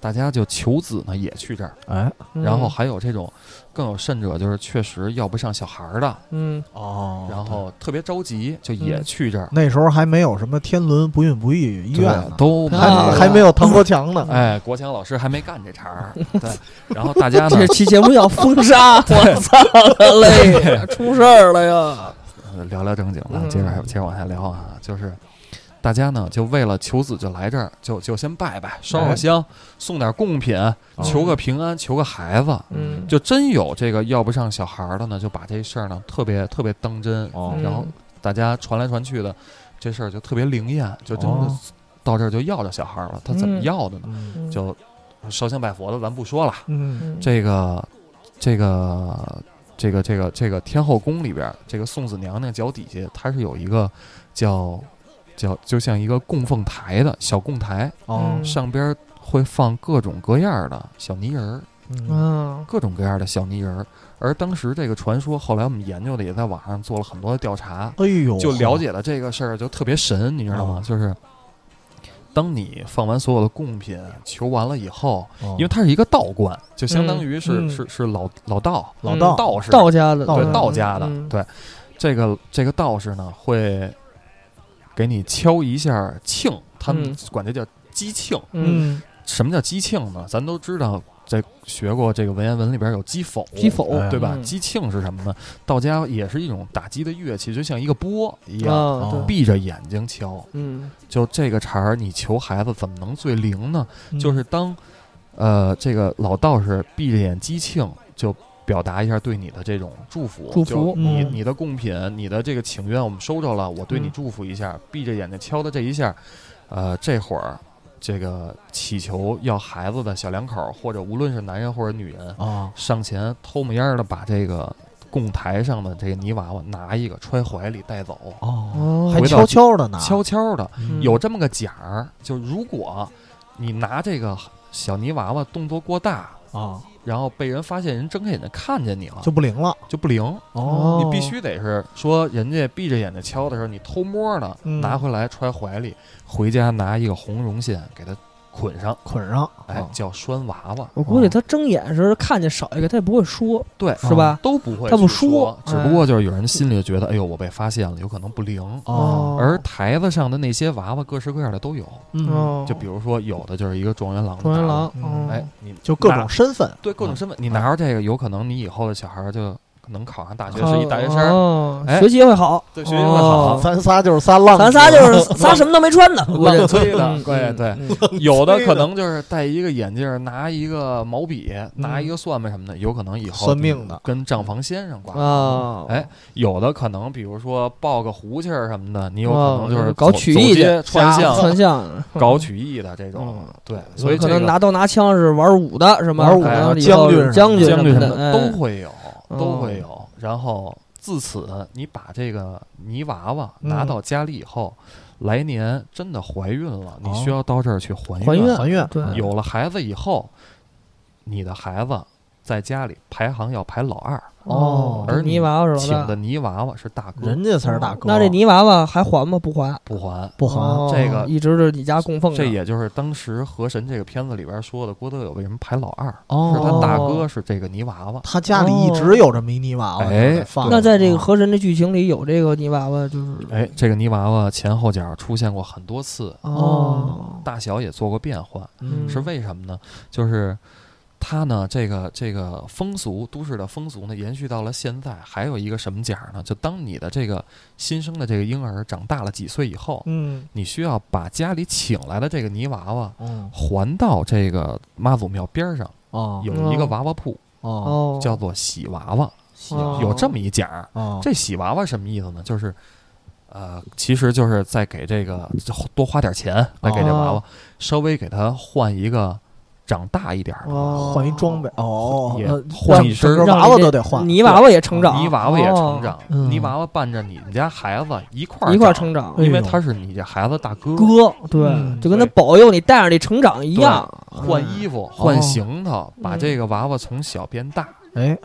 大家就求子呢也去这儿。
哎
嗯
然后还有这种更有甚者，就是确实要不上小孩儿的，
嗯
哦
然后特别着急，就也去这儿，
那时候还没有什么天伦不孕不育嗯医院
对
呢，
都没
还
有
啊
还没有唐国强
嗯
呢，
哎，国强老师还没干这茬儿，对，然后大家呢
这，期节目要封杀，我操嘞，出事儿了呀！
呃聊聊正经的，
嗯
接着接着往下聊啊，就是大家呢就为了求子就来这儿，就就先拜拜，烧
哎
烧香，送点贡品，
哦
求个平安，求个孩子。
嗯，
就真有这个要不上小孩儿的呢，就把这事儿呢特别特别当真，
嗯
哦
嗯然后大家传来传去的，这事儿就特别灵验，就真的
哦
到这儿就要着小孩儿了。他怎么
嗯
要的呢？
嗯
嗯
就烧香拜佛的，咱不说了。
嗯
这个，这个，这个，这个，这个天后宫里边儿，这个送子娘娘脚底下，它是有一个叫叫，就像一个供奉台的小供台，
哦
嗯
上边儿会放各种各样儿的小泥人儿。
嗯
嗯
各种各样的小泥人儿。而当时这个传说，后来我们研究的也在网上做了很多的调查，
哎呦，
就了解了这个事儿，就特别神，你知道吗？就是当你放完所有的贡品，求完了以后，
哦，
因为它是一个道观，就相当于是、
嗯嗯
是是老老道
老
嗯
道
道士
道家的，
对
道
道家的、
嗯
对这个这个道士呢会给你敲一下磬，他们
嗯
管这叫鸡磬。
嗯，
什么叫鸡磬呢？咱都知道，在学过这个文言文里边有鸡否，
鸡否
哎
对吧？
嗯
鸡磬是什么呢？道家也是一种打击的乐器，就像一个钵一样，
啊，对，
闭着眼睛敲。
嗯
就这个茬儿，你求孩子怎么能最灵呢？
嗯
就是当，呃，这个老道士闭着眼鸡磬，就表达一下对你的这种祝福。
祝
就
福
你
嗯
你的贡品，你的这个请愿，我们收着了，我对你
嗯
祝福一下。闭着眼睛敲的这一下，呃，这会儿。这个祈求要孩子的小两口儿，或者无论是男人或者女人，
啊
哦
上前偷摸烟的把这个供台上的这个泥娃娃拿一个揣怀里带走，
哦，
哦，
还
回到
悄悄的呢，
悄悄的
嗯
有这么个讲儿，就如果你拿这个小泥娃娃动作过大，
啊
然后被人发现，人睁开眼睛看见你了，
就不灵了
就不灵。
哦
你必须得是说，人家闭着眼睛敲的时候，你偷摸的
嗯
拿回来揣怀里，回家拿一个红绒线给它捆上，
捆上，
哎
啊，
叫拴娃娃，
我估计他睁眼时看见少一个，他也不会说，
对，
是吧？
都不会，
他不
说哎
说，
只不过就是有人心里觉得，哎呦，我被发现了，有可能不灵。
哦
而台子上的那些娃娃，各式各样的都有，
嗯
哦，
就比如说有的就是一个状元郎，
状元郎，
嗯
哦
哎，，你
就各
拿
种身嗯份，
对各种身份，你拿着这个，有可能你以后的小孩儿就能考上大学，
也
是一大学生儿，
哦
哎
学习会好，
对学习会
啊
好
哦
咱仨就是仨浪子，
咱仨就是仨什么都没穿的，我
啊
这
浪吹的，
嗯
对对。
嗯
有的
吹
可
的
能就是戴一个眼镜儿，拿一个毛笔，拿
嗯
一个算盘什么的，有可能以后
算命的
跟账房先生挂。
啊，
哎，有的可能，比如说抱个胡琴儿什么的，你有可能就
哦
是
搞
走
曲
走
艺
街
的
串巷、
穿相，
搞曲艺的这种
嗯，
对，哎所以
啊可
这
能
个
拿刀拿枪是玩武的，什么
玩武
的
可能以
将
后
军
是将军
将军
么
什
的
么的
哎
都会有，都会有。然后自此，你把这个泥娃娃拿
嗯
到家里以后，来年真的怀孕了，你
哦
需要到这儿去还
还愿
还愿，
对
有了孩子以后，你的孩子在家里排行要排老二，
哦
而
泥娃娃是
请
吧？哦
的泥娃娃是大哥，
人家才是大哥，
那这泥娃娃还还吗？不还，
不还。
不还
哦
这个
一直是你家供奉
这
的。
也就是当时《河神》这个片子里边说的，郭德友为什么排老二，是
哦
他大
哦
哥是这个泥娃娃。
他家里一直有这迷你娃娃，
哎
放着
那在这个
啊
河神的剧情里有这个泥娃娃，就是
哎，这个泥娃娃前后脚出现过很多次，
哦，
大小也做过变换，
嗯
是为什么呢？就是他呢，这个这个风俗，都市的风俗呢，延续到了现在。还有一个什么讲呢？就当你的这个新生的这个婴儿长大了几岁以后，
嗯
你需要把家里请来的这个泥娃娃
嗯
还到这个妈祖庙边儿上，
哦
有一个娃娃铺，
哦
哦，
叫做洗娃娃，
哦
有这么一讲儿。
哦，
这洗娃娃什么意思呢？就是，呃，其实就是在给这个多花点钱来给这娃娃，
哦
稍微给他换一个长大一点儿的娃娃，
哦
换一装备哦，
也
那
换一
让
身
整
儿
个
呃让
娃娃
你这
都得换，
泥娃娃也成长，
泥娃娃也成长，
嗯
泥娃娃伴着你们家孩子一块
哦
儿
一块儿成长
哎。呦
因为他是你这孩子大哥，
哥，对
嗯，
就跟他保佑你带着你成长一样。
换衣服换
哦
行头，把
嗯
这个娃娃从小变大，
哎，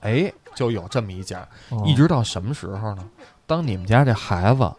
哎，就有这么一家，
哦
一直到什么时候呢？当你们家这孩子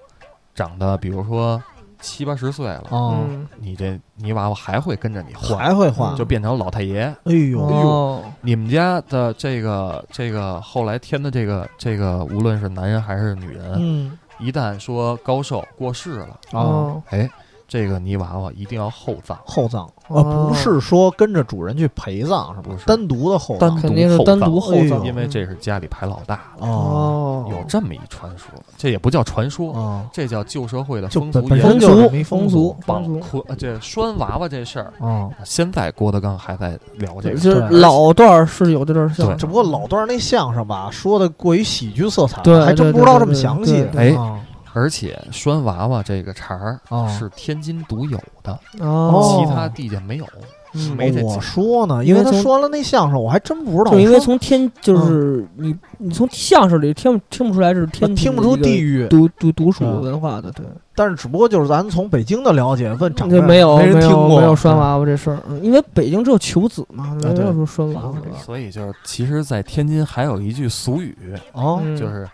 长得，比如说七八十岁了，
哦，
嗯，
你这泥娃娃还会跟着你换，
还会换，
就变成老太爷。
哎呦，
哦，
你们家的这个这个后来添的这个这个，无论是男人还是女人，
嗯
一旦说高寿过世了，
哦，
哦，
哎，这个泥娃娃一定要厚葬，
厚葬啊，
哦
不是说跟着主人去陪葬，是
不
不
是
单独的厚葬
单独
肯定是单独厚
哎
葬，
呦
因为这是家里排老大的，
哦
哦，嗯
有这么一传说，这也不叫传说，
哦，
这叫旧社会的
就
风
本
俗
本
沿
身
风
就是
俗
没风
风
俗
俗
绑
风
捆，呃这拴娃娃这事儿，
哦，
现在郭德纲还在聊这
就
个，
是
对
老段儿是有这段儿像
对
的，
只不过老段儿那相声吧，说的过于喜剧色彩，
对
还真
对
不知道
对
这么
对
详细。
对对
啊
而且拴娃娃这个茬儿
哦
是天津独有的，
哦，
其他地界没有。
嗯
没这
我
劲
说呢，因
因为
为他
从
说了那相声，我还真不知道。
就因为
我说嗯
从天就是你你从相声里听不听不出来这是
呃
天津
听不出
的一个
地域，
独独独
啊
属
嗯
文化的，对，
但是只不过就是咱从北京的了解，问长辈
就嗯没有
人
没
听
有
过，啊
没有拴娃娃这事儿，嗯因为北京只有求子嘛，
啊
没
对
有说拴娃娃
嗯
这事
所以就是，其实，在天津还有一句俗语，
哦
儿，
就是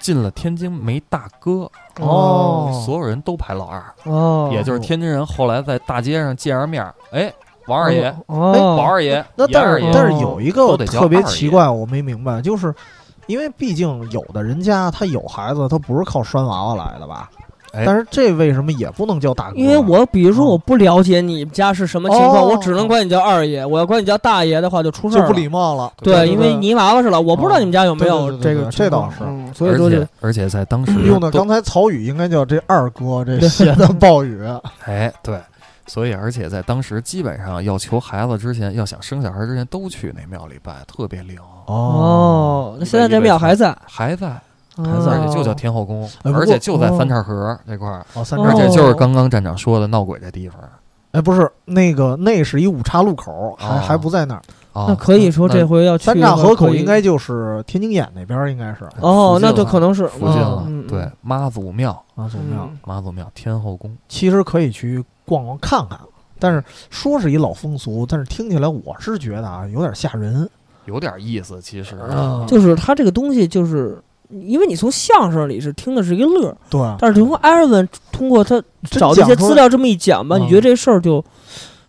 进了天津没大哥，
嗯
哦
所有人都排老二，
哦，
也就是天津人后来在大街上见着面儿，哎，王二爷、
哎
哦，
王二爷、
那
严
但
二
是
爷，
但是有一
都
个
得叫
特别
二爷
奇怪，我没明白，就是因为毕竟有的人家他有孩子，他不是靠拴娃娃来的吧？
哎
但是这为什么也不能叫大哥呢？
因为我比如说我不了解你家是什么情
哦
况，我只能管你叫二爷。我要管你叫大爷的话，就出事
就
儿
不
了。
礼貌了。
对，
对
因为泥娃娃是了，我不知
哦
道你们家有没
对
有
对对
这
对
个
这
情
倒
况，
是
嗯所以
而
说就
且而且在当时
用的
都
刚才曹禺应该叫这二哥，这闲的暴 哦雨。
哎对，所以而且在当时基本上要求孩子之前，要想生小孩之前都去那庙里拜，特别灵，
哦，那现在这庙还在，
还
还
在，
在
而且就叫
哦
天后宫，
哦哎不
而且
过
就在
哦
三岔河这块儿，
哦，三
哦
岔
而且
路，
就是刚刚站长说的闹鬼这地方。
哎，不是那个，那是一五岔路口，还
哦
还不在那儿。
啊，
那可以说这回要去
三岔河口
可以
应该就是天津眼那边儿，应该是
那
哦
附，近
那就
了
可能是
附近了。
嗯嗯
对，妈祖庙，
啊，怎么样？
嗯
妈祖庙，天后宫。
其实可以去逛逛看看，但是说是一老风俗，但是听起来我是觉得啊，有点吓人。
有点意思，其实
哦嗯
啊
就是它这个东西就是因为你从相声里是听的是一个乐儿，
对，
但是从艾尔文通过他
真
找这
啊讲
些
出
资
来
料这么一讲吧，
嗯
你觉得这事儿就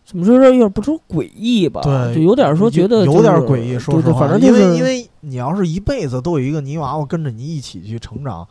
怎么说说有点不说诡异吧，
对
就有点说觉得
有
就是
有点诡异，说
对
实
对
话，
反正就
因
是
为因为你要是一辈子都有一个泥娃娃跟着你一起去成长，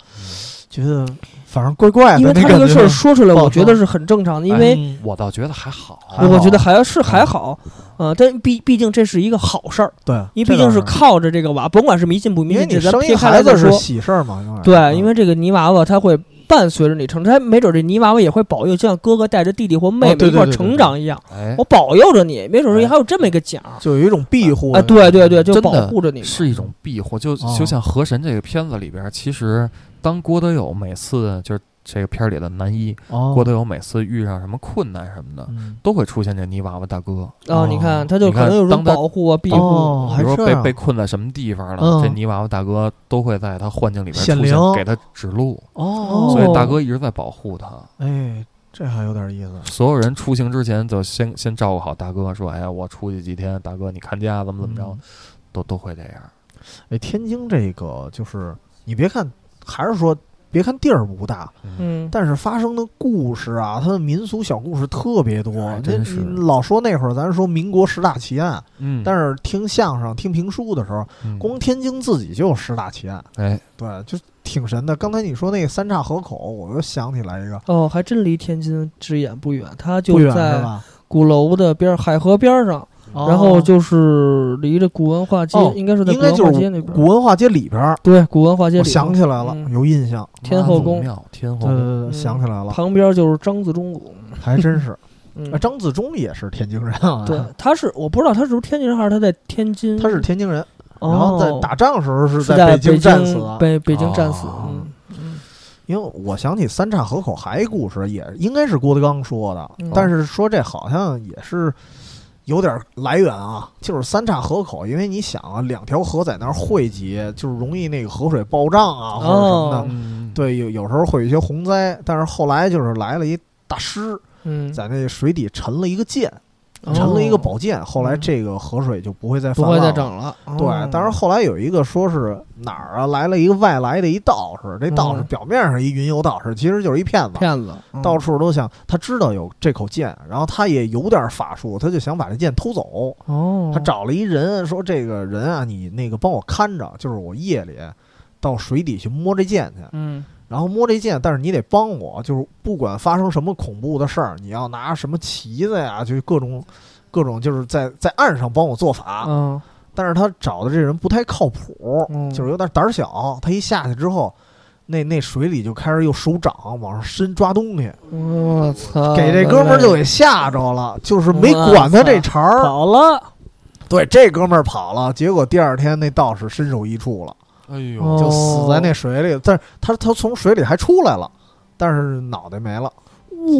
觉得反正怪怪的，
因为
那
他这
感
个
觉
事儿说出来，
不
我
好
觉得是很正常的，因为
嗯
哎我倒觉得还好，
还好哎
我觉得还是还好，呃，但毕毕竟这是一个好事儿，
对，
因为
这
毕竟
倒
是靠着这个娃，甭管是迷信不迷
因为
信，
你
这咱
生一
撇开来
孩
再
子是
说，
喜事儿嘛，有点
对，
嗯
因为这个泥娃娃它会伴随着你成长，它没准这泥娃娃也会保佑，就像哥哥带着弟弟或妹
哦
妹
对
一块儿
对对对
成
对
长一样，
哎
我，保佑着你，没准儿
哎
还有这么一个奖儿。
就有一种庇护
哎，对对对，就
真
保
的
护着你嘛。
是一种庇护，就
哦
就像《河神》这个片子里边儿，其实当郭德友每次就是这个片儿里的男一，
哦
郭
过
德友每次遇上什么困难什么
嗯
的，都会出现这泥娃娃大哥，
啊，你看，他就
你
可
看
能有种
当他
保护啊、庇护。
哦，
比
还
如说
这
被
样
被困在什么地
嗯
方了，这泥娃娃大哥都会在他幻境里边
显
出现
灵，
给他指路，
哦，
所以大哥一直在保护他。
哎，这还有点意思，
所有人出行之前就先先照顾好大哥，说：“哎呀，我出去几天，大哥你看家怎么怎么着
嗯，
都都会这样。
哎，天津这个就是你别看，还是说别看地儿不大，”
嗯，
但是发生的故事啊，它的民俗小故事特别多。
哎
这
真是
你老说那会儿咱说民国十大奇案，
嗯，
但是听相声、听评书的时候，
嗯
光天津自己就有十大奇案，
嗯
哎，
对，就挺神的。刚才你说那个三岔河口，我又想起来一个，
哦，还真离天津之眼不远，他
不
就
远是
在
吧？
鼓楼的边儿、海河边儿上，然后就是离着古文化街
哦，
应该是在
应
古
该
文
就
化街那
是
边儿。
古文化街里边儿，
对，古文化街
我
里边
想起来了，
嗯
有印象，
天后
妈祖
宫
庙天后
对
宫，
对对，
嗯
想起来了，
旁边就是张自忠谷。
还真是。
嗯
啊，，张自忠也是天津人啊，
对，他是我不知道他是不是天津人还是他在天津，
他是天津人，
哦
然后在打仗的时候是
是
在
在
北京战死的。
北北京战死。
哦
嗯嗯
因为我想起三岔河口还一故事，也应该是郭德纲说的，
嗯
但是说这好像也是有点来源啊，就是三岔河口，因为你想啊，两条河在那儿汇集，就是容易那个河水暴涨啊或者什么的，
哦
嗯，
对，有有时候会有一些洪灾，但是后来就是来了一大师，
嗯，
在那水底沉了一个剑，
哦
沉了一个宝剑，后来
嗯
这个河水就不会再
不
泛
会
滥
再
了。
整了。哦
对，当然后来有一个说是哪儿啊来了一个外来的一道士，这道士
嗯
表面上一云游道士，其实就是一骗子，
骗子
嗯到处都想他知道有这口剑，然后他也有点法术，他就想把这剑偷走。
哦，
他找了一人说：“这个人啊，你那个帮我看着，就是我夜里到水底去摸这剑去，
嗯
然后摸这剑，但是你得帮我，就是不管发生什么恐怖的事儿，你要拿什么旗子呀，就是各种各种，就是在在岸上帮我做法。
嗯
但是他找的这人不太靠谱，
嗯
就是有点胆儿小。他一下去之后，那那水里就开始用手掌往上伸抓东西，
我操，
给这哥们儿就给吓着了，就是没管他这茬儿。
跑了，
对，这哥们儿跑了，结果第二天那道士身首异处了，
哎
哦
呦，
就死在那水里。但是他他从水里还出来了，但是脑袋没了。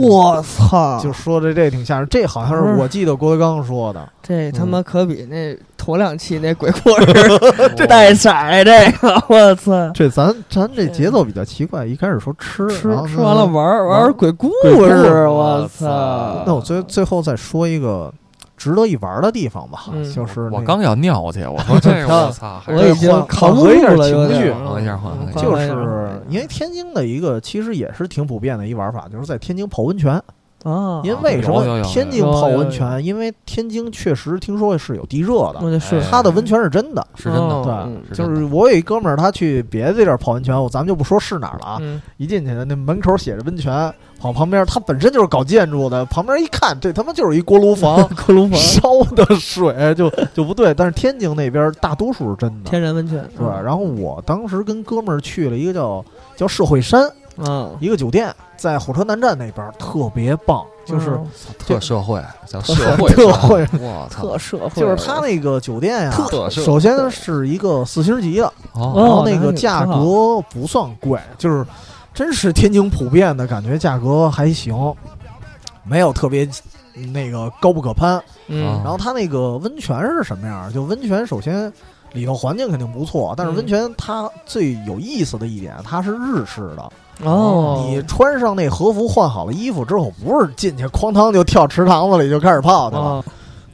我操，
就说这这挺吓人，这好像是我记得郭德纲说的。
这他
嗯
妈可比那头两期那鬼故事 带色儿这个，我操。
这咱咱这节奏比较奇怪，一开始说吃
吃
然后
吃完了
呢
玩儿
玩
玩儿鬼故
鬼故
事，
事
我
我
操！
操
那我最最后再说一个值得一玩的地方吧，
嗯
就是那
我刚要尿去，我说 这个我操，还
我已经
缓
扛
缓
不
和一
住
下
了，
情
有
绪
点
缓和一下缓和一下
就
缓和一
嗯
是
下
因为天津的一个其实也是挺普遍的一玩法，就是在天津泡温泉。
啊，
因为什
有有
么
有
天津泡温泉？因为天津确实听说是有地热
我
的，
得是
哎
它的温泉是真的。
是真的，
哦
对，
是真
就
的
是我有一哥们儿，他去别的地儿泡温泉，我咱们就不说是哪儿了啊。
嗯，
一进去，那门口写着温泉，跑旁边，他本身就是搞建筑的，旁边一看，这他妈就是一锅炉房
克鲁房
烧的水就 就不对。但是天津那边大多数是真的，
天然温泉嗯
是吧？然后我当时跟哥们儿去了一个叫叫社会山
嗯，
一个酒店，在火车南站那边，特别棒，就是
嗯
特社会，叫
特
社会
特
是吧
会，
我操
特，社会，
就是他那个酒店呀、
特色
首先是一个四星级的，
哦
然后那
那
个
还挺
价格不算贵，就是真是天津普遍的感觉，价格还行，没有特别那个高不可攀。
嗯
啊
然后它那个温泉是什么样儿？就温泉首先。里头环境肯定不错，但是
嗯
温泉它最有意思的一点，它是日式的。
哦，
你穿上那和服，换好了衣服之后，不是进去哐当就跳池塘子里就开始泡去了，
啊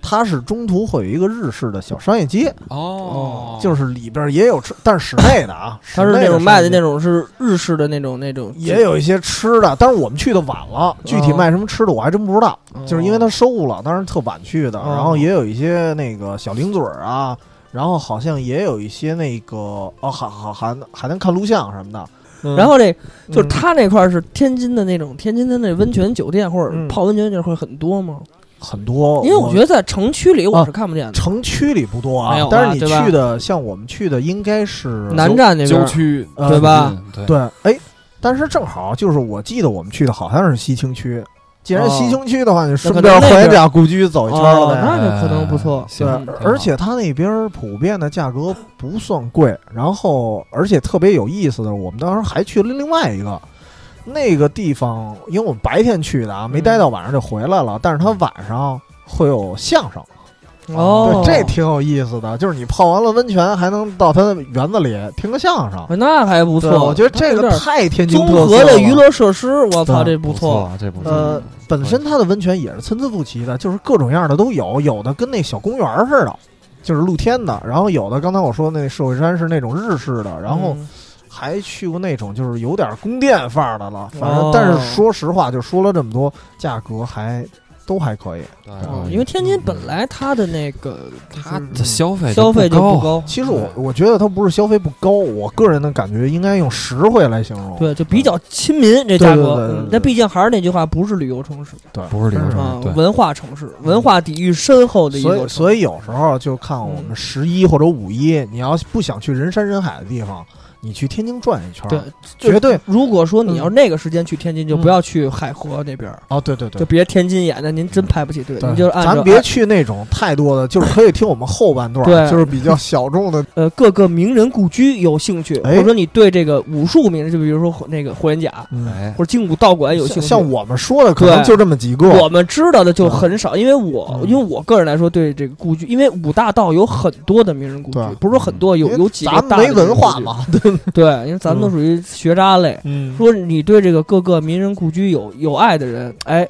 它是中途会有一个日式的小商业街，
哦
就是里边也有吃，但是室内的啊，
它是
室内
那种卖的那
种，
种是日式的那种那种，
也有一些吃的，但是我们去的晚了，具体
哦
卖什么吃的我还真不知道，
嗯
就是因为它
它
收了，当时特晚去的，
哦
然后也有一些那个小零嘴儿啊，然后好像也有一些那个哦，还还还还能看录像什么的，嗯
然后这就
嗯
是它那块儿是天津的那种，天津的那温泉酒店或
嗯
者泡温泉地儿会很多吗？
很多，
因为我觉得在城区里
啊
我是看不见的，
城区里不多
没有
啊，
吧
但是你
对吧
去的像我们去的应该是
南站那边
郊
儿
区，
呃
对吧？
嗯对，
对，哎，但是正好就是我记得我们去的好像是西青区，既然西青区的话，你顺便
哦那可能那
回
边
家故居走一圈了呗。
哦那就可能不错
哎
对
行，挺好，
而且它那边儿普遍的价格不算贵，然后而且特别有意思的，我们当时还去了另外一个。那个地方，因为我们白天去的啊，没待到晚上就回来
嗯
了。但是它晚上会有相声，
哦，
对，这挺有意思的。就是你泡完了温泉，还能到它的园子里听个相声，
哦那还哎不
不
错，
我觉得
它
这
有点
个太天津
综
特
合
色
的
了
娱乐设施，我操，
对
这不
不
错。
啊，这不错，
呃，本身它的温泉也是参差不齐的，就是各种样的都有，有的跟那小公园似的，就是露天的；然后有的刚才我说那社会山是那种日式的，然后
嗯
还去过那种就是有点宫殿范儿的了。反正，
哦
但是说实话，就说了这么多，价格还都还可以。
对啊
哦因为天津本来它的那个
嗯
它
就是
的消费
消费就不
高，
高，
其实我我觉得它不是消费不高，我个人的感觉应该用实惠来形容。
对，就比较亲民这
对对对
价
对
格嗯
对。
那毕竟还是那句话，不是旅游城市
对，
不是旅游
啊
城，市，对，
文化城市，文化底蕴深厚的一嗯
所
个
以，。所以有时候就看我们十一或者五一，你要不想去人山人海的地方，你去天津转一圈儿，
对，就
绝对
如果说你要是那个时间去天津，就不要去海河那边儿，
哦，对对对
就，别天津演的，您真排不起
对
队。你就按
咱
照
别去那种太多的，就是可以听我们后半段，
对
就是比较小众 的，
呃各个名人故居有兴趣，
哎
或者说你对这个武术名人，就比如说火那个霍元甲
嗯，
哎，
或者金谷道馆有
像
兴趣，
像我们说的，可能
对
就这么几个，
我们知道的就很少，因为我
嗯
因为我个人来说，对这个故居，因为五大道有很多的名人故居
对，啊
不是说很多，有
因为
有几个
咱
大
们
的
没文化嘛，对，
名人故居，对，因为咱们都属于学渣类。
嗯
说你对这个各个名人故居有有爱的人，哎，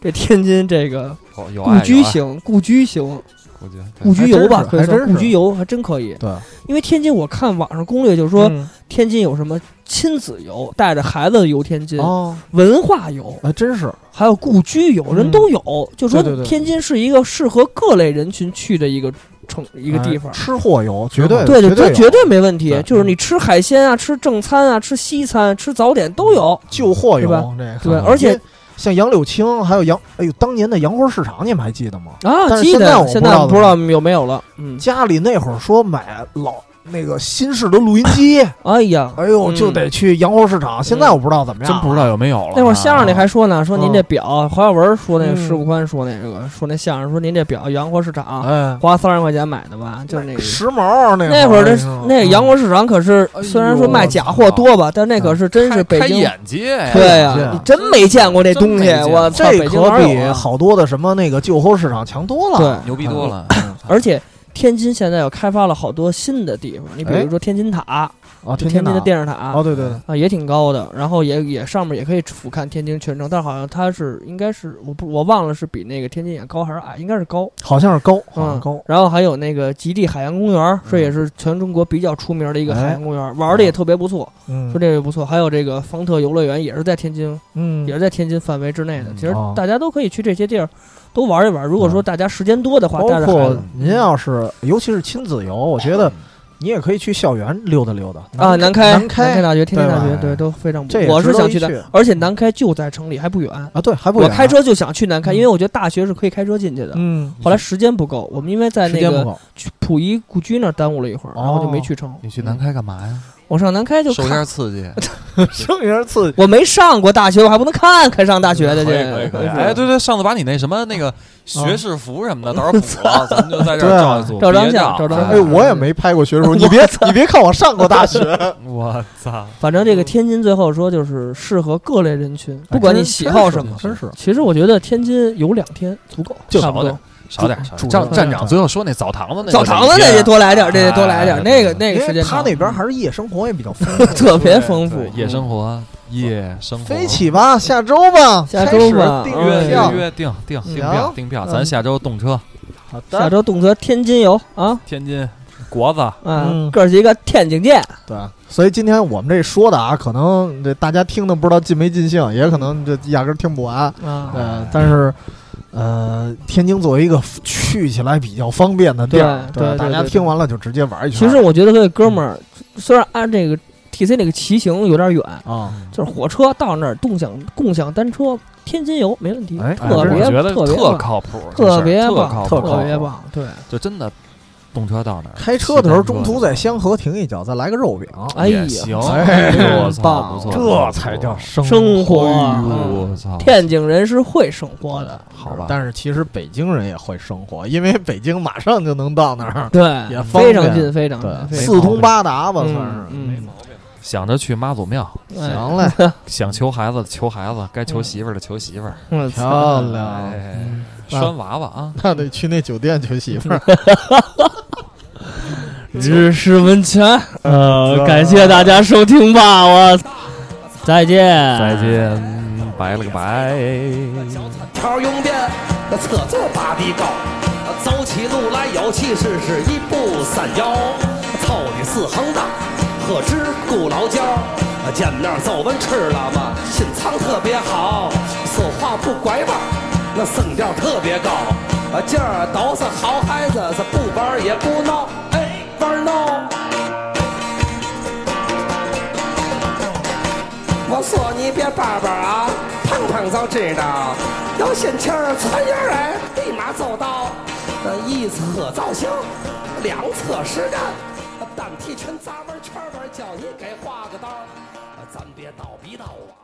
这天津这个
有有
故
爱
居
有爱
行，故居行，
故居对
故居游吧，可
还真是还真
以说
是
故居游还真可以。
对，
因为天津，我看网上攻略就说呃天津有什么亲子游，带着孩子游天津，
哦，
文化游，
还真是，
还有故居游，人都有。就说
嗯对对对
天津是一个适合各类人群去的一个城一个地方
哎。吃货游，绝对
对对，
绝
这
有
绝对没问题
对。嗯
就是你吃海鲜啊，吃正餐啊，吃西餐，吃早点都有。
旧货游
对吧，
这个
对而且
像杨柳青，还有杨，哎呦，当年的洋货市场，你们还记得吗？但
啊，
是
记
现在我
得
不
现
知
在
道
不知
了
道有没有了。嗯，
家里那会儿说买老那个新式的录音机，
哎呀，
哎呦，就得去洋货市场。现在我不知道怎么样，
真不知道有没有了。
那会儿相声里
啊
还说呢，说您这
嗯
表，黄晓文说那个
嗯
施富宽说那个说那相声说您这表洋货市场
哎，
花三十块钱买的吧，就是那个。
时髦那会
那会儿
那
这那个洋货市场可是
哎呦
虽然说卖假货多吧，但那可是真是北
开
京
眼界呀，
对呀、
是啊
你真没见过这东西
真没，见过
我操，
这
北京
可
哪
比
有啊？
好多的什么那个旧货市场强多了。
对
牛逼多了。嗯
而且天津现在又开发了好多新的地方，你比
哎
如说天津塔，
啊，
就
天
天津
的
的电视塔、
哦，对对对，
啊，也挺高的，然后也也上面也可以俯瞰天津全城，但好像它是应该是我不我忘了是比那个天津眼高还是矮，应该是高。
好像是高，好像
嗯
啊高，。
然后还有那个极地海洋公园，这
嗯
也是全中国比较出名的一个海
哎
洋公园，玩的也特别不错，
嗯
说这个也不错。还有这个方特游乐园也是在天津，
嗯
也，是在天津范围之内的。
嗯
其实
哦嗯
大家都可以去这些地儿都玩一玩。如果说大家时间多的话，
包
带着孩
括
子
您要是尤其是亲子游，我觉得你也可以去校园溜达溜达
啊，南开
南开
大学、天津大学，
对吧
对，都非常不
这也
错。我
值
是
得
想
一
去的
去，
而且南开就在城里，还不远。
啊，对，还不
我
远
开，车就想去南开，
嗯
因为我觉得大学是可以开车进去的。
嗯，
后来时间不够，我们因为在
时
那
间不
个
够，哦
去溥仪故居那儿耽误了一会儿，然后就没去成。
你去南开干嘛呀？
我上南开就
受
看
点刺 激。
生源刺激，
我没上过大学，我还不能看看上大学的
可
这
以可以可以。
个。
哎，对对，上次把你那什么那
啊
个学士服什么的，到时候 补了，咱们就在这
对
儿
啊
照一组，
照张
别
相
照
照张
哎，
相
我也没拍过学术，你别你别看我上过大学，
我操！
反正这个天津最后说就是适合各类人群，不管你喜好什么。
真是
其实我觉得天津有两天足够，
就
差不多。
少点，少
主
点。站
主
站长最后说那澡堂子那
澡堂子那
那
得多来点儿，这得多来点儿。
哎
那个
对
那个
因
时
为
间
他
长，
那边还是夜生活也比较丰富。
特别丰富。
夜生活，夜生活。
飞起吧，下周吧，
下周吧
开始订
嗯
约
票
约。约定定
嗯
订票订票，咱下周动车
好
下
的，
周动辄天津游啊
天津国子，
啊
嗯，
哥儿几个天津见，
对，啊所以今天我们这说的啊，可能这大家听的不知道尽没尽兴，也可能这压根儿听不完。
啊，
呃，但是，呃，天津作为一个去起来比较方便的地儿，
对对对
大家
对对
听完了就直接玩一圈
其
儿。
实我觉得各位哥们儿，虽然按这个 T C 那个骑行有点远，
啊，
嗯
就是火车到那儿共享共享单车，天津游没问题，
哎
特
我
别
觉得
特别
特
棒
靠谱，这事
特
儿
别
特
棒，
靠
特
谱，
靠
特
谱
别棒，对，
就真的动车到那儿，
开车的时候中途
再
在香河停一脚，再来个肉饼，
哎呀
也，行，
哎
我
棒
操，不错，
这才叫生
生活
哎
啊
呦
嗯
我操，
天津人是会生活的，
好吧，
但是其实北京人也会生活，因为北京马上就能到那儿，也
对，
方
非
便
常近，非常
嗯
近，
对，
非
四通八达吧，
嗯
算是。
嗯
想着去妈祖庙，
哎
行嘞，
想求孩子的求孩子，该求媳妇儿的求媳妇儿，
常
哎
近，
漂亮，
哎，拴娃娃啊，
那得去那酒店娶媳妇儿。
日式嗯温泉，
嗯
呃
走，
感谢大家收听吧，我再见，
再见，拜了个拜。
脚踩条用遍，那侧坐打的高，呃走起路来有气势，是一步三摇，操的四行大，喝汁咕老焦，见面皱纹吃了吗？心肠特别好，说话不拐弯，那声调特别高，今儿都是好孩子，是不玩儿也不闹，哎，玩儿闹。我说你别叭叭啊，碰碰就知道。有心情儿窜悠哎，立马走到。那一侧造型，两侧实干，单体拳杂玩圈玩，叫你给画个道儿。咱别倒逼道啊。